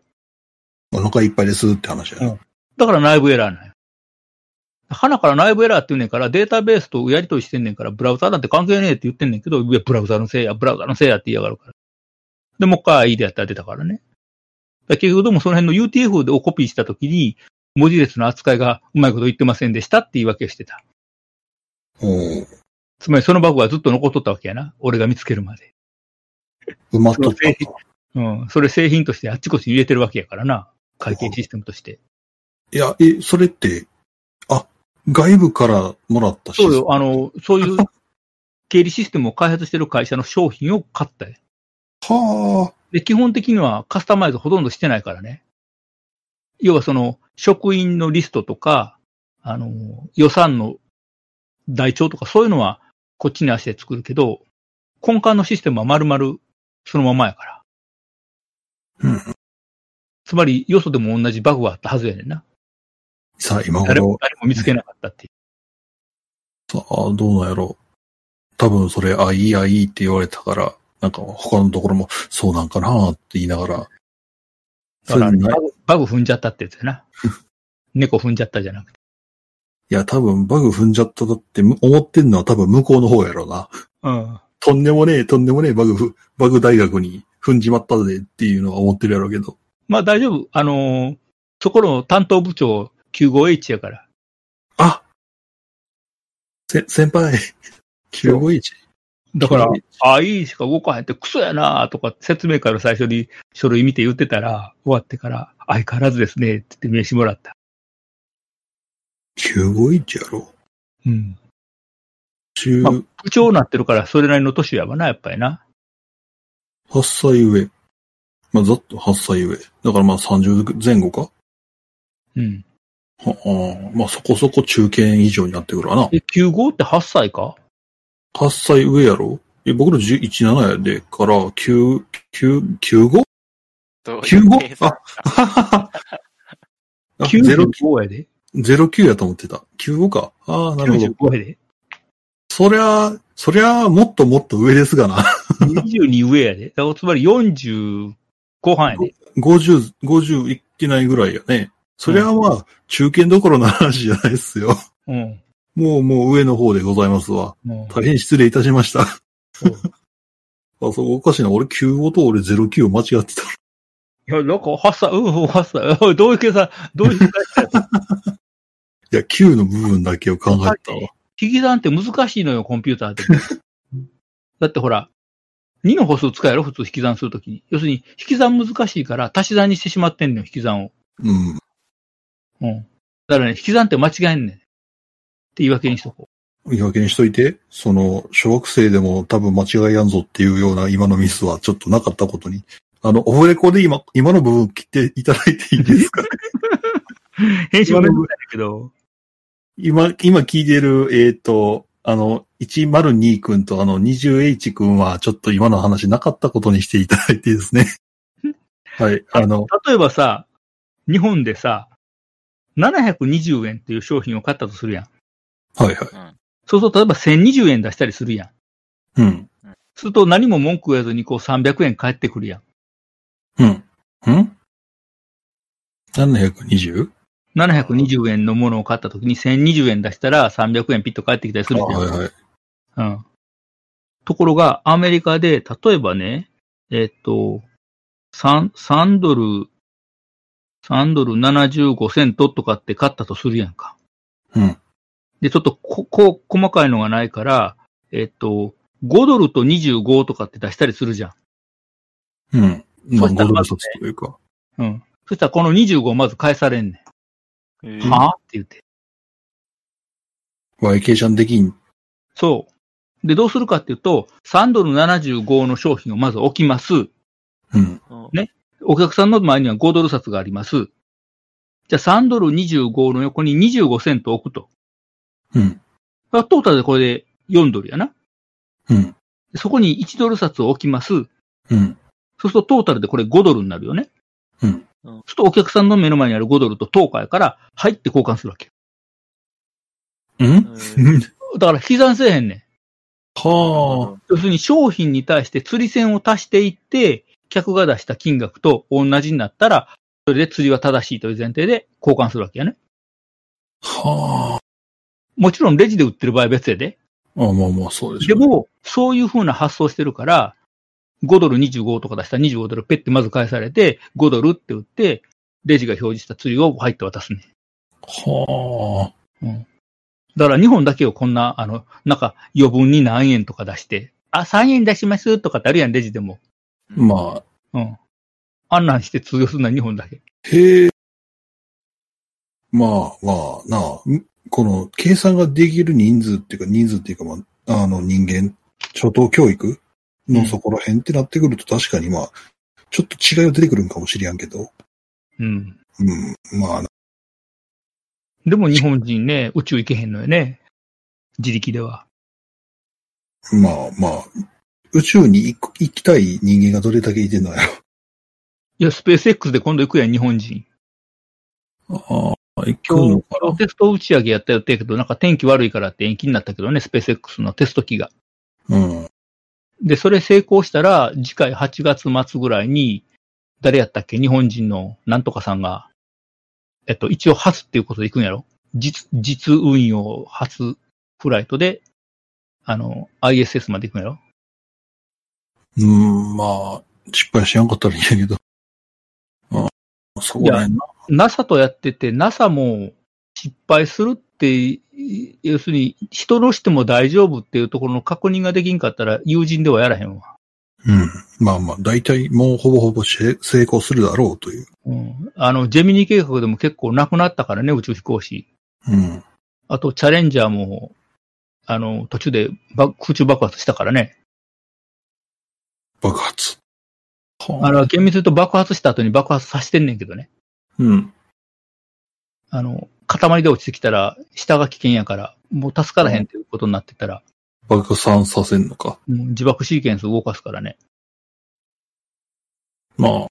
B: お腹いっぱいですって話や
C: うんだから内部エラーなんよ。花から内部エラーって言うねんから、データベースとやり取りしてんねんから、ブラウザーなんて関係ねえって言ってんねんけど、いや、ブラウザーのせいや、ブラウザーのせいやって言いやがるから。で、もう一回 IE でやったら出たからね。だから結局でもその辺の UTF をコピーしたときに、文字列の扱いがうまいこと言ってませんでしたって言い訳をしてた。
B: おう
C: つまりそのバグはずっと残っとったわけやな。俺が見つけるまで。
B: 埋まっとった
C: そうそうん。それ製品としてあっちこっちに入れてるわけやからな。会計システムとして。
B: いや、え、それって、あ、外部からもらったし。
C: そうよ。あの、そういう経理システムを開発してる会社の商品を買ったよ
B: は
C: で、基本的にはカスタマイズほとんどしてないからね。要はその、職員のリストとか、あの、予算の台帳とかそういうのはこっちに足で作るけど、根幹のシステムは丸々そのままやから。
B: うん
C: つまり、よそでも同じバグがあったはずやねんな。
B: あ。さあ、今
C: 誰も
B: 頃、
C: 誰も見つけなかったっていう
B: さあ、どうなんやろう。多分それ、あ、いいや、いいって言われたから、なんか他のところも、そうなんかなって言いながら。
C: だから
B: それない
C: バグ、バグ踏んじゃったってやつや
B: (laughs)
C: な。猫踏んじゃったじゃなくて。
B: いや、多分バグ踏んじゃっただってむ思ってんのは多分向こうの方やろうな。
C: うん。
B: とんでもねえ、とんでもねえバグふ、バグ大学に踏んじまったぜっていうのは思ってるやろうけど。
C: まあ大丈夫。あのーそこの担当部長 95H やから。
B: あせ、先輩、951?
C: だから、ああ、いいしか動かへんってクソやなとか説明会の最初に書類見て言ってたら、終わってから、相変わらずですね、って言って名刺もらった。
B: 951やろ
C: うん。
B: 中
C: まあ部長になってるから、それなりの年やわな、やっぱりな。
B: 8歳上。まあ、ざっと8歳上。だからまあ30前後か
C: うん。
B: はあーまあそこそこ中堅以上になってくるわな。
C: え、95って8歳か
B: 8歳上やろえ、僕ら11、7やで、から、9、9、95?
D: どう
B: 急
D: いう
B: ご
D: 計算です
B: あ、
D: か
B: 0
C: ?95 やで。
B: 09やと思ってた。95か。ああ、なるほど。
C: 95やで。
B: そりゃ、そりゃ、もっともっと上ですがな。
C: 22上やで。だからつまり40後半やで。
B: 50、50いってないぐらいやね。そりゃまあ、中堅どころの話じゃないっすよ。 (laughs)
C: うん。
B: もうもう上の方でございますわ。
C: うん
B: 大変失礼いたしま (laughs) した。あ、
C: そう
B: そう、おかしいな。俺95と俺09を間違ってた。
C: いや、なんか、8歳、うん、8歳、おい (laughs) どういう計算、どういう計算したの
B: いや、9の部分だけを考えてたわ。
C: 引き算って難しいのよ、コンピュータ (laughs) ーって。だってほら、2の歩数使えろ、普通引き算するときに。要するに、引き算難しいから、足し算にしてしまってんのよ、引き算を。
B: うん。
C: うん。だからね、引き算って間違えんねん。って言い訳にしとこ
B: 言い訳にしといて、その、小学生でも多分間違いやんぞっていうような今のミスはちょっとなかったことに。あの、オフレコで今、今の部分切っていただいていいですか
C: 編集もないんだけど、
B: 今、今聞いてる、えっ、と、あの、102君とあの、20H 君はちょっと今の話なかったことにしていただいて
C: (laughs)
B: ですね。はい、あの、
C: 例えばさ、日本でさ、720円っていう商品を買ったとするやん。
B: はいはい。
C: そうすると、例えば1020円出したりするやん。
B: うん。
C: すると何も文句言わずにこう300円返ってくるやん。
B: うん。うん720
C: 720円のものを買った時に1020円出したら300円ピッと返ってきたりする
B: あ
C: じゃん
B: はいはい。
C: うん。ところが、アメリカで、例えばね、えっと、3、3ドル、3ドル75セントとかって買ったとするやんか。
B: うん。
C: で、ちょっとこ、こう、細かいのがないから、えっと、5ドルと25とかって出したりするじゃ
B: うん。まあ、5
C: そした
B: ド
C: らま
B: ル
C: ずね
B: 札というか。
C: ん。うん。そしたらこの25をまず返されんね
G: え
C: ん。はぁって言って。
B: YK ちゃんできん。
C: そう。で、どうするかっていうと、3ドル75の商品をまず置きます。
B: うん。
C: お客さんの前には5ドル札があります。じゃあ3ドル25の横に25セント置くと。
B: うん。
C: だからトータルでこれで4ドルやな。
B: うん。
C: そこに1ドル札を置きます。
B: うん。
C: そうするとトータルでこれ5ドルになるよね。
B: うん。
C: そうするとお客さんの目の前にある5ドルと10日やから、入って交換するわけ。
B: うん
C: だから悲惨せえへんねん。
B: (laughs) は
C: 要するに商品に対して釣り線を足していって、客が出した金額と同じになったら、それで釣りは正しいという前提で交換するわけやね。
B: あ。は
C: もちろんレジで売ってる場合は別やで。
B: あ。あまあまあ、そうでし
C: で
B: ょうね。
C: も、そういう風な発想してるから、5ドル25とか出したら25ドルペッてまず返されて、5ドルって売って、レジが表示した釣りを入って渡すね。
B: は
C: だから日本だけをこんな、あの、なんか余分に何円とか出して、あ、3円出しますとかってあるやん、レジでも。
B: あ。まあ、
C: うん。あんなんして通用するのは日本だけ。
B: へえ。まあまあ、なあ、んこの、計算ができる人数っていうか、人数っていうか、まあ、あの人間、初等教育
C: う
B: の
C: ん
B: そこら辺ってなってくると確かにまあ、ちょっと違いは出てくるんかもしれんけど、
C: うん。
B: うん、まあ、
C: でも日本人ね、宇宙行けへんのよね。自力では。
B: まあまあ、宇宙に行く行きたい人間がどれだけいてんのや
C: いや、スペース X で今度行くやん、日本人。
B: ろ。ああ、行
C: 今日、テスト打ち上げやった予定やけど、なんか天気悪いからって延期になったけどね、スペース X のテスト機が。
B: うん。
C: で、それ成功したら、次回8月末ぐらいに、誰やったっけ日本人のなんとかさんが、えっと、一応初っていうことで行くんやろ実、実運用初フライトで、あの、ISS まで行くんやろ
B: うん、まあ、失敗しやんかったらいいんやけど。ああ、そうだよな。
C: ?NASA とやってて、NASA も失敗するって、い要するに、人のしても大丈夫っていうところの確認ができんかったら、友人ではやらへんわ。
B: うん。まあまあ、大体もうほぼほぼ成成功するだろうという。
C: うんあの、ジェミニ計画でも結構なくなったからね、宇宙飛行士。
B: うん。
C: あと、チャレンジャーも、あの、途中でば空中爆発したからね。
B: 爆発。は
C: あの、厳密に言うと爆発した後に爆発させてんねんけどね。
B: うん。
C: あの、塊で落ちてきたら、下が危険やから、もう助からへんっていうことになってたら、
B: 爆散させんのか。
C: もう自爆シーケンス動かすからね。
B: まあ、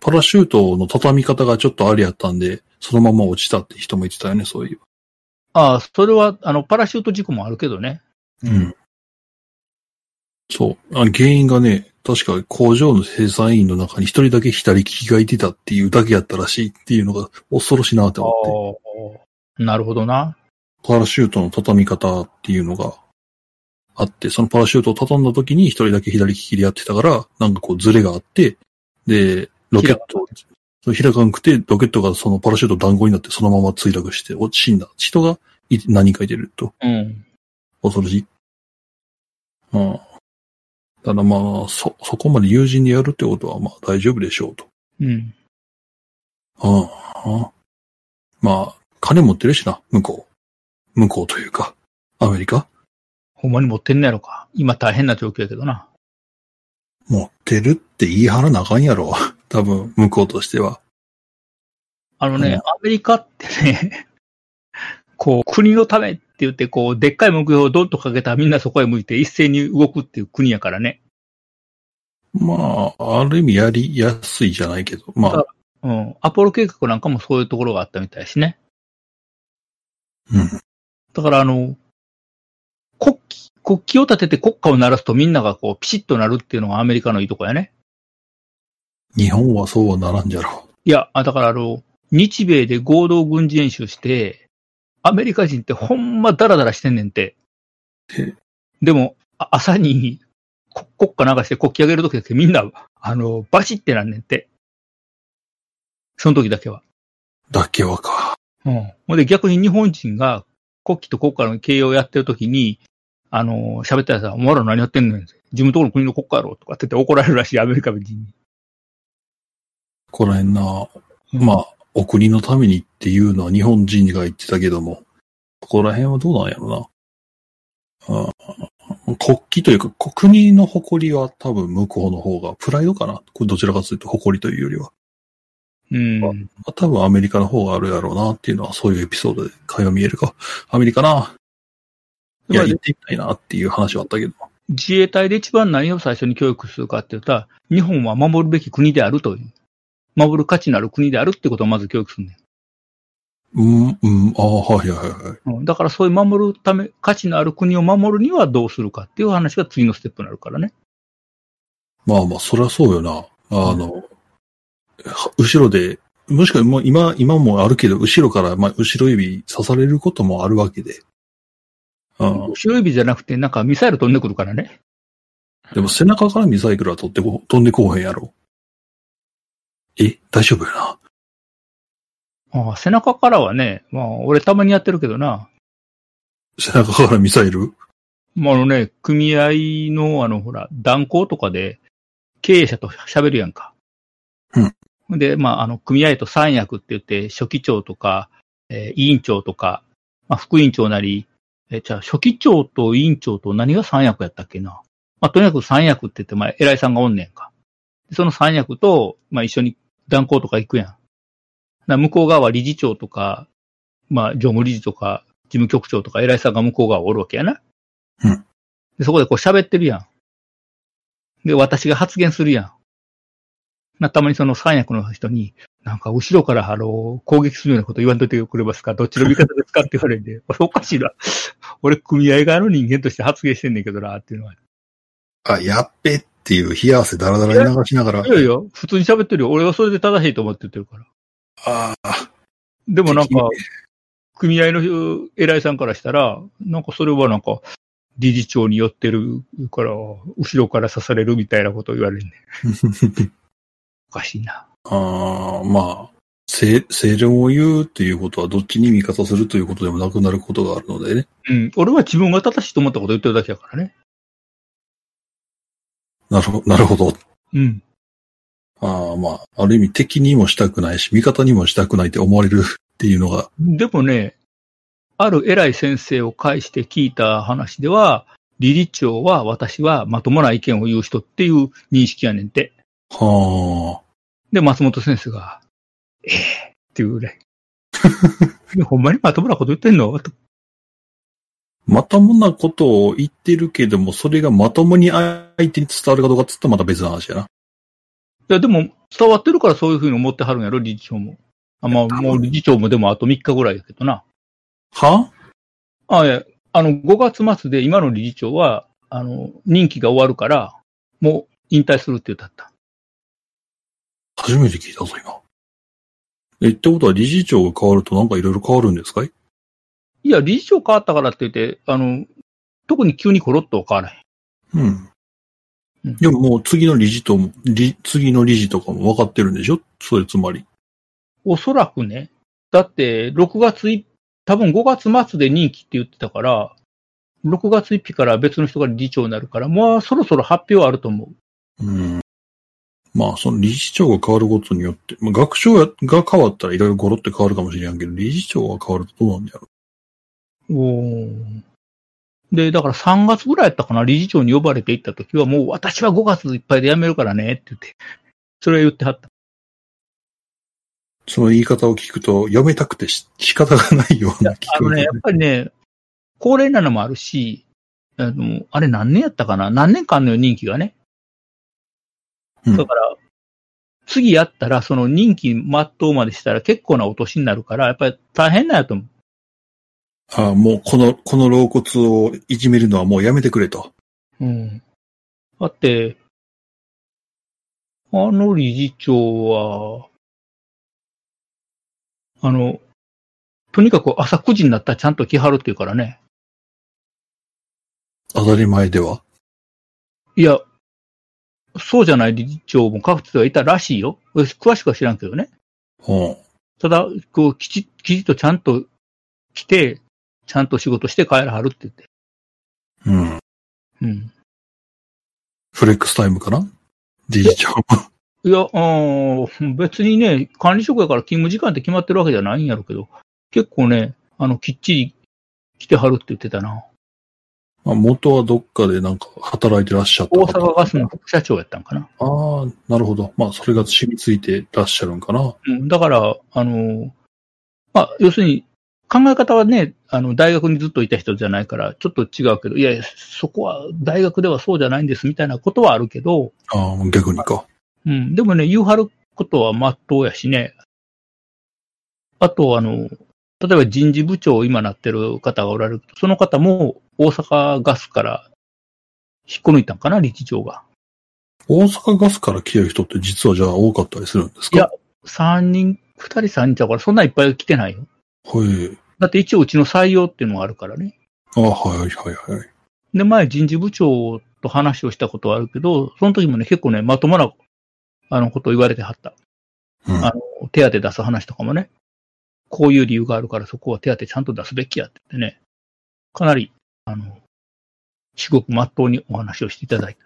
B: パラシュートの畳み方がちょっとありやったんで、そのまま落ちたって人も言ってたよね、そういう。
C: ああ、それは、あの、パラシュート事故もあるけどね。
B: うん。そう。あ原因がね、確か工場の生産員の中に一人だけ左利きがいてたっていうだけやったらしいっていうのが恐ろしいなって思って。
C: なるほどな。
B: パラシュートの畳み方っていうのがあって、そのパラシュートを畳んだ時に一人だけ左利きでやってたから、なんかこうズレがあって、で、ロケット、そう開かなくて、ロケットがそのパラシュート団子になってそのまま墜落して落ち死んだ人がい何人かいてると。
C: うん。
B: 恐ろしい。うん。ただまあ、そ、そこまで友人でやるってことはまあ大丈夫でしょうと。
C: うん。
B: うん。うんまあ、金持ってるしな、向こう。向こうというか、アメリカ
C: ほんまに持ってんねやろか。今大変な状況やけどな。
B: 持ってるって言い張らなあかんやろ。 (laughs) 多分、向こうとしては。
C: あのね、
B: うん
C: アメリカってね、 (laughs) こう、国のためって言って、こう、でっかい目標をドンとかけたらみんなそこへ向いて一斉に動くっていう国やからね。
B: まあ、ある意味やりやすいじゃないけど。まあ、
C: うん。アポロ計画なんかもそういうところがあったみたいしね。
B: うん。
C: だからあの、国旗、国旗を立てて国家を鳴らすとみんながこう、ピシッとなるっていうのがアメリカのいいとこやね。
B: 日本はそうはならんじゃろ。
C: いや、あだからあの、日米で合同軍事演習して、アメリカ人ってほんまダラダラしてんねんて
B: へ。
C: でも、あ朝にこ国歌流して国旗上げるときだけみんな、あの、バシってなんねんて。その時だけは。
B: だけはか。
C: うん。ほんで逆に日本人が国旗と国家の形容をやってるときに、あの、喋ったらさ、お前ら何やってんねん。自分のところの国の国家やろとかって言って怒られるらしい、アメリカ人に。
B: こらへんな。まあ、お国のためにっていうのは日本人が言ってたけども、ここら辺はどうなんやろな。うん国旗というか、国の誇りは多分向こうの方が、プライドかな。これどちらかというと誇りというよりは。
C: うん。
B: まあ多分アメリカの方があるやろうなっていうのは、そういうエピソードで会話見えるか。アメリカな。いや、行ってみたいなっていう話はあったけど。
C: 自衛隊で一番何を最初に教育するかって言ったら、日本は守るべき国であるという。守る価値のある国であるってことをまず教育するんだよ。
B: うん、うん、ああ、はいはいはいはい。
C: うんだからそういう守るため、価値のある国を守るにはどうするかっていう話が次のステップになるからね。
B: まあまあ、そりゃそうよな。あの、は後ろで、もしくはもう今、今もあるけど、後ろから、まあ、後ろ指刺されることもあるわけで。うん。
C: 後ろ指じゃなくて、なんかミサイル飛んでくるからね。
B: でも背中からミサイクルは取ってこ、飛んでこうへんやろ。え、大丈夫よな。
C: ああ背中からはね、まあ俺たまにやってるけどな。
B: 背中からミサイル
C: まああのね、組合のあのほら、断交とかで経営者と喋るやんか。うん。で、まああの、組合と三役って言って、書記長とか、えー委員長とか、まあ副委員長なり、えーじゃあ書記長と委員長と何が三役やったっけな。まあとにかく三役って言って、まあ偉いさんがおんねんか。でその三役と、まあ一緒に断交とか行くやん。な向こう側は理事長とか、まあ常務理事とか、事務局長とか偉いさんが向こう側おるわけやな。で、そこでこう喋ってるやん。で、私が発言するやん。な、たまにその三役の人に、なんか後ろからあの、攻撃するようなこと言わんといてくれますかどっちの味方ですかって言われて、 (laughs) 俺おかしいな。俺組合側の人間として発言してんねんけどな、っていうのは。
B: あ、やっべっていう冷や汗だらだら流しながら。
C: いやいや、普通に喋ってるよ。俺はそれで正しいと思って言ってるから。
B: ああ、
C: でもなん
B: 敵
C: か、組合の人偉いさんからしたら、なんかそれはなんか、理事長に寄ってるから、後ろから刺されるみたいなことを言われるね。おかしいな。
B: (laughs) ああ、まあ、正、正論を言うということは、どっちに味方するということでもなくなることがあるのでね。
C: うん。俺は自分が正しいと思ったことを言ってるだけだからね。
B: なるほど、なるほど。
C: うん。
B: ああ、まあ、ある意味敵にもしたくないし、味方にもしたくないって思われるっていうのが、
C: でもね、ある偉い先生を介して聞いた話では、理事長は私はまともな意見を言う人っていう認識やねんて。
B: は
C: で、松本先生が、ええっていうぐらい。い (laughs) やほんまにまともなこと言ってんのと
B: あ、まともなことを言ってるけども、それがまともに相手に伝わるかどうかっつったらまた別の話やな。
C: いや、でも、伝わってるからそういうふうに思ってはるんやろ、理事長も。あまあ、もう理事長もでもあと3日ぐらいやけどな。
B: は
C: あ、いや、あの、5月末で今の理事長は、あの、任期が終わるから、もう引退するって言ったった。
B: 初めて聞いたぞ、今。え、ってことは理事長が変わるとなんかいろいろ変わるんですかい
C: いや、理事長変わったからって言って、あの、特に急にコロッとは変わらへん。
B: うん
C: うん。
B: でももう次の理事とも、理次の理事とかも分かってるんでしょそれつまり。
C: おそらくね、だって、6月い、多分5月末で任期って言ってたから、6月1日から別の人が理事長になるから、もうそろそろ発表あると思う。
B: うん。まあ、その理事長が変わることによって、まあ、学長やが変わったらいろいろゴロって変わるかもしれんけど、理事長が変わるとどうなんだろ
C: おーで、だから3月ぐらいやったかな、理事長に呼ばれて行った時は、もう私は5月いっぱいで辞めるからね、って言って、それは言ってはった。
B: その言い方を聞くと、やめたくてし仕方がないような聞
C: あ
B: こ
C: の
B: え
C: ね、やっぱりね、高齢なのもあるし、あの、あれ何年やったかな何年間の任期がね。
B: うん
C: だから、次やったら、その任期全うまでしたら結構なお年になるから、やっぱり大変なんやと思う。
B: ああ、もうこの、この老骨をいじめるのはもうやめてくれと。
C: うん。だって、あの理事長は、あの、とにかく朝9時になったらちゃんと来はるって言うからね。
B: 当たり前では。
C: いや、そうじゃない理事長も各地はいたらしいよ。私詳しくは知らんけどね。
B: うん。
C: ただ、こう、きち、きちっとちゃんと来て、ちゃんと仕事して帰らはるって言って。
B: うん。
C: うん。
B: フレックスタイムかな理事長も。
C: いや、うん、別にね、管理職やから勤務時間って決まってるわけじゃないんやろうけど、結構ね、あの、きっちり来てはるって言ってたな。
B: まあ、元はどっかでなんか働いてらっしゃった
C: 大
B: 方。
C: 阪ガスの副社長やったんかな。
B: ああ、なるほど。まあ、それが染みついてらっしゃるんかな。
C: うん、だから、あの、まあ、要するに、考え方はね、あの、大学にずっといた人じゃないから、ちょっと違うけど、いやいや、そこは大学ではそうじゃないんですみたいなことはあるけど、
B: ああ、逆にか。
C: うん、でもね、言うはることはまっとうやしね。あと、あの、例えば人事部長を今なってる方がおられると、その方も大阪ガスから引っこ抜いたんかな、理事長が。
B: 大阪ガスから来てる人って実はじゃあ多かったりするんですか
C: いや3人、2人3人ちゃうから、そんないっぱい来てないよ。
B: はい。
C: だって一応うちの採用っていうのがあるからね。
B: ああ、はいはいはい。
C: で、前人事部長と話をしたことはあるけど、その時もね、結構ね、まともな、あの、ことを言われてはった。
B: うん
C: あの、手当出す話とかもね、こういう理由があるからそこは手当ちゃんと出すべきやって言ってね、かなり、あの、至極真っ当にお話をしていただい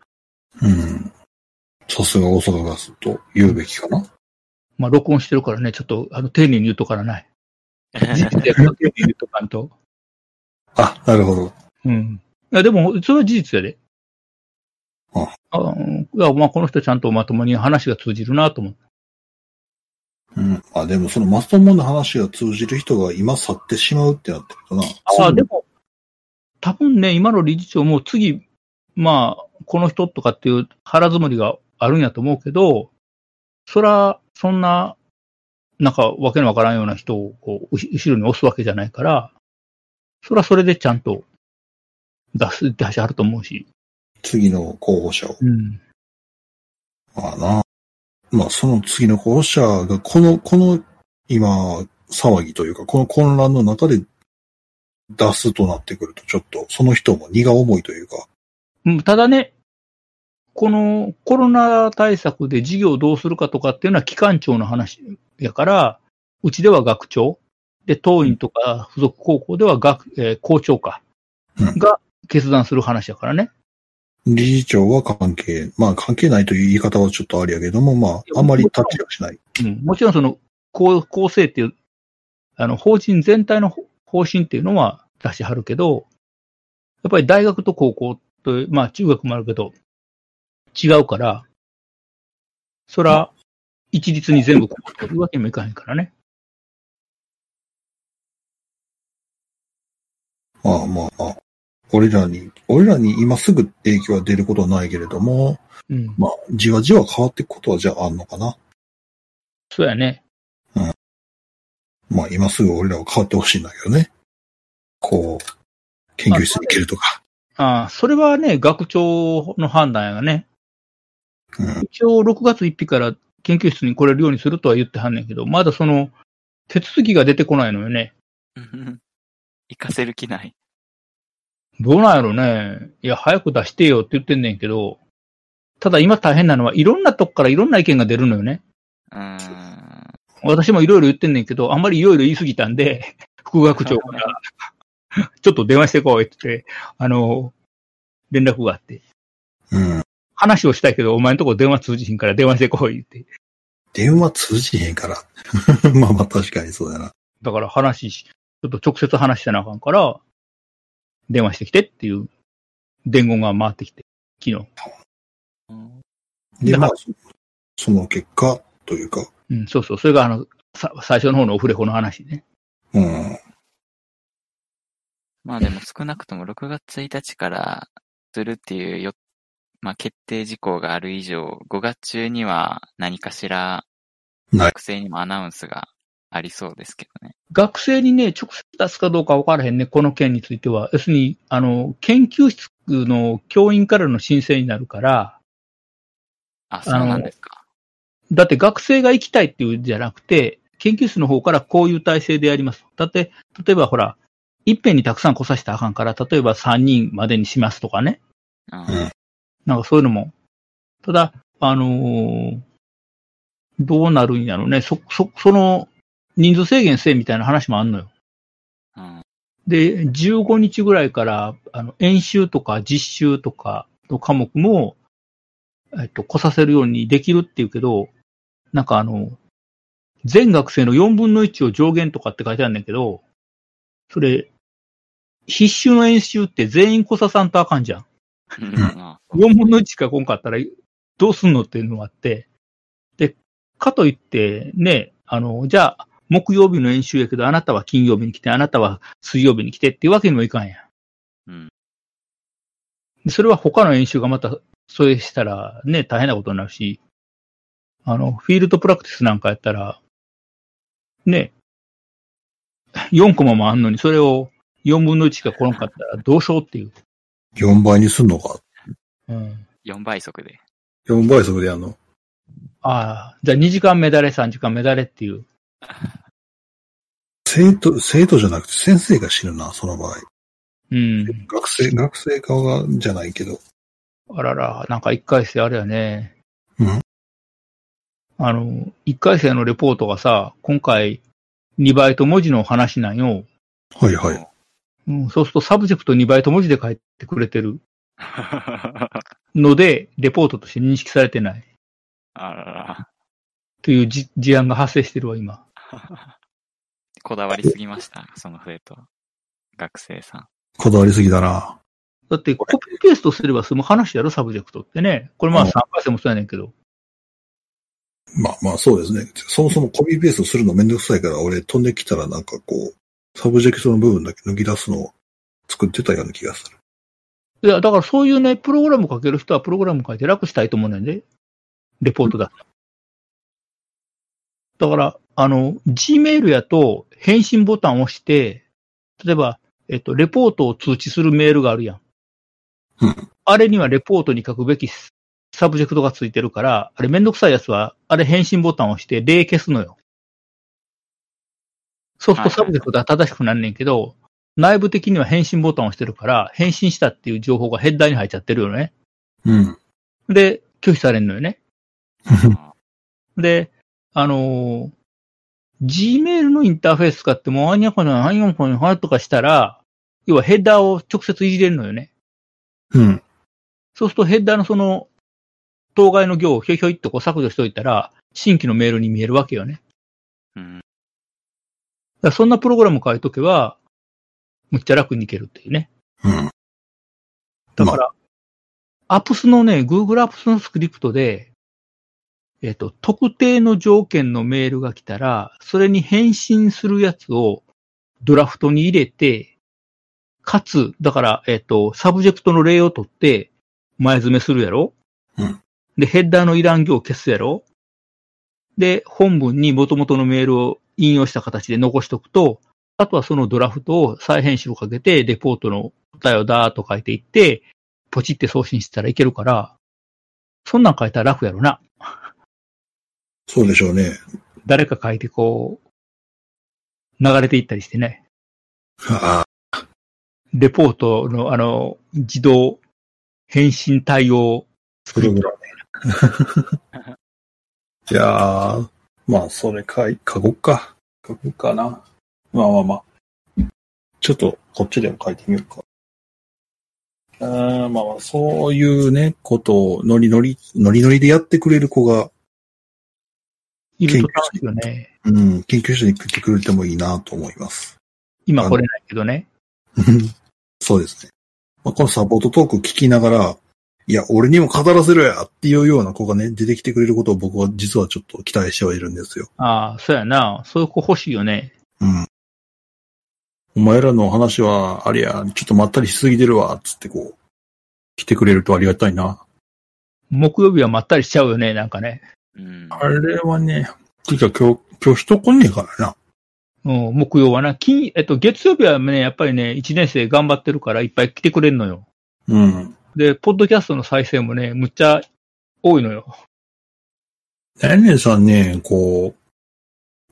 C: た。
B: うん。さすが大阪ガスと言うべきかな。
C: まあ、録音してるからね、ちょっと、あの、丁寧に言うとからない。事実やから丁寧に言うとかんと。
B: あ、なるほど。
C: うん。いや、でも、それは事実やで。
B: あ
C: あのいや、まあ、この人ちゃんとまともに話が通じるなと思って
B: うん。あ、でもそのマストモンの話が通じる人が今去ってしまうってなってるかな。
C: ああ、でも、多分ね、今の理事長も次、まあ、この人とかっていう腹積もりがあるんやと思うけど、そら、そんな、なんか、わけのわからんような人をこううし後ろに押すわけじゃないから、そらそれでちゃんと出す、出しはると思うし。
B: 次の候補者を。
C: うん。
B: まあな。まあその次の候補者が、この、この今、騒ぎというか、この混乱の中で出すとなってくると、ちょっとその人も荷が重いというか、
C: うんただね、このコロナ対策で事業をどうするかとかっていうのは機関庁の話やから、うちでは学長、で、当院とか付属高校では学、えー校長か、
B: うん
C: が決断する話やからね。
B: 理事長は関係、まあ関係ないという言い方はちょっとありやけども、まああんまり立ちはしない。
C: うん、もちろんその、構構成っていう、あの、法人全体の方方針っていうのは出しはるけど、やっぱり大学と高校と、まあ中学もあるけど、違うから、そら、一律に全部こうというわけにもいかへんからね。
B: まあまあまあ。俺らに、俺らに今すぐ影響は出ることはないけれども、
C: うん。
B: まあ、じわじわ変わっていくことはじゃああんのかな。
C: そうやね。
B: まあ今すぐ俺らは変わってほしいんだけどね。こう、研究室に来るとか。
C: ああ、それはね、学長の判断やね。
B: うん。
C: 一応6月1日から研究室に来れるようにするとは言ってはんねんけど、まだその、手続きが出てこないのよね。
D: 行かせる気ない。
C: どうなんやろね。いや、早く出してよって言ってんねんけど、ただ今大変なのは、いろんなとこからいろんな意見が出るのよね。
D: うーん。
C: 私もいろいろ言ってんねんけど、あんまりいろいろ言い過ぎたんで、 (laughs) 副学長から、 (laughs) ちょっと電話してこいって言って、あの、連絡があって、
B: うん。
C: 話をしたいけど、お前のとこ電話通じひんから電話してこいって。
B: 電話通じへんから。 (laughs) まあまあ確かにそうだな。
C: だから話し、ちょっと直接話してなあかんから、電話してきてっていう伝言が回ってきて、昨日。
H: うん。
B: で、
C: だか
B: ま
C: ら
B: あ、そその結果というか、
C: うん、そうそう。それがあの、さ最初の方のオフレコの話ね。
B: うん。
D: まあでも少なくとも6月1日からするっていうよ、まあ決定事項がある以上、5月中には何かしら、
B: ない
D: 学生にもアナウンスがありそうですけどね。
C: 学生にね、直接出すかどうか分からへんね、この件については。要するに、あの、研究室の教員からの申請になるから、
D: あ、そうなんですか。
C: だって学生が行きたいっていうんじゃなくて、研究室の方からこういう体制でやります。だって、例えばほら、いっぺんにたくさん来させたらあかんから、例えば3人までにしますとかね。
D: うん
C: なんかそういうのも。ただ、あのーどうなるんやろうね。そ、そ、その、人数制限せえみたいな話もあんのよ。
D: うん。
C: で、15日ぐらいから、あの、演習とか実習とかの科目も、えっと、来させるようにできるっていうけど、なんかあの、全学生の4分の1を上限とかって書いてあるんだけど、それ、必修の演習って全員来ささんとあかんじゃん。
D: うん
C: 4分の1しか来んかったら、どうすんのっていうのがあって、で、かといって、ね、あの、じゃあ、木曜日の演習やけど、あなたは金曜日に来て、あなたは水曜日に来てっていうわけにもいかんや。
D: うん
C: でそれは他の演習がまた、それしたら、ね、大変なことになるし、あの、フィールドプラクティスなんかやったら、ね、4コマもあんのに、それを4分の1しか来なかったら、どうしようっていう。
B: 4倍にすんのか。
C: うん。
D: 4倍速で。
B: 4倍速でやんの。
C: ああ、じゃあ2時間メダレ、3時間メダレっていう。
B: 生徒、生徒じゃなくて先生が死ぬな、その場合。
C: うん。
B: 学生、学生側が、じゃないけど。
C: あらら、なんか1回生あれやね。
B: うん
C: あの、1回生のレポートがさ、今回2倍と文字の話なんよ。
B: はいはい。
D: (laughs)
C: うん、そうするとサブジェクト2倍と文字で書いてくれてるので、レポートとして認識されてない
D: あらら。
C: というじ事案が発生してるわ、今。
D: こだわりすぎました、その生徒。学生さん。
B: こだわりすぎだな。
C: だってコピーペーストすれば済む話やろ、サブジェクトってね。これまあ
B: うん
C: 3回生もそうやねんけど。
B: まあまあそうですね。そもそもコピーペーストするのめんどくさいから、俺飛んできたらなんかこう、サブジェクトの部分だけ抜き出すのを作ってたような気がする。
C: いや、だからそういうね、プログラム書ける人はプログラム書いて楽したいと思うねんで。レポートだと。だから、あの、Gmail やと返信ボタンを押して、例えば、えっと、レポートを通知するメールがあるやん。
B: うん
C: あれにはレポートに書くべきサブジェクトがついてるから、あれめんどくさいやつは、あれ返信ボタンを押して、例消すのよ。そうするとサブジェクトは正しくなんねんけど、内部的には返信ボタンを押してるから、返信したっていう情報がヘッダーに入っちゃってるよね。
B: うん。
C: で、拒否されんのよね。 (laughs)
D: あ
C: で、あのー Gmail のインターフェース使っても、あんやこにゃ、あんやこにゃ、とかしたら、要はヘッダーを直接いじれるのよね。
B: うん。
C: そうするとヘッダーのその、当該の行をひょいひょいっとこう削除しといたら、新規のメールに見えるわけよね。
D: うん。
C: だからそんなプログラム書いとけば、むっちゃ楽にいけるっていうね。
B: うん。
C: だから、アプスのね、Google アプスのスクリプトで、えっ、と、特定の条件のメールが来たら、それに返信するやつをドラフトに入れて、かつ、だから、えっ、と、サブジェクトの例を取って、前詰めするやろ
B: うん
C: で、ヘッダーのいらん行を消すやろで、本文に元々のメールを引用した形で残しとくと、あとはそのドラフトを再編集をかけて、レポートの答えをダーッと書いていって、ポチって送信したらいけるから、そんなん書いたら楽やろな。
B: そうでしょうね。
C: 誰か書いてこう、流れていったりしてね。
B: ああ、
C: レポートのあの、自動返信対応
B: プログラム。 (laughs) いやー、まあ、それかい、書こっか。書こっかな。まあまあまあ。ちょっと、こっちでも書いてみようか。あーまあまあ、そういうね、ことを、ノリノリ、ノリノリでやってくれる子が、
C: いると楽しいよね。
B: うん、研究室に来てくれてもいいなと思います。
C: 今来れないけどね。
I: そうですね。まあ、このサポートトーク聞きながら、いや、俺にも語らせろやっていうような子がね、出てきてくれることを僕は実はちょっと期待してはいるんですよ。
C: ああ、そうやな。そういう子欲しいよね。
I: うん。お前らの話は、あれや、ちょっとまったりしすぎてるわ、つってこう、来てくれるとありがたいな。
C: 木曜日はまったりしちゃうよね、なんかね。
D: うん。
I: あれはね、てか今日、今日人来んねえからな。
C: うん、木曜はな。金、えっと、月曜日はね、やっぱりね、1年生頑張ってるからいっぱい来てくれるのよ。
I: うん。
C: で、ポッドキャストの再生もね、むっちゃ多いのよ。
I: ねねさんね、こ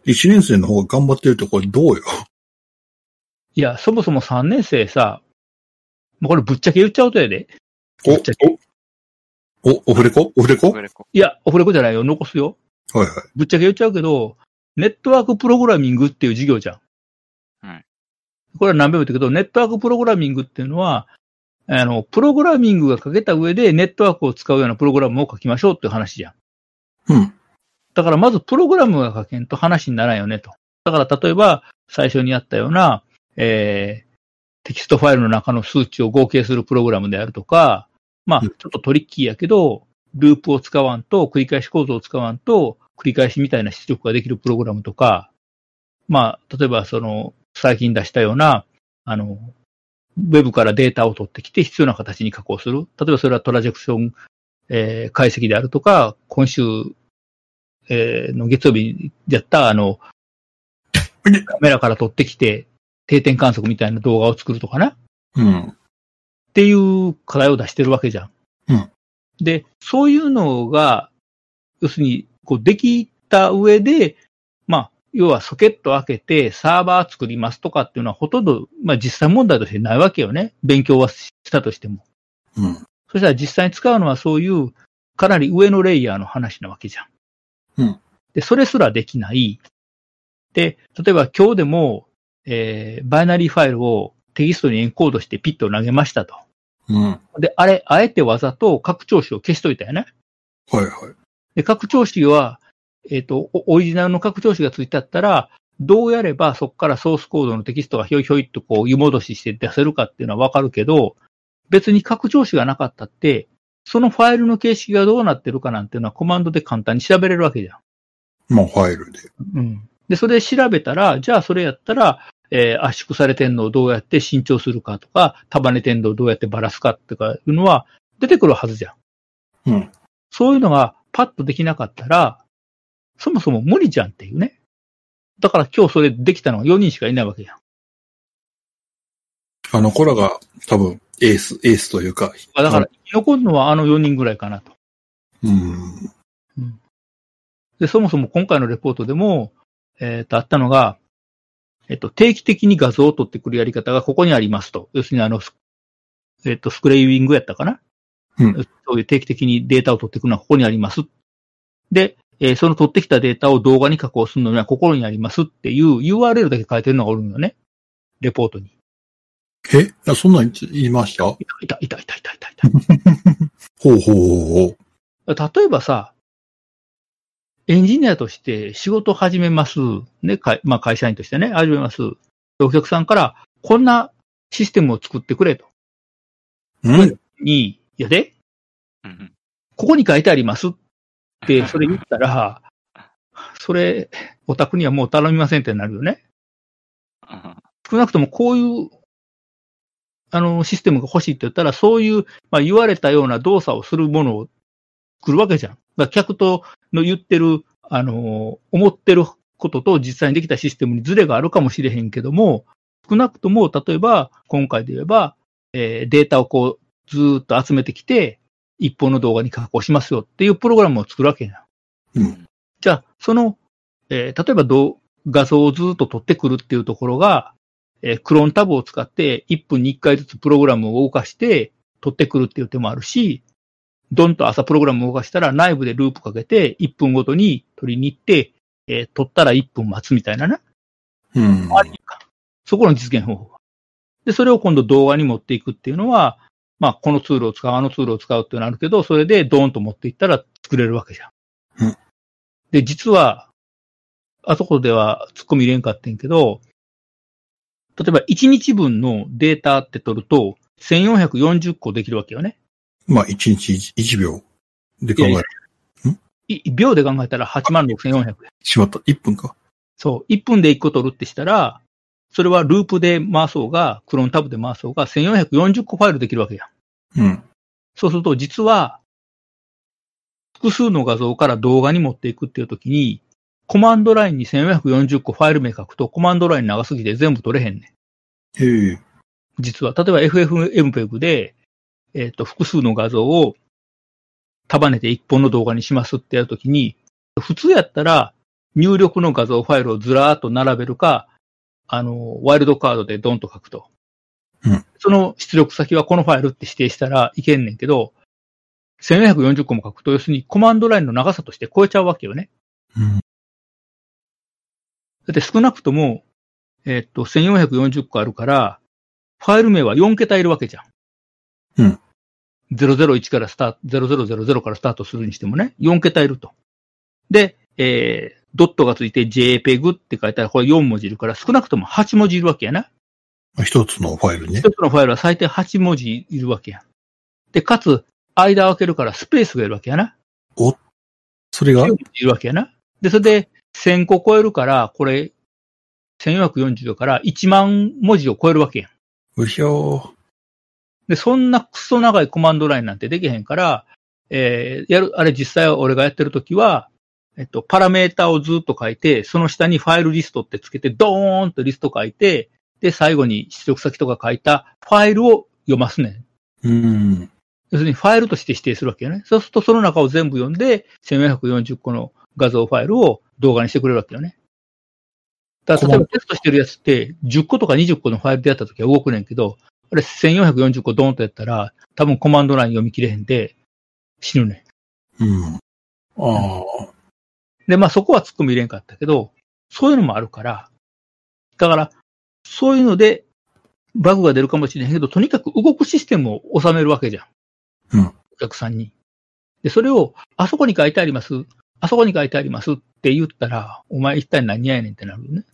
I: う、一年生の方が頑張ってるってこれどうよ。
C: いや、そもそも3年生さ、もうこれぶっちゃけ言っちゃうとやで。
I: お
C: ぶっちゃけ、
I: お、お、おふれこおふれこ
D: これこ
C: いや、オフレコじゃないよ、残すよ。
I: はいはい。
C: ぶっちゃけ言っちゃうけど、ネットワークプログラミングっていう授業じゃん。
D: はい。
C: これは何遍も言ったけど、ネットワークプログラミングっていうのは、あの、プログラミングが書けた上でネットワークを使うようなプログラムを書きましょうっていう話じゃん。
I: うん。
C: だからまずプログラムが書けんと話にならんよねと。だから例えば最初にやったような、えー、テキストファイルの中の数値を合計するプログラムであるとか、まあ、
I: う
C: ち
I: ん
C: ょっとトリッキーやけど、ループを使わんと、繰り返し構造を使わんと、繰り返しみたいな出力ができるプログラムとか、まあ、例えばその、最近出したような、あの、ウェブからデータを取ってきて必要な形に加工する。例えばそれはトラジェクション、えー解析であるとか、今週えーの月曜日にやった、あの、カメラから撮ってきて、定点観測みたいな動画を作るとかなっ
I: うん。
C: ていう課題を出してるわけじゃん。
I: うん
C: で、そういうのが、要するに、こう、できた上で、まあ、要はソケット開けてサーバー作りますとかっていうのはほとんど、まあ実際問題としてないわけよね。勉強はしたとしても。
I: うん。
C: そしたら実際に使うのはそういうかなり上のレイヤーの話なわけじゃん。
I: うん
C: で、それすらできない。で、例えば今日でも、えー、バイナリーファイルをテキストにエンコードしてピッと投げましたと。
I: うん。はい
C: で、あれ、あえてわざと拡張子を消しといたよね。
I: はい。
C: で、拡張子は、えっ、と、オオリジナルの拡張子がついてあったら、どうやればそこからソースコードのテキストがひょいひょいっとこう湯戻しして出せるかっていうのはわかるけど、別に拡張子がなかったって、そのファイルの形式がどうなってるかなんていうのはコマンドで簡単に調べれるわけじゃん。
I: まあファイルで。
C: うん。で、それで調べたら、じゃあそれやったら、えー圧縮されてんのをどうやって伸長するかとか、束ねてんのをどうやってばらすかとかいうのは出てくるはずじゃん。
I: うん。
C: そういうのがパッとできなかったら、そもそも無理じゃんっていうね。だから今日それできたのは4人しかいないわけじゃん。
I: あの子らが多分エース、エースというか。
C: だから、残るのはあの4人ぐらいかなと。
I: うん。
C: で、そもそも今回のレポートでも、えっ、と、あったのが、えっ、と、定期的に画像を取ってくるやり方がここにありますと。要するに、あの、スえっ、と、スクレイウィングやったかな
I: うん
C: そういう定期的にデータを取ってくるのはここにあります。で、えーその取ってきたデータを動画に加工するのにはここにありますっていう URL だけ書いてるのがおるんよね。レポートに。
I: えあそんなん言いましたほ
C: いた、いた、いた、いた、いた、いたいた。
I: うほうほうほう。
C: 例えばさ、エンジニアとして仕事を始めます。ね、会まあ、会社員としてね、始めます。でお客さんから、こんなシステムを作ってくれと。
I: うん
C: に、いやで、
D: うん
C: ここに書いてありますって、
D: (laughs)
C: それ言ったら、それ、お宅にはもう頼みませんってなるよね。
D: うん
C: 少なくともこういう、あの、システムが欲しいって言ったら、そういう、まあ、言われたような動作をするものを作るわけじゃん。だから客との言ってる、あの、思ってることと実際にできたシステムにズレがあるかもしれへんけども、少なくとも、例えば、今回で言えば、えーデータをこう、ずーっと集めてきて、一本の動画に加工しますよっていうプログラムを作るわけじゃん。
I: うん
C: じゃあ、その、えー例えばどう画像をずーっと取ってくるっていうところが、えークローンタブを使って1分に1回ずつプログラムを動かして取ってくるっていう手もあるし、ドンと朝プログラムを動かしたら内部でループかけて1分ごとに取りに行って、えー取ったら1分待つみたいなね。
I: うん。
C: ありか。そこの実現方法は。で、それを今度動画に持っていくっていうのは、まあ、このツールを使う、あのツールを使うっていうのあるけど、それでドーンと持っていったら作れるわけじゃん。
I: うん
C: で、実は、あそこでは突っ込み入れんかってんけど、例えば1日分のデータって取ると、1440個できるわけよね。
B: まあ、1日1秒で考え
C: いや
B: る。
C: い秒で考えたら86,400。
B: しまった。1分か。
C: そう。1分で1個取るってしたら、それはループで回そうが、クローンタブで回そうが、1440個ファイルできるわけやん。
B: うん。
C: そうすると、実は、複数の画像から動画に持っていくっていうときに、コマンドラインに1440個ファイル名書くと、コマンドライン長すぎて全部取れへんねん。
B: へえ。
C: 実は、例えば FFmpeg で、えっ、と、複数の画像を束ねて一本の動画にしますってやるときに、普通やったら入力の画像ファイルをずらーっと並べるか、あの、ワイルドカードでドンと書くと。
B: うん
C: その出力先はこのファイルって指定したらいけんねんけど、1440個も書くと、要するにコマンドラインの長さとして超えちゃうわけよね。
B: うん。
C: だって少なくとも、えっと、1440個あるから、ファイル名は4桁いるわけじゃん。
B: うん。
C: 001からスタート、0000からスタートするにしてもね、4桁いると。で、えー、ドットがついて JPEG って書いたらこれ4文字いるから、少なくとも8文字いるわけやな。
B: まあ一つのファイルね。
C: 一つのファイルは最低8文字いるわけやん。で、かつ、間を空けるからスペースがいるわけやな。
B: それが、
C: いるわけやな。で、それで1000個超えるから、これ、1440だから1万文字を超えるわけやん。
B: うひょ
C: で、そんなクソ長いコマンドラインなんてできへんから、えーやる、あれ実際俺がやってるときは、えっと、パラメータをずっと書いて、その下にファイルリストってつけて、ドーンとリスト書いて、で、最後に出力先とか書いたファイルを読ますねん。
B: ー。うん。
C: 要するにファイルとして指定するわけよね。そうするとその中を全部読んで、1440個の画像ファイルを動画にしてくれるわけよね。だから例えばテストしてるやつって、10個とか20個のファイルでやったときは動くねんけど、あれ1440個ドーンとやったら、多分コマンドライン読み切れへんで、死ぬね
B: うん。ああ。
C: ん。で、まあそこは突っ込み入れんかったけど、そういうのもあるから、だから、そういうので、バグが出るかもしれへんけど、とにかく動くシステムを収めるわけじゃん。
B: うん。
C: お客さんに。で、それを、あそこに書いてあります、あそこに書いてありますって言ったら、お前一体何やねんってなるよね。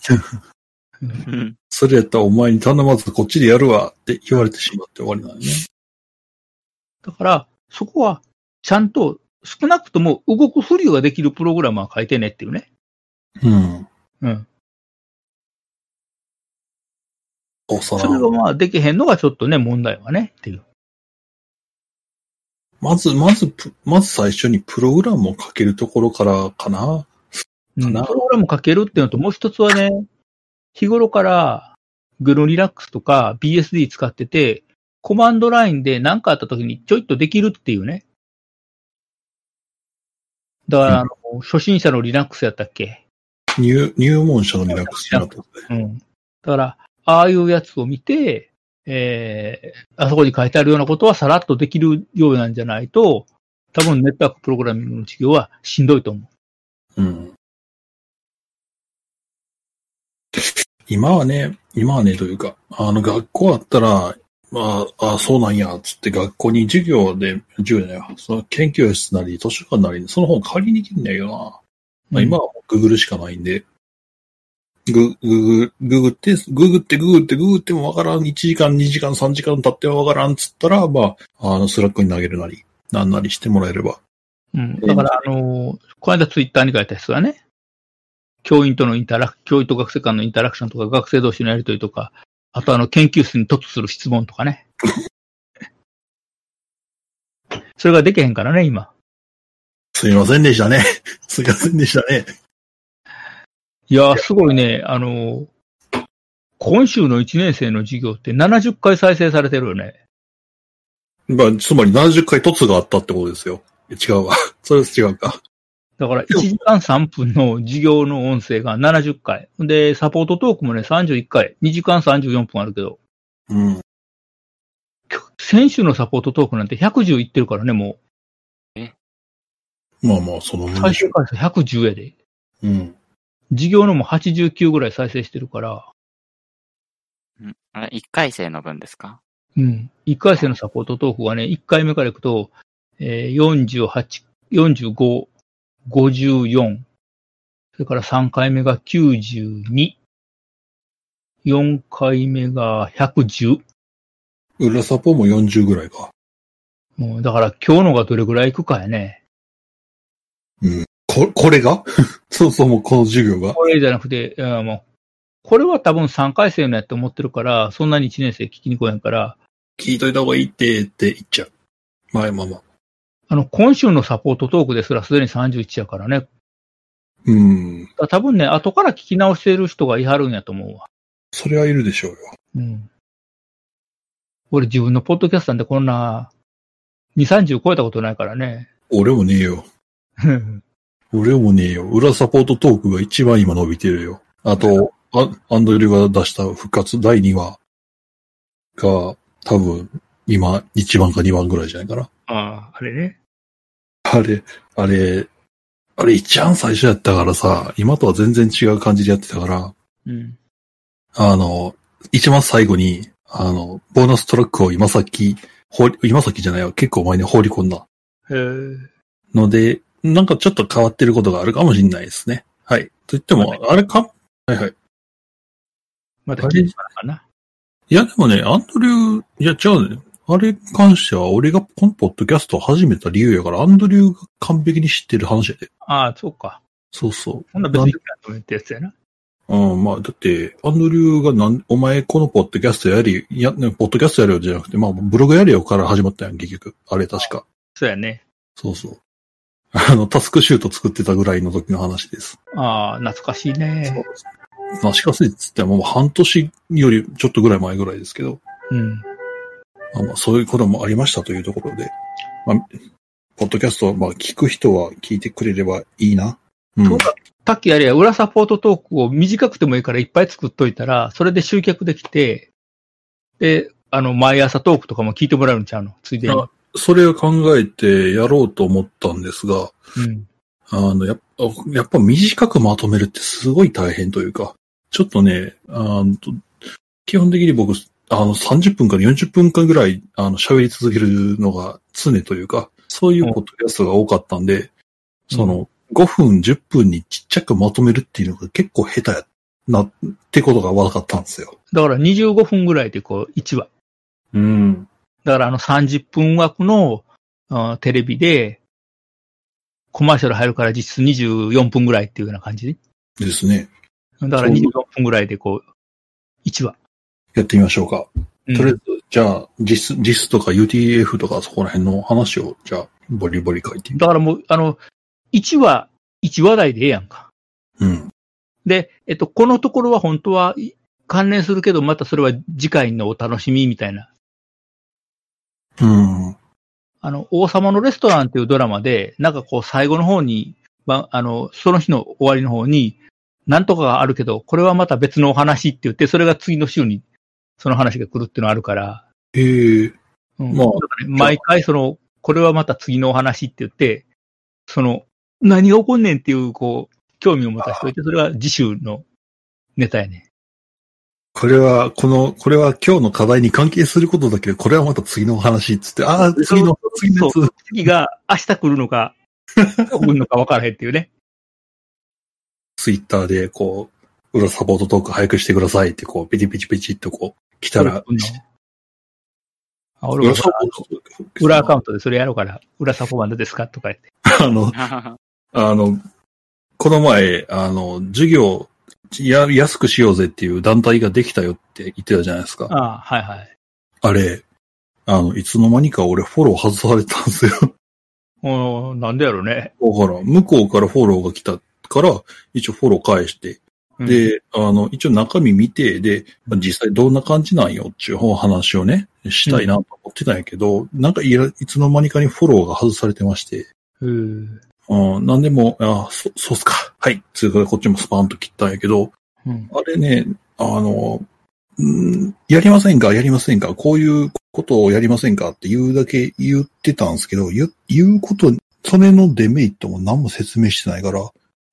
B: それやったらお前に頼まずこっちでやるわって言われてしまって終わりなんね。
C: だから、そこは、ちゃんと、少なくとも動く不良ができるプログラマー書いてねっていうね。
B: うん。
C: うん。
B: おさ
C: それがまあ、できへんのがちょっとね、問題はね、っていう。
B: まず、まずプ、まず最初にプログラムを書けるところからかな。
C: うん、プ
B: な
C: ログラム書けるっていうのと、もう一つはね、日頃から、グルリラックスとか BSD 使ってて、コマンドラインで何かあった時にちょいっとできるっていうね。だから、あの、初心者の Linux やったっけ
B: 入、入門者のリラックスになったんで。
C: うん。だから、ああいうやつを見て、えー、あそこに書いてあるようなことはさらっとできるようなんじゃないと、多分ネットワークプログラミングの授業はしんどいと思う。
B: うん。今はね、今はね、というか、あの、学校あったら、まあ、あそうなんや、つって学校に授業で、授業じゃないわその研究室なり、図書館なりに、その本借りに行けんだよな。まあ、今はもう Google しかないんで、グ、ググ、ググって、ググって、ググって、ググってもわからん、1時間、2時間、3時間経ってもわからん、つったら、まあ、あの、スラックに投げるなり、なんなりしてもらえれば。
C: うん。だから、あのーこの間ツイッターに書いた人はね、教員とのインタラク、教員と学生間のインタラクションとか、学生同士のやりとりとか、あとあの、研究室に突する質問とかね。 (laughs) それができへんからね、今。
B: すいませんでしたね。 (laughs) すいませんでしたね。
C: いやー、すごいね、あのー今週の1年生の授業って70回再生されてるよね。
B: まあ、つまり70回突があったってことですよ。いや違うわ。 (laughs) それは違うか。
C: だから1時間3分の授業の音声が70回。で、サポートトークもね、31回。2時間34分あるけど。
B: うん。
C: 先週のサポートトークなんて110いってるからね、も
B: まあまあ、その
C: う。
B: もんで
C: 最
B: しょ
C: 終回数110やで。
B: う。うん。
C: 事業のも89ぐらい再生してるから、
D: うんあれ、1回生の分で
C: (laughs)
D: すか
C: うん。1回生のサポートトークはね、1回目からいくと、えー、48、45、54。それから3回目が92。 4回目が110。
B: 裏サポも40ぐらいか。
C: もうだから今日のがどれぐらいいくかやね。
B: こ、これが (laughs) そもそもこの授業が。
C: これじゃなくて、うんもう、これは多分3回生のやと思ってるから、そんなに1年生聞きに来やんから、
B: 聞いといた方がいいって、って言っちゃう。まあまあまあ。
C: あの、今週のサポートトークですらすでに31やからね。だか
B: うん。
C: ら多分ね、後から聞き直してる人がいはるんやと思うわ。
B: それはいるでしょうよ。
C: うん。俺自分のポッドキャストなんてこんな、2、30超えたことないから (laughs) ね。
B: 俺もねえよ。俺もねえよ。裏サポートトークが一番今伸びてるよ。あと、あアンドリューが出した復活第2話が多分今1番か2番ぐらいじゃないかな。
C: ああ、あれね。
B: あれ、あれ、あれ一番最初やったからさ、今とは全然違う感じでやってたから、
C: うん。
B: あの、一番最後に、あの、ボーナストラックを今さっき、放り今さっきじゃないわ、結構前に放り込んだ
C: へえ。
B: ので、なんかちょっと変わってることがあるかもしれないですね。はい。と言っても、あれかはいはい。
C: また聞いてたのかな。
B: いや、でもね、アンドリュー、いや、違うね。あれに関しては、俺がこのポッドキャストを始めた理由やから、アンドリューが完璧に知ってる話やで。
C: ああ、そうか。
B: そうそ
C: そんな別にいいなと思ってやつやな。
B: う。うん、まあ、だって、アンドリューがなん、お前このポッドキャストやり、いや、ねポッドキャストやれよじゃなくて、まあ、ブログやれよから始まったやん、結局。あれ確か。
C: そうやね。
B: そうそう。あの、タスクシュート作ってたぐらいの時の話です。
C: ああ、懐かしいね。
B: まあ、しかし、つってももう半年よりちょっとぐらい前ぐらいですけど。
C: うん。
B: まあまあ、そういうこともありましたというところで、まあ、ポッドキャストは、まあ、聞く人は聞いてくれればいいな。うん
C: そうださっきあれや、裏サポートトークを短くてもいいからいっぱい作っといたら、それで集客できて、で、あの、毎朝トークとかも聞いてもらえるんちゃうのついでに。
B: あそれを考えてやろうと思ったんですが、
C: うん。
B: あの、やっぱ、やっぱ短くまとめるってすごい大変というか、ちょっとね、あの基本的に僕、あの、30分から40分間ぐらい、あの、喋り続けるのが常というか、そういうポッドキャストが多かったんで、その、5分、10分にちっちゃくまとめるっていうのが結構下手やな、ってことが分かったんですよ。
C: だから25分ぐらいでこう、1話。
B: うん。
C: だからあの30分枠の、あーテレビで、コマーシャル入るから実質24分ぐらいっていうような感じ
B: ですね。
C: だから24分ぐらいでこう、1話。
B: やってみましょうか。
C: うん
B: とりあえず、じゃあ、JIS、JIS とか UTF とかそこら辺の話を、じゃあ、ボリボリ書いて。
C: だからもう、あの、1話、1話題でええやんか。
B: うん。
C: で、えっと、このところは本当はい関連するけど、またそれは次回のお楽しみみたいな。
B: うん。
C: あの、王様のレストランっていうドラマで、なんかこう最後の方に、ま、あの、その日の終わりの方に、なんとかがあるけど、これはまた別のお話って言って、それが次の週にその話が来るっていうのあるから、
B: へえ、
C: うん
B: まあ
C: だからね毎回その、これはまた次のお話って言って、その、何が起こんねんっていう、こう、興味を持たせておいて、それは次週のネタやね。
B: これは、この、これは今日の課題に関係することだけど、これはまた次のお話っつって、ああ、次の、次のやつ
C: そう。次が明日来るのか、来るのか分からへんっていうね。
B: ツイッターで、こう、裏サポートトーク早くしてくださいって、こう、ペチペチペチっとこう、来たら、
C: あ俺
B: 裏
C: も
B: サポートトーク。
C: 裏アカウントでそれやろうから、裏サポバンドですかとか言って。
B: あの、あの、この前、あの、授業、や、安くしようぜっていう団体ができたよって言ってたじゃないですか。
C: ああ、はいはい。
B: あれ、あの、いつの間にか俺フォロー外されたんですよ。
C: おーなんでやろうね。
B: だから、向こうからフォローが来たから、一応フォロー返して、
C: うん、
B: で、あの、一応中身見て、で、まあ実際どんな感じなんよっていうお話をね、したいなと思ってたんやけど、なんかいらいつの間にかにフォローが外されてまして、
C: うん。
B: うん、なんでも、あそ、そうっすか。はい。つうかこっちもスパンと切ったんやけど、
C: うん。
B: あれね、あの、うんやりませんかやりませんかこういうことをやりませんかって言うだけ言ってたんですけど、言う言うこと、それのデメリットも何も説明してないから、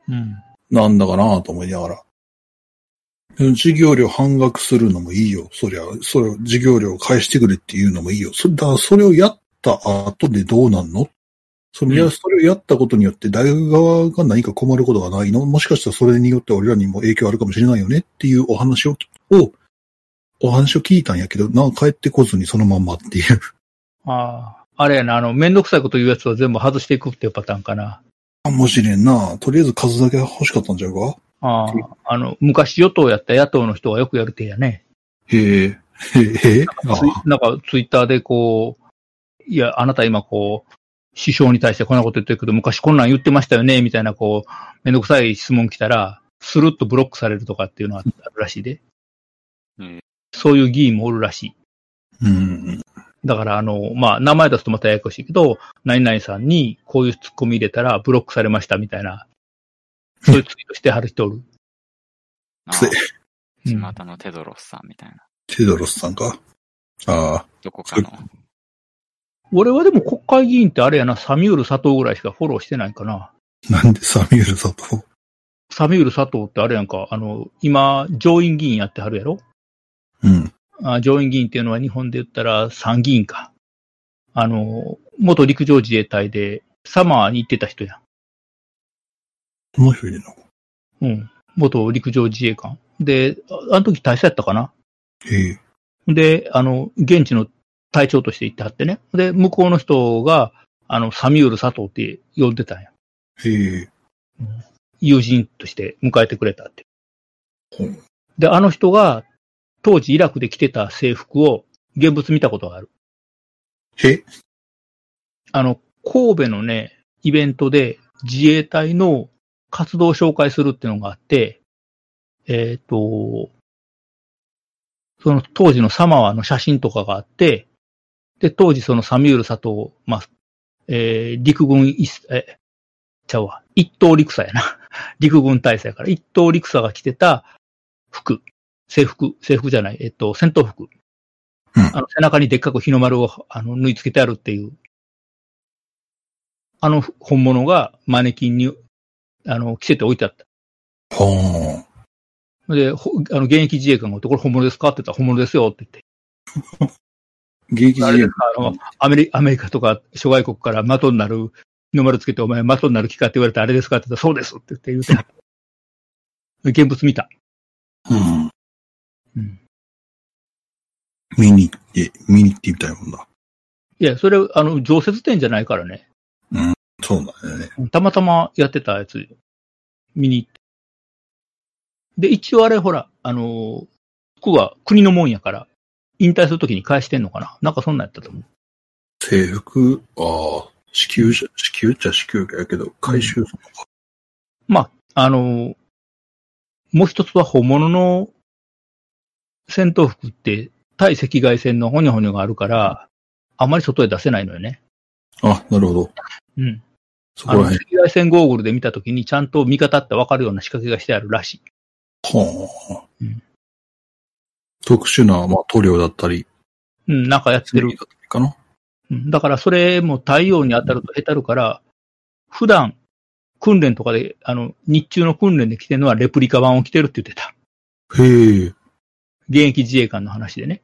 C: うん。
B: なんだかなと思いながら。うん授業料半額するのもいいよ。そりゃ、それ、授業料返してくれっていうのもいいよ。そだからそれをやった後でどうなんのそれいやそれをやったことによって、大学側が何か困ることがないのもしかしたらそれによって俺らにも影響あるかもしれないよねっていうお話を、をお話を聞いたんやけど、なんか帰ってこずにそのまんまっていう。
C: ああ、あれやな、あの、めんどくさいこと言うやつは全部外していくっていうパターンかな。
B: かもしれんな。とりあえず数だけ欲しかったんちゃうか
C: ああ、あの、昔与党やった野党の人がよくやる手やね。
B: へえ。へえ、へえ。あ
C: ツイなんかツイッターでこう、いや、あなた今こう、首相に対してこんなこと言ってるけど、昔こんなん言ってましたよね、みたいなこう、めんどくさい質問来たら、スルッとブロックされるとかっていうのはあるらしいで。
D: うん
C: そういう議員もおるらしい。
B: うん。
C: だから、あの、まあ、名前出すとまたややこしいけど、何々さんにこういうツッコミ入れたらブロックされましたみたいな、そういうツイートしてはる人お
B: (laughs)
C: る。
D: あ
B: つい
C: うん
D: 巷のテドロスさんみたいな。
B: テドロスさんか。ああ。
D: どこかの。
C: 俺はでも国会議員ってあれやな、サミュール佐藤ぐらいしかフォローしてないかな。
B: なんでサミュエル佐藤
C: サミュール佐藤ってあれやんか、あの、今、上院議員やってはるやろ
B: うん。
C: あ上院議員っていうのは日本で言ったら参議院か。あの、元陸上自衛隊でサマーに行ってた人や
B: この人いるの
C: ん。うん。元陸上自衛官。で、ああの時大佐やったかな
B: へえ。
C: で、あの、現地の隊長として行ってはってね。で、向こうの人が、あの、サミュール佐藤って呼んでたんや。
B: へえ。
C: 友人として迎えてくれたって
B: ほう。
C: で、あの人が、当時イラクで着てた制服を、現物見たことがある。
B: へ
C: あの、神戸のね、イベントで自衛隊の活動を紹介するっていうのがあって、えっ、と、その当時のサマワの写真とかがあって、で、当時そのサミュール佐藤、まあ、えー陸軍一、え、ちゃうわ、一等陸佐やな。 (laughs) 陸軍大佐やから、一等陸佐が着てた服、制服、制服じゃない、えっ、と、戦闘服。
B: うん
C: あの、背中にでっかく日の丸をあの縫い付けてあるっていうあの本物がマネキンに、あの、着せて置いてあった。
B: ほーん。
C: で、ほあの、現役自衛官がおって、これ本物ですかって言ったら本物ですよって言って。
B: 現役
C: あ
B: 自
C: れ
B: 衛
C: ですかあの、アメリアメリカとか諸外国から的になる、日の丸つけてお前的になる気かって言われたらあれですかって言ったらそうですって言って言うてはった。現物見た。
B: うん。
C: うん
B: 見に行って、見に行ってみたいもんだ。
C: いや、それ、あの、常設店じゃないからね。
B: そうだよね。
C: たまたまやってたやつ、見に行って。で、一応あれ、ほら、あのー服は国のもんやから、引退するときに返してんのかななんかそんなんやったと思う。
B: 制服、ああ、支給じゃ、支給っちゃ支給やけど、回収、
C: あのーもう一つは本物の戦闘服って、対赤外線のホニョホニョがあるから、あまり外へ出せないのよね。
B: あ、なるほど。
C: うん。
B: そ
C: あ
B: こ
C: の、
B: ら
C: 赤
B: 辺。
C: 外線ゴーグルで見たときに、ちゃんと見方ってわかるような仕掛けがしてあるらしい。
B: はあ、
C: うん
B: 特殊な、まあ、塗料だったり、
C: うん、なんかやって
B: 繊
C: る
B: 維だったりかな。
C: うんだからそれも太陽に当たるとへたるから、普段訓練とかで、あの、日中の訓練で着てるのはレプリカ版を着てるって言ってた。
B: へえ。
C: 現役自衛官の話でね。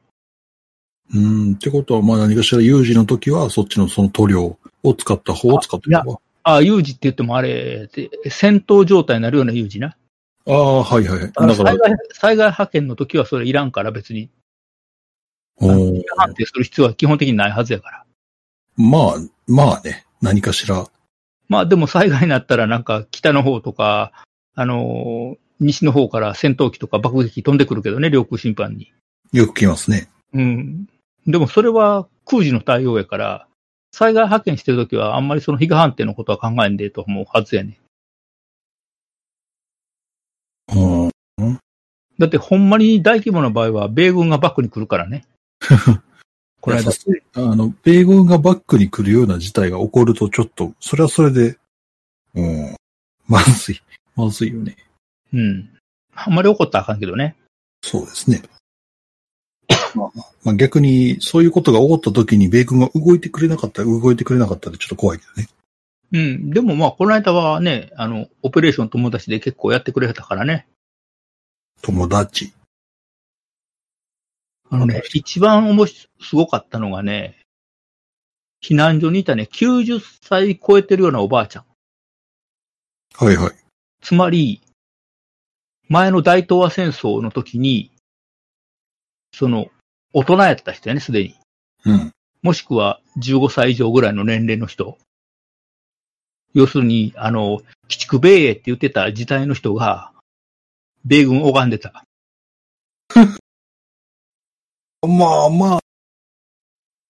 B: うん、ってことは、まあ何かしら有事の時は、そっちのその塗料を使った方を使ってれば。
C: ああ、有事って言ってもあれ、で戦闘状態になるような有事な。
B: ああ、はいはい。だ
C: あの
B: から
C: 災、害災害派遣の時はそれいらんから別に、
B: おー
C: 判定する必要は基本的にないはずやから。
B: まあ、まあね、何かしら。
C: まあでも災害になったらなんか北の方とか、あのー西の方から戦闘機とか爆撃機飛んでくるけどね、領空侵犯に。
B: よく聞きますね。
C: うん。でもそれは空時の対応やから、災害派遣してるときはあんまりその被害判定のことは考えんでええと思うはずやね。
B: うん。
C: だってほんまに大規模な場合は米軍がバックに来るか
B: (laughs)
C: らね。これ
B: いや
C: 間
B: さすがにあの、米軍がバックに来るような事態が起こると、ちょっと、それはそれで、うん、まずい。まずいよね。
C: うん。あんまり怒ったらあかんけどね。
B: そうですね。まあまあ、逆に、そういうことが起こった時に米軍が動いてくれなかったら、動いてくれなかったらちょっと怖いけどね。
C: うん。でもまあ、この間はね、あの、オペレーション友達で結構やってくれたからね。
B: 友達。
C: あのね、一番おもし、すごかったのがね、避難所にいたね、90歳超えてるようなおばあちゃん。
B: はいはい。
C: つまり、前の大東亜戦争の時に、その、大人やった人やね、すでに。
B: うん。
C: もしくは15歳以上ぐらいの年齢の人。要するに、あの、鬼畜米英って言ってた時代の人が、米軍拝んでた。
B: まあまあ、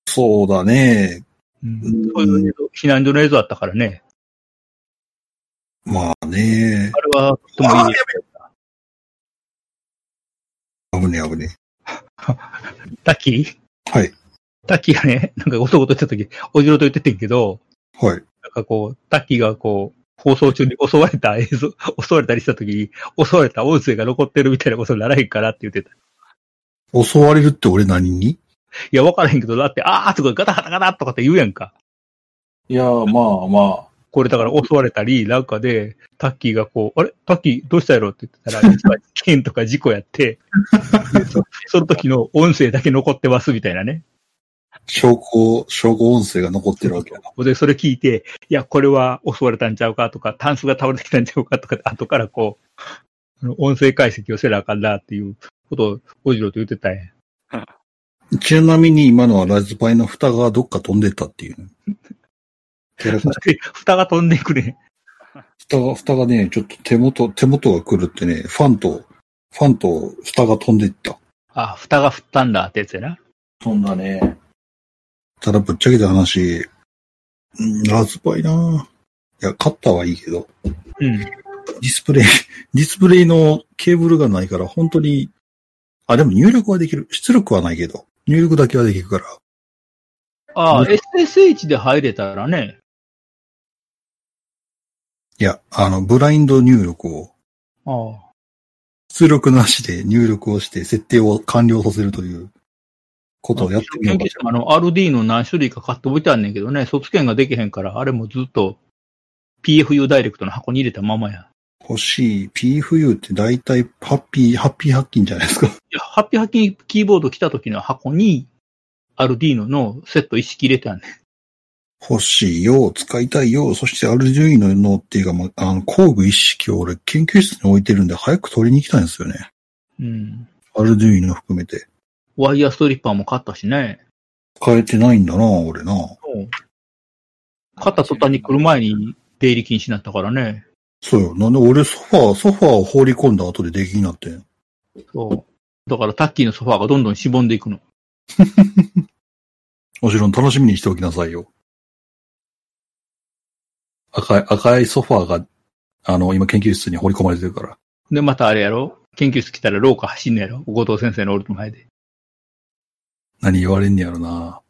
B: そうだね。
C: うん。そういう避難所の映像あったからね。
B: まあね。
C: あれは、とってもいい。
B: 危ねえ危ね
C: 滝
B: はい。
C: 滝がね、なんかごとごとした時、おじろと言っててんけど、
B: え。はい。
C: なんかこう、滝がこう、放送中に襲われた映像、 (laughs) 襲われたりした時に、襲われた音声が残ってるみたいなことにならへんからって言ってた。
B: 襲われるって俺何に
C: いや、わからへんけど、だって、あーとかガタガタガタとかって言うやんか。
J: いやー、まあまあ。
C: これだから襲われたり、なんかで、タッキーがこう、あれタッキーどうしたやろって言ってたら、実は事件とか事故やって、 (laughs) でそ (laughs) その時の音声だけ残ってますみたいなね。
B: 証拠、証拠音声が残ってるわけだな。
C: で、それ聞いて、いや、これは襲われたんちゃうかとか、タンスが倒れてきたんちゃうかとか、後からこう、あの音声解析をせなあかんなっていうことを、おじろと言ってたんや。
B: ちなみに今のはラズパイの蓋がどっか飛んでったっていうね。キャラクター
C: で蓋が飛んでくれ。
B: 蓋が、蓋がね、ちょっと手元、手元が狂ってね、ファンと、ファンと蓋が飛んでいった。
C: あ、蓋が振ったんだってやつやな。
J: そんなね。
B: ただぶっちゃけた話、うん、ラズパイなぁいや、カッターはいいけど、
C: うん。
B: ディスプレイ、 (laughs) ディスプレイのケーブルがないから、本当に、あ、でも入力はできる。出力はないけど、入力だけはできるから。
C: あ
B: う
C: あ、
B: ん
C: SSH で入れたらね、
B: いや、あの、ブラインド入力を、
C: ああ、
B: 出力なしで入力をして、設定を完了させるという、ことをやってみようかしら。
C: あの、RD の何種類か買っておいてあんねんけどね、卒検ができへんから、あれもずっと PFU ダイレクトの箱に入れたままや。
B: 欲しい。PFU って大体ハッピー、ハッピーハッキンじゃないですか。 (laughs)
C: いや、ハッピーハッキングキーボード来た時の箱に、RD ののセット一式入れてあんねん。
B: 欲しいよ、使いたいよ、そしてアルジュイの脳っていうか、まあの、工具一式を俺研究室に置いてるんで早く取りに行きたいんですよね。
C: うん。
B: アルジュイの含めて。
C: ワイヤーストリッパーも買ったしね。
B: 使えてないんだな、俺な。
C: 買った途端に来る前に出入り禁止になったからね。
B: そうよ。なんで俺ソファー、ソファーを放り込んだ後で出来になってん。
C: そう。だからタッキーのソファーがどんどんしぼんでいくの。
B: もちろん楽しみにしておきなさいよ。赤い、赤いソファーが、あの、今研究室に放り込まれてるから。
C: で、またあれやろ研究室来たら廊下走んのやろ後藤先生の俺の前で。
B: 何言われんねやろな。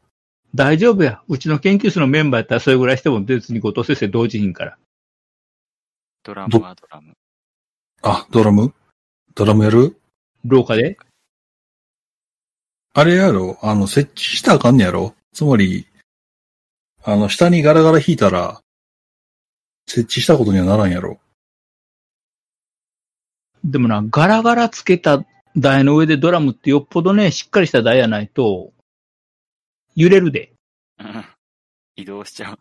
C: 大丈夫や。うちの研究室のメンバーやったらそれぐらいしても別に後藤先生同時品から。
D: ドラムはドラム。 (laughs)
B: あ、ドラムドラムやる
C: 廊下で
B: あれやろあの、設置したらあかんねやろつまり、あの、下にガラガラ引いたら、設置したことにはならんやろ
C: でもな、ガラガラつけた台の上でドラムってよっぽどね、しっかりした台やないと、揺れるで。
D: うん移動しちゃう。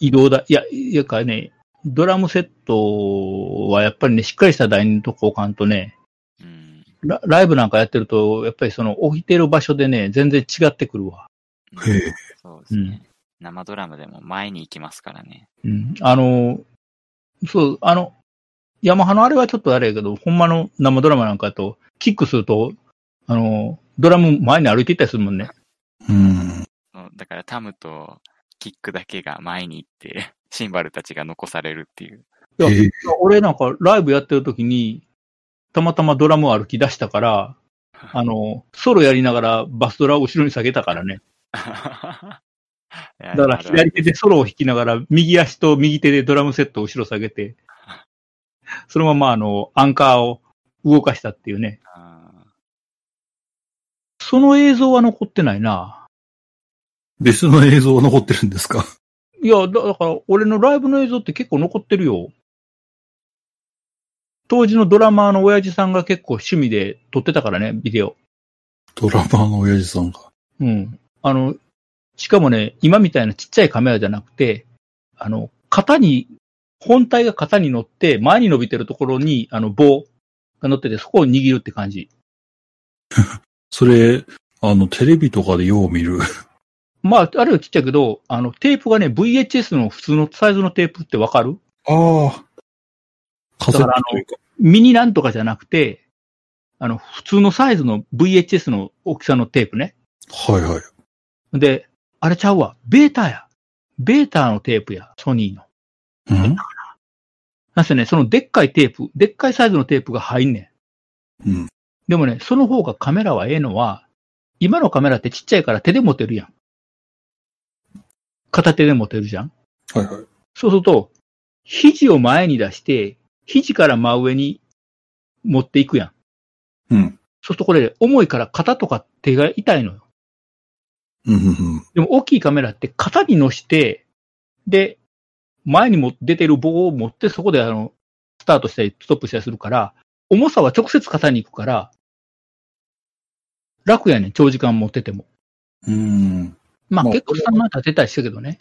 C: 移動だ。いや、いやかね、ドラムセットはやっぱりね、しっかりした台のとこ置かんとね、
D: うん。
C: ラライブなんかやってると、やっぱりその置いてる場所でね、全然違ってくるわ。
B: へえ
D: そうですね。生ドラムでも前に行きますからね。
C: うん。あの、そう、あの、ヤマハのあれはちょっとあれやけど、ほんまの生ドラマなんかやと、キックすると、あの、ドラム前に歩いていったりするもんね。
B: うん。
D: そうだからタムとキックだけが前に行って、シンバルたちが残されるっていう。
C: いや
B: ええ
C: 俺なんかライブやってる時に、たまたまドラムを歩き出したから、あの、ソロやりながらバスドラを後ろに下げたからね。
D: (laughs)
C: だ
D: だ
C: から左手でソロを弾きながら、右足と右手でドラムセットを後ろ下げて、そのままあの、アンカーを動かしたっていうね。その映像は残ってないな。
B: 別の映像残ってるんですか
C: いや、だだから俺のライブの映像って結構残ってるよ。当時のドラマーの親父さんが結構趣味で撮ってたからね、ビデオ。
B: ドラマーの親父さんが。
C: うん。あの、しかもね、今みたいなちっちゃいカメラじゃなくて、あの、型に、本体が型に乗って、前に伸びてるところに、あの、棒が乗ってて、そこを握るって感じ。
B: それ、あの、テレビとかでよう見る。
C: まあ、あるはちっちゃいけど、あの、テープがね、VHS の普通のサイズのテープってわかる
B: ああ。カセットというか。
C: ミニなんとかじゃなくて、あの、普通のサイズの VHS の大きさのテープね。
B: はいはい。
C: で、あれちゃうわ。ベータや。ベータのテープや。ソニーの。
B: うん
C: なんせね、そのでっかいテープ、でっかいサイズのテープが入んねん。
B: うん。
C: でもね、その方がカメラはええのは、今のカメラってちっちゃいから手で持てるやん。片手で持てるじゃん。
B: はいはい。
C: そうすると、肘を前に出して、肘から真上に持っていくやん。
B: うん。
C: そうするとこれ重いから肩とか手が痛いのよ。
B: うんうん
C: でも大きいカメラって肩に乗して、で、前にも出てる棒を持ってそこであの、スタートしたりストップしたりするから、重さは直接肩に行くから、楽やねん、長時間持ってても。
B: うん。うん。
C: まあ
B: まあ
C: 結構
B: これ
C: スタンダード立てたりしたけどね。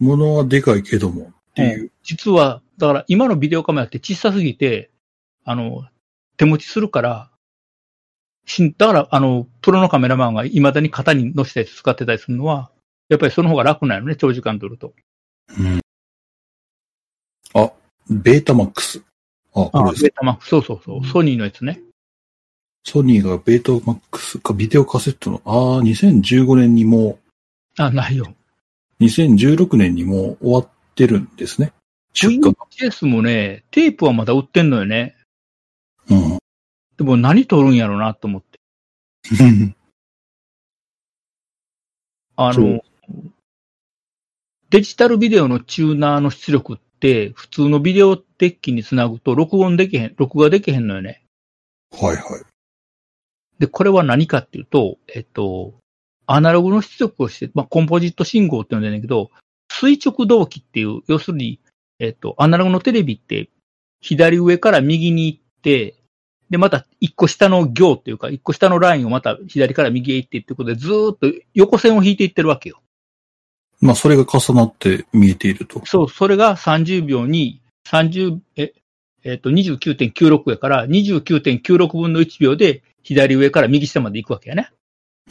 B: 物はでかいけども。っていう。
C: 実は、だから今のビデオカメラって小さすぎて、あの、手持ちするから、しんだから、あの、プロのカメラマンが未だに型に乗せて使ってたりするのは、やっぱりその方が楽なのね、長時間撮ると。
B: うん。あ、ベータマックス。あ、これです
C: ベータマックそうそうそう、ソニーのやつね。
B: ソニーがベータマックスか、ビデオカセットの、ああ、2015年にも
C: あ、ないよ。
B: う、2016年にもう終わってるんですね。出荷が。
C: VHS もね、テープはまだ売ってんのよね。
B: うん。
C: でも何撮るんやろうなと思って。あ
B: そ
C: の
B: う、
C: デジタルビデオのチューナーの出力って、普通のビデオデッキにつなぐと録音できへん、録画できへんのよね。
B: (laughs) はいはい。
C: で、これは何かっていうと、えっと、アナログの出力をして、まあ、コンポジット信号って呼んでんだけど、垂直動機っていう、要するに、えっと、アナログのテレビって、左上から右に行って、で、また一個下の行っていうか、一個下のラインをまた左から右へ行ってっていうことで、ずーっと横線を引いていってるわけよ。
B: まあ、それが重なって見えていると。
C: そう、それが30秒に、30、え、えっと、29.96やから、29.96分の1秒で、左上から右下まで行くわけやね。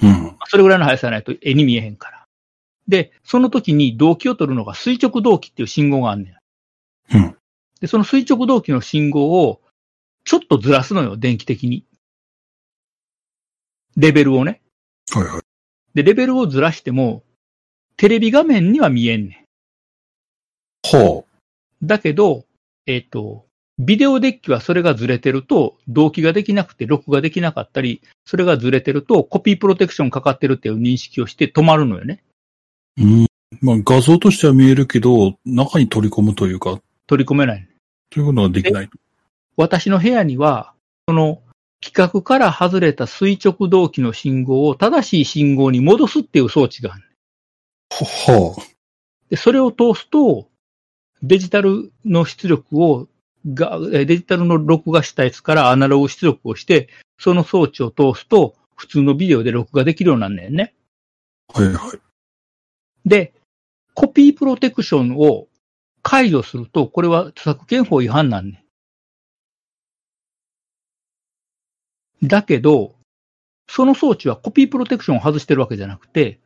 B: うん。
C: それぐらいの速さないと絵に見えへんから。で、その時に動機を取るのが垂直動機っていう信号があんねん。
B: うん
C: で、その垂直動機の信号をちょっとずらすのよ、電気的に。レベルをね。
B: はいはい。
C: で、レベルをずらしても、テレビ画面には見えんね
B: は
C: ん。だけど、えっ、と、ビデオデッキはそれがずれてると、動機ができなくて録画できなかったり、それがずれてるとコピープロテクションかかってるっていう認識をして止まるのよね。
B: あ。うん。まあ、画像としては見えるけど、中に取り込むというか、
C: 取り込めない。
B: ということができない。
C: 私の部屋には、その規格から外れた垂直動機の信号を正しい信号に戻すっていう装置がある。
B: は
C: で、それを通すと、デジタルの出力をが、えデジタルの録画したやつからアナログ出力をして、その装置を通すと、普通のビデオで録画できるようになんだよね。
B: あ。はいはい。
C: で、コピープロテクションを解除すると、これは著作権法違反なんね。だけど、その装置はコピープロテクションを外してるわけじゃなくて、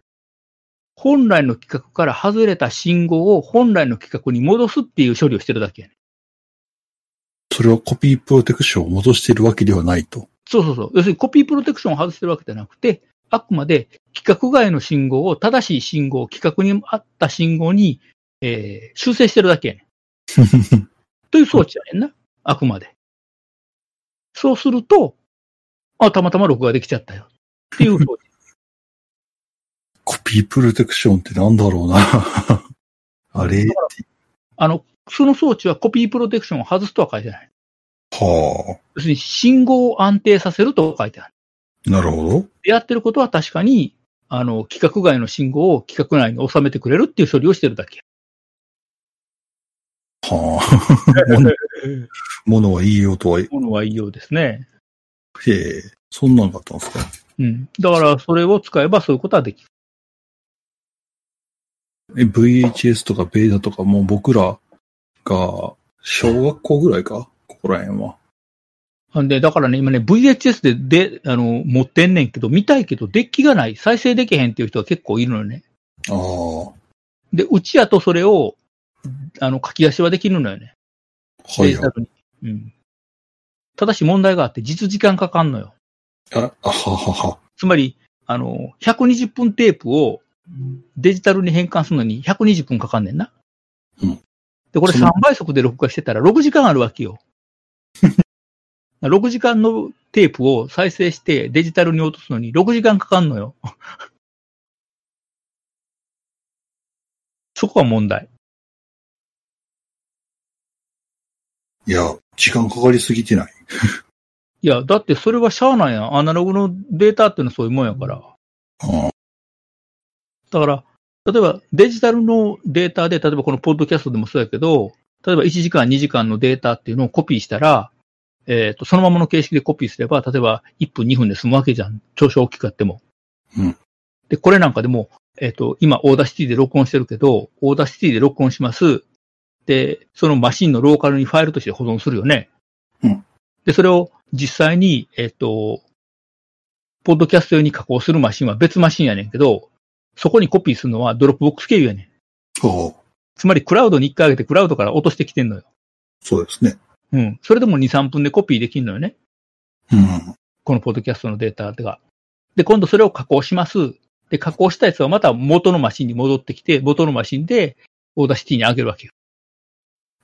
C: 本来の規格から外れた信号を本来の規格に戻すっていう処理をしてるだけやね。
B: それはコピープロテクションを戻しているわけではないと。
C: そうそうそう。要するにコピープロテクションを外してるわけじゃなくて、あくまで規格外の信号を正しい信号、規格に合った信号に、えー修正してるだけやね。 (laughs) という装置やねんな。あくまで。そうすると、あ、たまたま録画できちゃったよ。っていう (laughs) 装置。
B: コピープロテクションってなんだろうな。 (laughs) あれ
C: あの、その装置はコピープロテクションを外すとは書いてない。
B: は
C: 要するに信号を安定させるとは書いてある。
B: あ。なるほ
C: でやってることは確かに、あの、規格外の信号を規格内に収めてくれるっていう処理をしてるだけ。
B: ど。はあ。
C: (laughs)
B: ものは言いようとは、へ
C: ものは言いようですね。
B: え。そんなんだったんですか。
C: うん。だから、それを使えばそういうことはできる。
B: え VHS とかベータとかもう僕らが小学校ぐらいかここら辺は。
C: ほんで、だからね、今ね、VHS で、で、あの、持ってんねんけど、見たいけど、デッキがない、再生できへんっていう人は結構いるのよね。
B: ああ。
C: で、うちやとそれを、あの、書き出しはできるのよね。
B: はい
C: デー
B: はい。
C: タにうん。ただし問題があって、実時間かかんのよ。
B: あ、あははは。
C: つまり、あの、120分テープをデジタルに変換するのに120分かかんねんな。
B: うん
C: で、これ
B: その
C: 3倍速で録画してたら6時間あるわ
B: (laughs)
C: けよ。6時間のテープを再生してデジタルに落とすのに6時間かかんのよ。 (laughs) そこは問題。
B: いや、時間かかりすぎてない。
C: いや、だってそれはしゃあないやん。アナログのデータっていうのはそういうもんやから。
B: あ
C: だから、例えばデジタルのデータで、例えばこのポッドキャストでもそうやけど、例えば1時間、2時間のデータっていうのをコピーしたら、えっ、と、そのままの形式でコピーすれば、例えば1分、2分で済むわけじゃん。調子大きくやっても。
B: うん
C: で、これなんかでも、えっ、と、今、オーダーシティで録音してるけど、オーダーシティで録音します。で、そのマシンのローカルにファイルとして保存するよね。
B: うん
C: で、それを実際に、えっ、と、ポッドキャスト用に加工するマシンは別マシンやねんけど、そこにコピーするのはドロップボックス経由やねん。
B: あ、
C: つまりクラウドに一回上げてクラウドから落としてきてんのよ。
B: そうですね。
C: うん。それでも2、3分でコピーできんのよね。
B: うん。
C: このポッドキャストのデータが。で、今度それを加工します。で、加工したやつはまた元のマシンに戻ってきて、元のマシンでオーダーシティに上げるわけよ。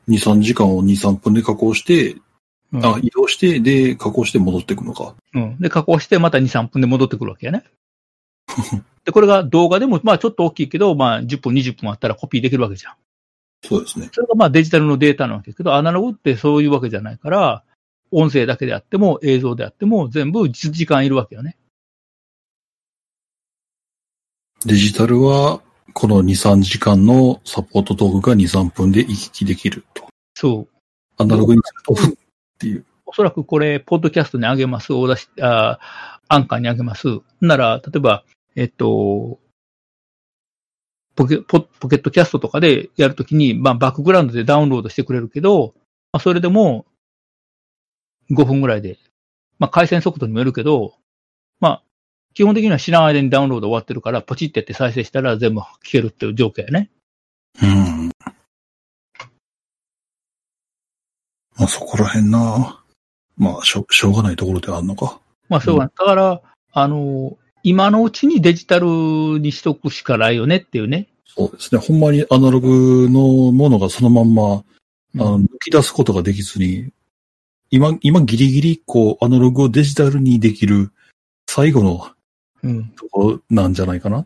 B: 2、3時間を2、3分で加工して、
C: うん
B: あ、移動して、で、加工して戻っていくのか。
C: うん。で、加工してまた2、3分で戻ってくるわけやね。で、これが動画でも、まあちょっと大きいけど、まあ10分、20分あったらコピーできるわけじゃん。
B: そうですね。
C: それがまあデジタルのデータなわけですけど、アナログってそういうわけじゃないから、音声だけであっても映像であっても全部実時間いるわけよね。
B: デジタルは、この2、3時間のサポート道具が2、3分で行き来できると。
C: そう。
B: アナログにすると、っていう。
C: おそらくこれ、ポッドキャストにあげます、オーダーし、あーアンカーにあげます。なら、例えば、えっと、ポケポポケットキャストとかでやるときに、まあ、バックグラウンドでダウンロードしてくれるけど、まあ、それでも5分ぐらいで、まあ、回線速度にもよるけど、まあ、基本的には知らん間にダウンロード終わってるから、ポチってやって再生したら全部聞けるっていう条件やね。
B: うん。まあそこら辺な。まあしょ、しょうがないところではあんのか。
C: まあ、そうがない。だから、あの、今のうちにデジタルにしとくしかないよねっていうね。
B: そうですね。ほんまにアナログのものがそのまんま、あの、抜き出すことができずに、今、今ギリギリ、こう、アナログをデジタルにできる最後の
C: うん。
B: ところなんじゃないかな。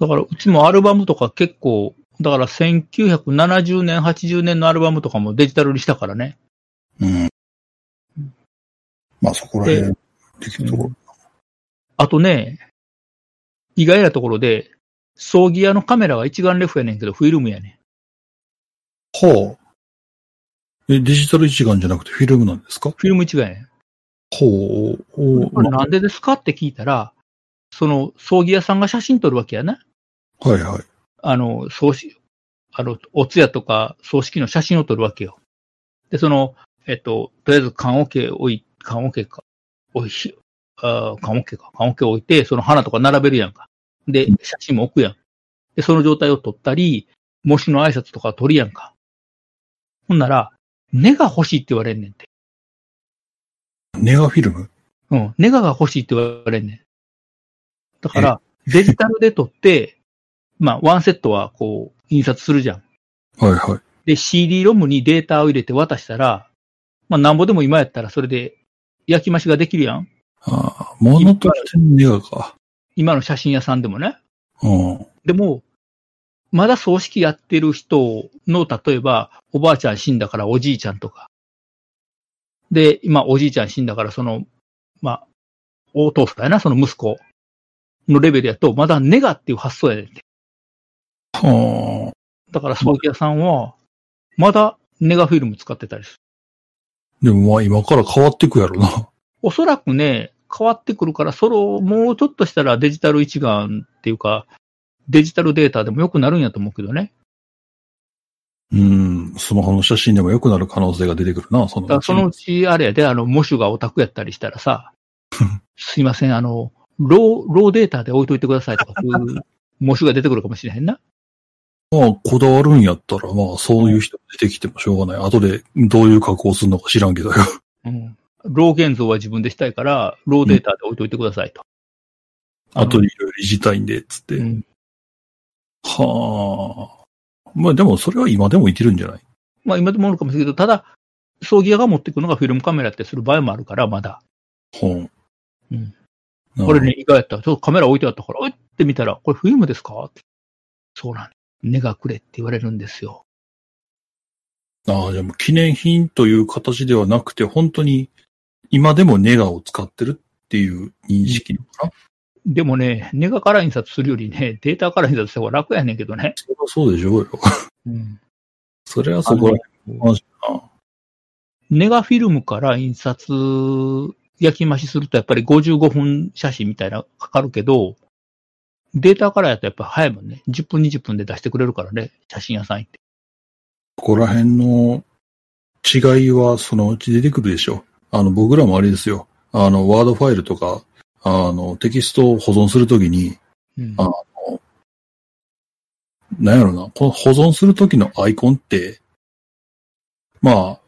C: だから、うちもアルバムとか結構、だから1970年、80年のアルバムとかもデジタルにしたからね。
B: うん。まあそこら辺
C: で
B: できるところ。
C: あとね、意外なところで、葬儀屋のカメラは一眼レフやねんけど、フィルムやね
B: ほう。え、デジタル一眼じゃなくてフィルムなんですか
C: ん。フィルム一眼やね
B: ほう。ほ
C: ん。
B: う。
C: これ
B: ま
C: なんでですかって聞いたら、その葬儀屋さんが写真撮るわけやな。
B: あはいはい。
C: あの、葬式、あの、お通夜とか葬式の写真を撮るわけよ。で、その、えっと、とりあえず棺桶置い、棺桶か、おいし、あー棺桶か、棺桶置いて、その花とか並べるやんか。で、写真も置くやん。で、その状態を撮ったり、模試の挨拶とか撮るやんか。ほんなら、ネガ欲しいって言われんねんて。
B: ネガフィルム
C: うん、ネガが欲しいって言われんねん。だから、デジタルで撮って、まあ、ワンセットはこう、印刷するじゃん。
B: はいはい。
C: で、CD ロムにデータを入れて渡したら、まあ、なんぼでも今やったらそれで焼き増しができるやん。
B: ああ、物としてのネガか。
C: 今の写真屋さんでもね。
B: うん。
C: でも、まだ葬式やってる人の、例えば、おばあちゃん死んだからおじいちゃんとか。で、今おじいちゃん死んだからその、まあ、お父さんやな、その息子のレベルやと、まだネガっていう発想やねんて。
B: は
C: だから葬儀屋さんは、まだネガフィルム使ってたりする。
B: あ。でもまあ今から変わっていくやろな。 (laughs)
C: おそらくね、変わってくるから、それをもうちょっとしたらデジタル一眼っていうか、デジタルデータでも良くなるんやと思うけどね。
B: うん、スマホの写真でも良くなる可能性が出てくるな、その
C: だからそのうち、あれやで、あの、モシュがオタクやったりしたら (laughs) さ、すいません、あの、ロー、ローデータで置いといてくださいとか、そう (laughs) いうモシュが出てくるかもしれへんな。
B: まあ、こだわるんやったら、まあ、そういう人出てきてもしょうがない。後で、どういう加工するのか知らんけどよ。
C: うん。ロー現像は自分でしたいから、ローデータで置いといてくださいと。あの
B: (laughs) 後にいろいろいじったいんで、つって。
C: うん
B: はあ。まあ、でも、それは今でもいけるんじゃない
C: まあ今でもあるかもしれないけど、ただ、葬儀屋が持っていくのがフィルムカメラってする場合もあるから、まだ。
B: ほん。
C: うん
B: なるほど。
C: これね、意外やった。ちょっとカメラ置いてあったから、うって見たら、これフィルムですかってそうなん根がくれって言われるんですよ。
B: ああ、じゃあもう記念品という形ではなくて、本当に今でもネガを使ってるっていう認識なのかな、
C: でもね、ネガから印刷するよりね、データから印刷した方が楽やねんけどね。
B: そりゃそうでしょうよ。
C: うん。
B: それはそこら辺の話だな。
C: ネガフィルムから印刷、焼き増しするとやっぱり55分写真みたいなのかかるけど、データからやったらやっぱ早いもんね。10分20分で出してくれるからね、写真屋さん行って。
B: ここら辺の違いはそのうち出てくるでしょう。あの、僕らもあれですよ。あの、ワードファイルとか、あの、テキストを保存するときに、
C: うん
B: あなんやろな、この保存するときのアイコンって、まあ、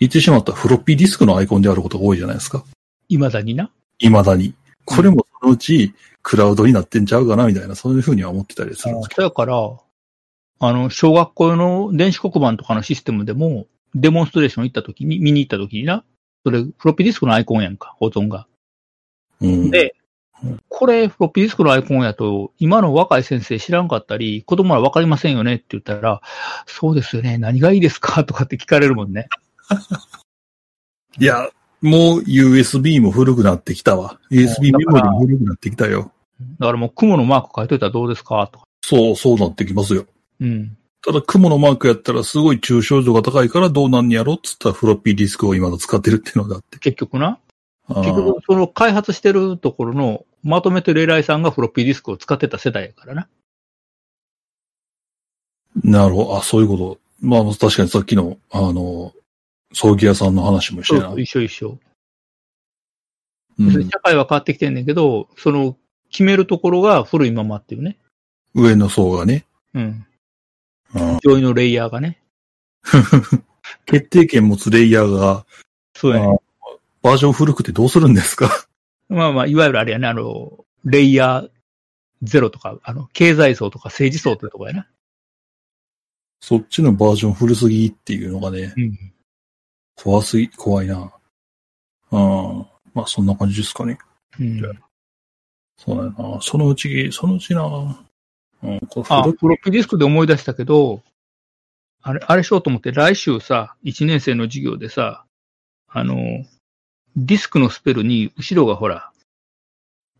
B: 言ってしまったらフロッピーディスクのアイコンであることが多いじゃないですか。
C: 未だにな。
B: 未だに。これもそのうち、クラウドになってんちゃうかな、みたいな、そういうふうには思ってたりするんですけ
C: そやから、あの、小学校の電子黒板とかのシステムでも、デモンストレーション行った時に、見に行った時にな、それ、フロッピーディスクのアイコンやんか、保存が。
B: ど。うん。
C: で、これ、フロッピーディスクのアイコンやと、今の若い先生知らんかったり、子供らわかりませんよねって言ったら、そうですよね、何がいいですかとかって聞かれるもんね。
B: いや、もう USB も古くなってきたわ。USB メモリも古くなってきたよ。
C: だからもう、雲のマーク書いといたらどうですかとか。
B: そう、そうなってきますよ。
C: うん。
B: ただ、雲のマークやったらすごい抽象度が高いからどうなんやろっつったらフロッピーディスクを今の使ってるっていうのがあって。
C: 結局な。
B: あ
C: 結
B: ー
C: 局、その開発してるところの、まとめてる偉いさんがフロッピーディスクを使ってた世代やからな。
B: なるほど。あ、そういうこと。まあ、確かにさっきの、あの、葬儀屋さんの話も一
C: そ
B: 緒
C: う
B: やな。
C: そう一緒一緒。
B: うん
C: 社会は変わってきてんねんけど、その、決めるところが古いままっていうね。
B: 上の層がね。
C: うん。
B: うん
C: 上位のレイヤーがね。
B: 決定権持つレイヤーが
C: そうやね。
B: バージョン古くてどうするんですか (laughs)
C: まあまあ、いわゆるあれやね、あの、レイヤーゼロとか、あの、経済層とか政治層ってとこやな。
B: そっちのバージョン古すぎっていうのがね、
C: うん。
B: 怖すぎ、怖いな。うん。まあそんな感じですかね。
C: うん、
B: そうだよな。そのうち、そのうちな。うん、これ
C: あ、
B: 古
C: フロッピーディスクで思い出したけど、あれ、あれしようと思って、来週さ、1年生の授業でさ、あの、ディスクのスペルに、後ろがほら、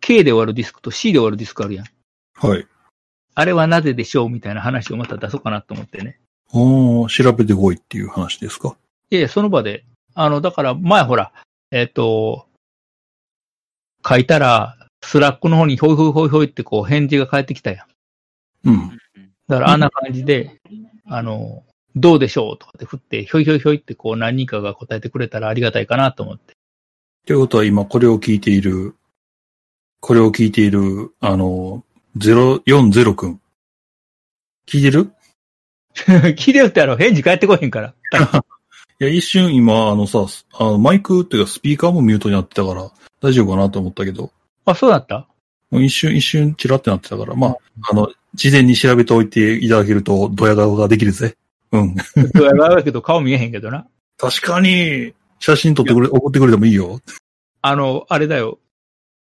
C: K で終わるディスクと C で終わるディスクあるやん。
B: はい。
C: あれはなぜでしょうみたいな話をまた出そうかなと思ってね。
B: おー調べてこいっていう話ですか。
C: いやいやその場で、あの、だから前ほら、えっ、と、書いたら、スラックの方にほいほいほいほいってこう返事が返ってきたやん。
B: うん。
C: だからあんな感じで、あの、どうでしょうとかって振って、ひょいひょいひょいってこう何人かが答えてくれたらありがたいかなと思って。 (laughs)
B: ということは今これを聞いている、これを聞いている、あの、040くん。聞いてる
C: 聞いてよってあの返事返ってこへんから。
B: いや、一瞬今、あのさ、あのマイクっていうかスピーカーもミュートになってたから、大丈夫かなと思ったけど、
C: あ、そうだった
B: もう一瞬一瞬チラってなってたから、まあ、あの、事前に調べておいていただけると、ドヤ顔ができるぜ。うん。
C: そうやばいけど顔見えへんけどな。
B: 確かに、写真撮ってくれ、送ってくれてもいいよ。
C: あの、あれだよ。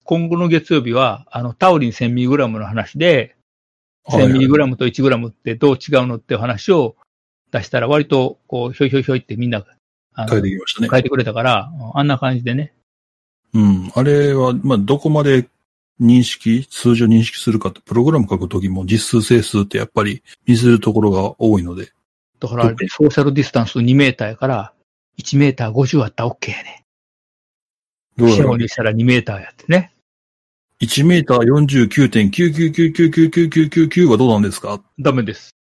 C: 今後の月曜日は、あの、タオリン 1000mg の話で、
B: はい
C: 1000mg と 1g ってどう違うのっていう話を出したら、割と、こう、ひょいひょいひょいってみんな、あの
B: 書いてきましたね
C: 書。いてくれたから、うんあんな感じでね。
B: うん。あれは、まあ、どこまで認識、数字を認識するかって、プログラム書くときも実数整数ってやっぱり見せるところが多いので、
C: だから、ソーシャルディスタンス2メーターやから、1メーター50あったら OK やね。
B: どうや
C: 四
B: ろ
C: 方
B: う
C: にしたら2メーターやってね。
I: 1メーター49.999999999はどうなんですか
C: ダメです。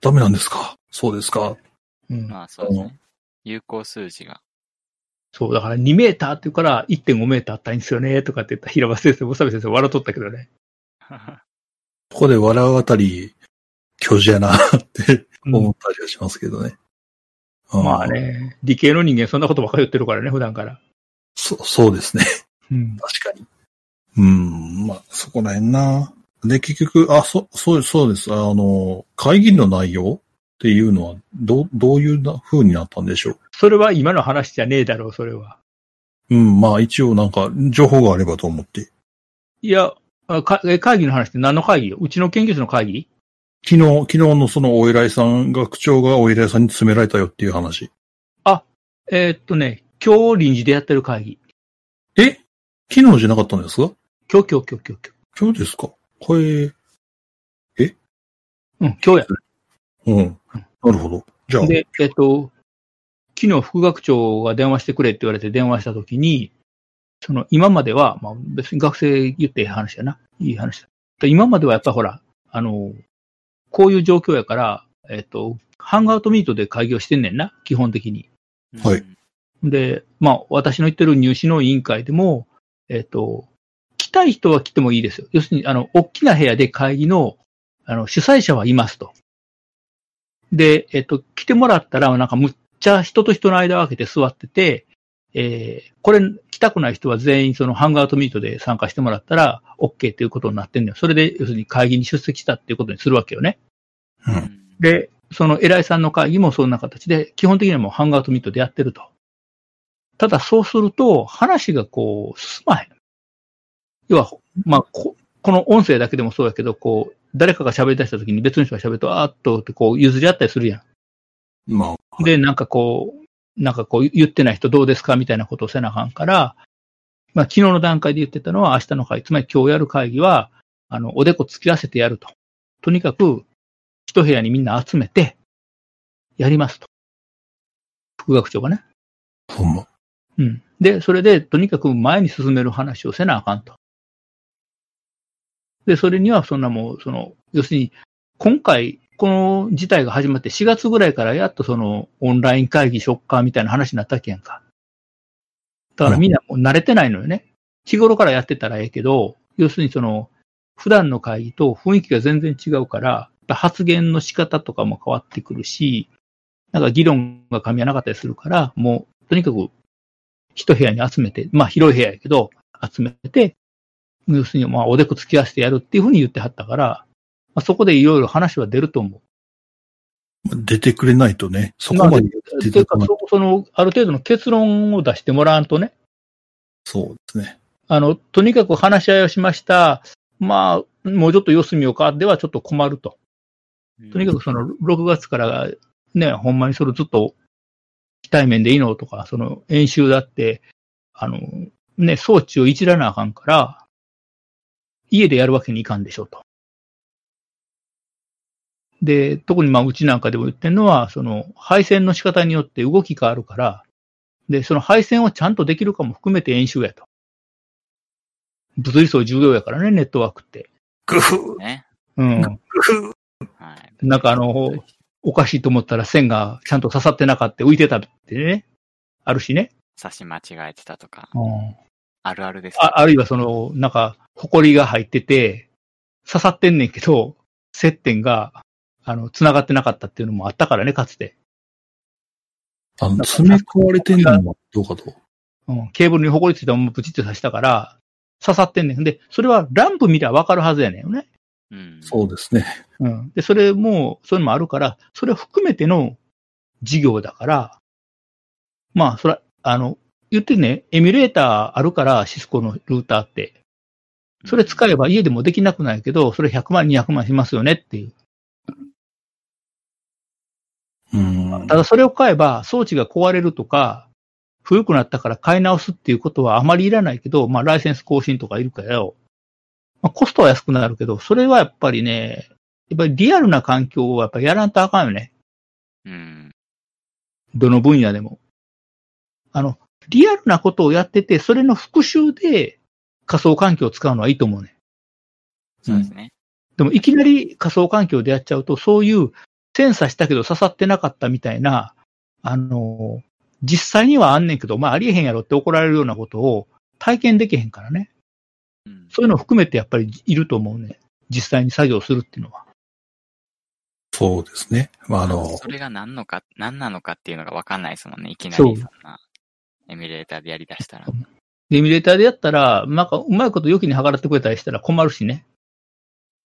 I: ダメなんですかそうですか
C: うん
D: まあそうですね。有効数字が。
C: そう、だから2メーターって言うから1.5メーターあったらいいんですよね、とかって言った平場先生、もさび先生笑っとったけどね。
I: ここで笑うあたり、巨樹やなって思ったりはしますけどね。
C: まあ。ね、理系の人間そんなことばっかり言ってるからね、普段から。
I: そ、そうですね。
C: うん。
I: 確かに。うん、まあ、そこら辺な。で、結局、あ、そ、そう、そうです。あの、会議の内容っていうのは、どう、どういうな風になったんでしょ
C: それは今の話じゃねえだろう、それは。
I: う。うん、まあ一応なんか、情報があればと思って。
C: いや、あかえ会議の話って何の会議ようちの研究室の会議
I: 昨日、昨日のそのお偉いさん、学長がお偉いさんに詰められたよっていう話。
C: えーっとね、今日臨時でやってる会議。
I: え昨日じゃなかったんですか
C: 今日、今日、今日、今日、
I: 今日ですかこれ、
C: 今日。うん、今日や。
I: うん。なるほど。じゃあ、
C: で、えっと、昨日副学長が電話してくれって言われて電話したときに、その今までは、まあ別に学生言っていい話やな。いい話だ。で今まではやっぱほら、あの、こういう状況やから、えっと、ハンガートミートで会議をしてんねんな、基本的に。
I: はい
D: うん。
C: で、まあ私の言ってる入試の委員会でも、えっと、来たい人は来てもいいですよ。要するに、あの、大きな部屋で会議の、あの、主催者はいますと。で、えっと、来てもらったら、なんかむっちゃ人と人の間を空けて座ってて、えー、これ来たくない人は全員そのハンガートミートで参加してもらったら OK ということになってんのよ。それで、要するに会議に出席したっていうことにするわけよね。
D: うん
C: で、その偉いさんの会議もそんな形で、基本的にはもうハンガートミートでやってると。ただそうすると、話がこう、進まへん。要は、まあこ、この音声だけでもそうやけど、こう、誰かが喋り出した時に別の人が喋ると、あーっとってこう、譲り合ったりするやん。
I: まあ、
C: で、なんかこう、なんかこう言ってない人どうですかみたいなことをせなあかんから、まあ昨日の段階で言ってたのは明日の会、つまり今日やる会議は、あの、おでこ突き出せてやると。とにかく、一部屋にみんな集めて、やりますと。副学長がね。
I: ほんま。
C: うん。で、それで、とにかく前に進める話をせなあかんと。で、それには、そんなもう、その、要するに、今回、この事態が始まって4月ぐらいからやっとそのオンライン会議ショッカーみたいな話になったっけやんか。だからみんなもう慣れてないのよね。日頃からやってたらええけど、要するにその、普段の会議と雰囲気が全然違うから、やっぱ発言の仕方とかも変わってくるし、なんか議論が噛み合わなかったりするから、もう、とにかく一部屋に集めて、まあ広い部屋やけど、集めて、要するにまあおでこ突き合わせてやるっていうふうに言ってはったから、まあ、そこでいろいろ話は出ると思う。
I: 出てくれないとね、そこまで出
C: とい
I: て
C: うか
I: こない。
C: そその、ある程度の結論を出してもらわんとね、
I: そうですね。
C: あの、とにかく話し合いをしました。まあ、もうちょっと様子見ようか、ではちょっと困ると。とにかくその、6月からね、ほんまにそれずっと、非対面でいいのとか、その演習だって、あの、ね、装置をいじらなあかんから、家でやるわけにいかんでしょと。で、特にまあ、うちなんかでも言ってるのは、その、配線の仕方によって動きがあるから、で、その配線をちゃんとできるかも含めて演習やと。物理層重要やからね、ネットワークって。
I: ぐふ
D: ね。
C: うん。
D: はい。
C: なんかあの、おかしいと思ったら線がちゃんと刺さってなかった浮いてたってね。あるしね。
D: 刺し間違えてたとか、
C: うん、
D: あるあるですよ。
C: ああるいはその、なんか、埃が入ってて、刺さってんねんけど、接点が、あの、繋がってなかったっていうのもあったからね、かつて。
I: あの、詰め込まれてんのもどうかと。
C: うん、ケーブルに埃ついたままブチって刺したから、刺さってんねん。で、それはランプ見りゃわかるはずやねんよね。
D: うん。
I: そうですね。
C: うん。で、それも、そういうのもあるから、それを含めての事業だから、まあ、そら、あの、言ってね、エミュレーターあるから、シスコのルーターって。それ使えば家でもできなくないけど、それ100万、200万しますよねっていう。
I: うん
C: た。だそれを買えば装置が壊れるとか、古くなったから買い直すっていうことはあまりいらないけど、まあライセンス更新とかいるからよ。まあコストは安くなるけど、それはやっぱりね、やっぱりリアルな環境をやっぱやらんとあかんよね。
D: うん。
C: どの分野でも。あの、リアルなことをやってて、それの復習で、仮想環境を使うのはいいと思うね。
D: そうですね。
C: でもいきなり仮想環境でやっちゃうと、そういうセンサーしたけど刺さってなかったみたいな、あの、実際にはあんねんけど、まあありえへんやろって怒られるようなことを体験できへんからね。
D: うん。
C: そういうのを含めてやっぱりいると思うね。実際に作業するっていうのは。
B: そうですね。まあ、あの、 (laughs)
D: それが何のか、何なのかっていうのが分かんないですもんね。いきなり
C: そう
D: そんな、エミュレーターでやり出したら。 (laughs)
C: で、エミュレーターでやったら、なんかうまいこと良きに計らってくれたりしたら困るしね。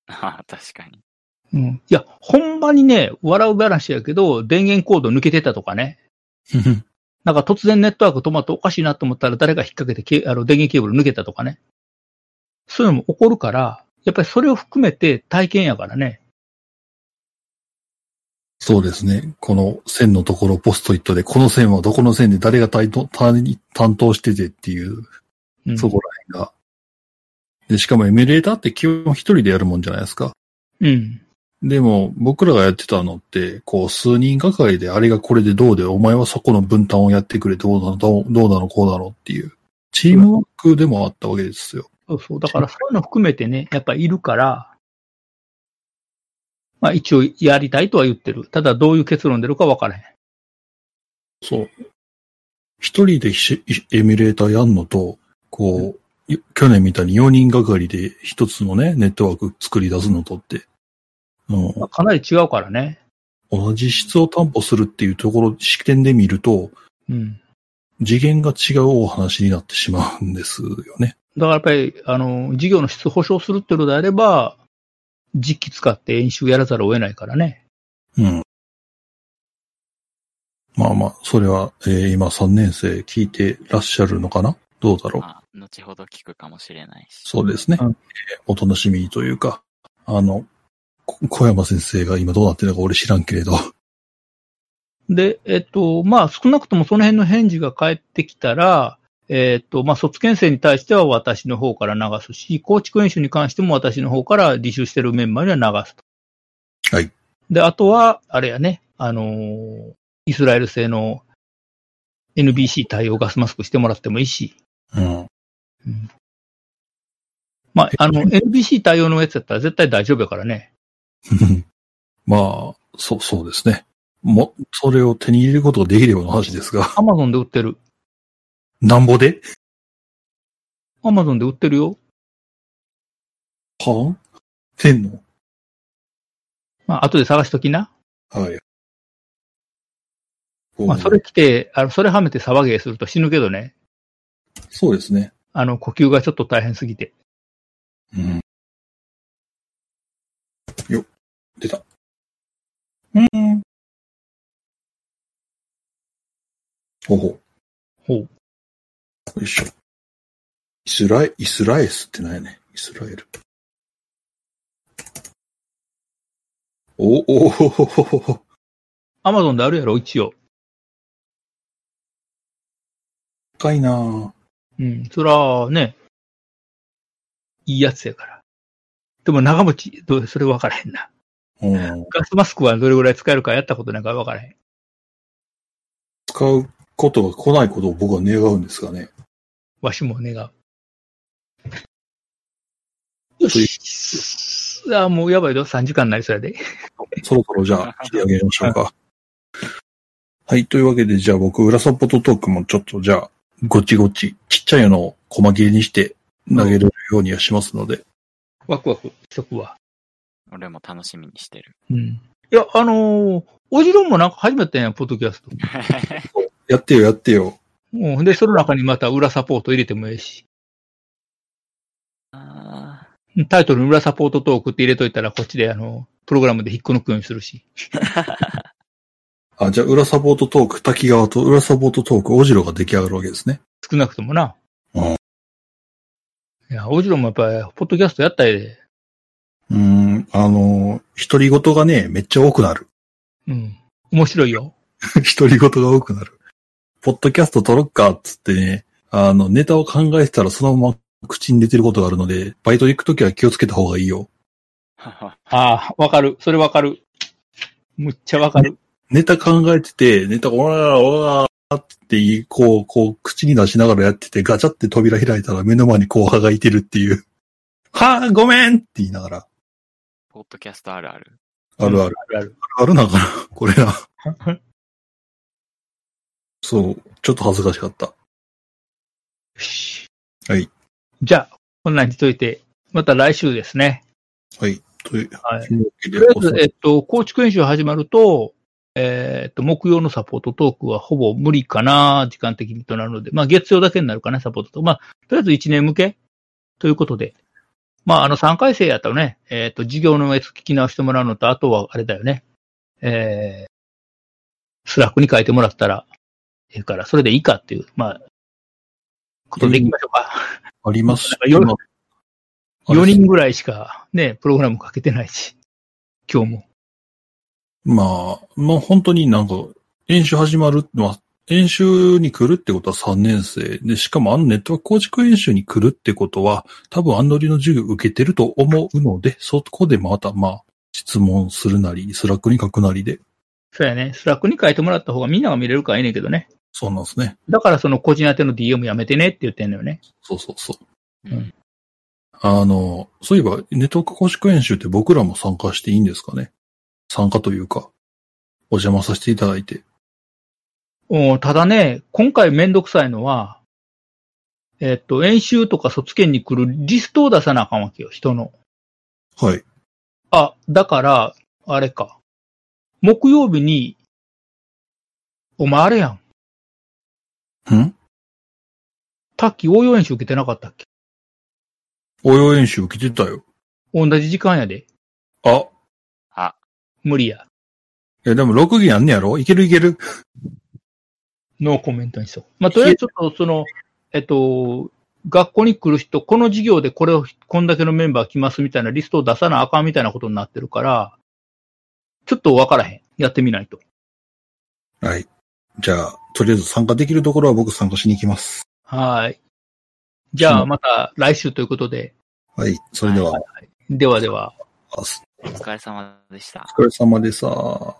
D: ああ、確かに。
C: うん。いや、ほんまにね、笑う話やけど、電源コード抜けてたとかね。なんか突然ネットワーク止まっておかしいなと思ったら誰か引っ掛けてけあの電源ケーブル抜けたとかね。そういうのも起こるから、やっぱりそれを含めて体験やからね。
B: そうですね。この線のところポストイットで、この線はどこの線で誰が担当担担当しててっていう、
C: うん、
B: そこら辺が。で、しかもエミュレーターって基本一人でやるもんじゃないですか。
C: うん。
B: でも、僕らがやってたのって、こう、数人がかりで、あれがこれでどうで、お前はそこの分担をやってくれ、どうなの、どうどうなの、こうなのっていう、チームワークでもあったわけですよ。
C: そうそう。だからそういうの含めてね、やっぱいるから、まあ一応やりたいとは言ってる。ただどういう結論出るか分からへん。
B: そう。一人でしエミュレーターやんのと、こう、い去年みたいに4人がかりで一つのね、ネットワーク作り出すのとって、うん、
C: まあかなり違うからね。
B: 同じ質を担保するっていうところ、視点で見ると、
C: うん。
B: 次元が違うお話になってしまうんですよね。
C: だからやっぱり、あの、事業の質保証するっていうのであれば、実機使って演習やらざるを得ないからね。
B: うん。まあまあ、それは、えー今3年生聞いてらっしゃるのかなどうだろう
D: まあ、後ほど聞くかもしれないし。
B: そうですね、
C: う
B: え
C: ん
B: ーお楽しみというか、あの、こ小山先生が今どうなってるのか俺知らんけれど。
C: で、えっと、まあ、少なくともその辺の返事が返ってきたら、えっと、まあ、卒検生に対しては私の方から流すし、構築演習に関しても私の方から履修してるメンバーには流すと。
B: はい。
C: で、あとは、あれやね、あのーイスラエル製の NBC 対応ガスマスクしてもらってもいいし、
B: うん。 (laughs)
C: まあ、あの、NBC 対応のやつやったら絶対大丈夫やからね。
B: まあ、そう、そうですね。も、それを手に入れることができればの話ですが、 (laughs)
C: アマゾンで売ってる。
B: なんぼで
C: アマゾンで売ってるよ。
B: はんてんの
C: まあ、後で探しときな。
B: はい。
C: まあ、それ来て、あの、それはめて騒げすると死ぬけどね。
B: そうですね。
C: あの、呼吸がちょっと大変すぎて。
B: うん。よっ、出た。うん。ほほ。
C: ほう。
B: よいしょ。イスラエ、イスラエスってなんやね。イスラエル。お、おほほほほほ。
C: アマゾンであるやろ、一応。
B: 深いなぁ。
C: うん。そら、ね。いいやつやから。でも長持ち、どうそれ分からへんな。
B: うん。
C: ガスマスクはどれぐらい使えるかやったことなんか分からへん。
B: 使うことが来ないことを僕は願うんですがね。
C: わしも願う。よし。あ、もうやばいぞ。3時間になりそうやで。
B: そろそろじゃあ、引き上げましょうか。 (laughs) はい。というわけで、じゃあ僕、裏サポートトークもちょっと、じゃあ、ごちごち、ちっちゃいのを細切れにして投げるようにはしますので。
C: ワクワクしとくわ。
D: 俺も楽しみにして
C: (laughs)
D: る。
C: うん。いや、あのー、おじろんもなんか始めたんやん、ポッドキャスト。
B: やってよ、やってよ。
C: うん。で、その中にまた裏サポート入れてもええし。
D: あ
C: タイトルに裏サポートトークって入れといたら、こっちであの、プログラムで引っこ抜くようにするし。 (laughs)
B: あ、じゃあ、裏サポートトーク、滝川と裏サポートトーク、おじろが出来上がるわけですね。
C: 少なくともな。
B: うん
C: いや、おじろもやっぱり、ポッドキャストやったらええで。
B: うーん、あのー、独り言がね、めっちゃ多くなる。 (laughs)
C: うん。面白いよ。
B: 独り言が多くなる。ポッドキャスト撮ろっか、っつってね、あの、ネタを考えてたらそのまま口に出てることがあるので、バイト行くときは気をつけた方がいいよ。
C: (laughs)
D: あ。
C: ああ、わかる。そ (laughs) れわかる。むっちゃわかる。
B: ネタ考えてて、ネタ、おらおらっていい、こう、こう、口に出しながらやってて、ガチャって扉開いたら目の前に後輩がいてるっていう。はぁ、ごめんって言いながら。
D: ポッドキャストあるある。
B: あるある。
C: ある
B: あるなかな、これな。そう、ちょっと恥ずかしかった。
C: よし。
B: はい。
C: じゃあ、こんなにしといて、また来週ですね。
B: はい。という、
C: はい
B: というわけ
C: と
B: で
C: りあえず、えっと、構築演習始まると、えーっと、木曜のサポートトークはほぼ無理かな、時間的にとなるので、まあ月曜だけになるかな、サポートと。まあ、とりあえず1年向けということで。まあ、あの3回生やったらね、えーっと、授業のやつ聞き直してもらうのと、あとはあれだよね、えー、スラックに書いてもらったら、ええから、それでいいかっていう、まあ、ことでいきましょうか。
B: あります
C: なんか。夜
B: 今あれ
C: 4人ぐらいしかね、プログラムかけてないし、今日も。
B: まあ、まあ本当になんか、演習始まる、まあ、演習に来るってことは3年生。で、しかもあのネットワーク構築演習に来るってことは、多分アンドリの授業受けてると思うので、そこでまた、まあ、質問するなり、スラックに書くなりで。
C: そうやね。スラックに書いてもらった方がみんなが見れるからいいねんけどね。
B: そうなんですね。
C: だからその個人宛ての DM やめてねって言ってんのよね。
B: そうそうそう。
C: うん
B: あの、そういえば、ネットワーク構築演習って僕らも参加していいんですかね参加というか、お邪魔させていただいて。
C: うんただね、今回めんどくさいのは、えっと、演習とか卒検に来るリストを出さなあかんわけよ、人の。
B: はい。
C: あ、だから、あれか。木曜日に、お前あれやん。
B: ん
C: タッキー応用演習受けてなかったっけ
B: 応用演習受けてたよ。
C: 同じ時間やで。
B: あ、
C: 無理や。
B: いや、でも6弦あんねやろいけるいける。
C: ノーコメントにしそう。まあ、とりあえずちょっとその、えっと、学校に来る人、この授業でこれを、こんだけのメンバー来ますみたいなリストを出さなあかんみたいなことになってるから、ちょっとわからへん。やってみないと。
B: はい。じゃあ、とりあえず参加できるところは僕参加しに行きます。
C: はい。じゃ
B: う
C: あ、
B: ん
C: また来週ということで。
B: はい。それでは、
C: ではでは。
B: お疲
D: お疲れ様でした。
B: れ様でさ。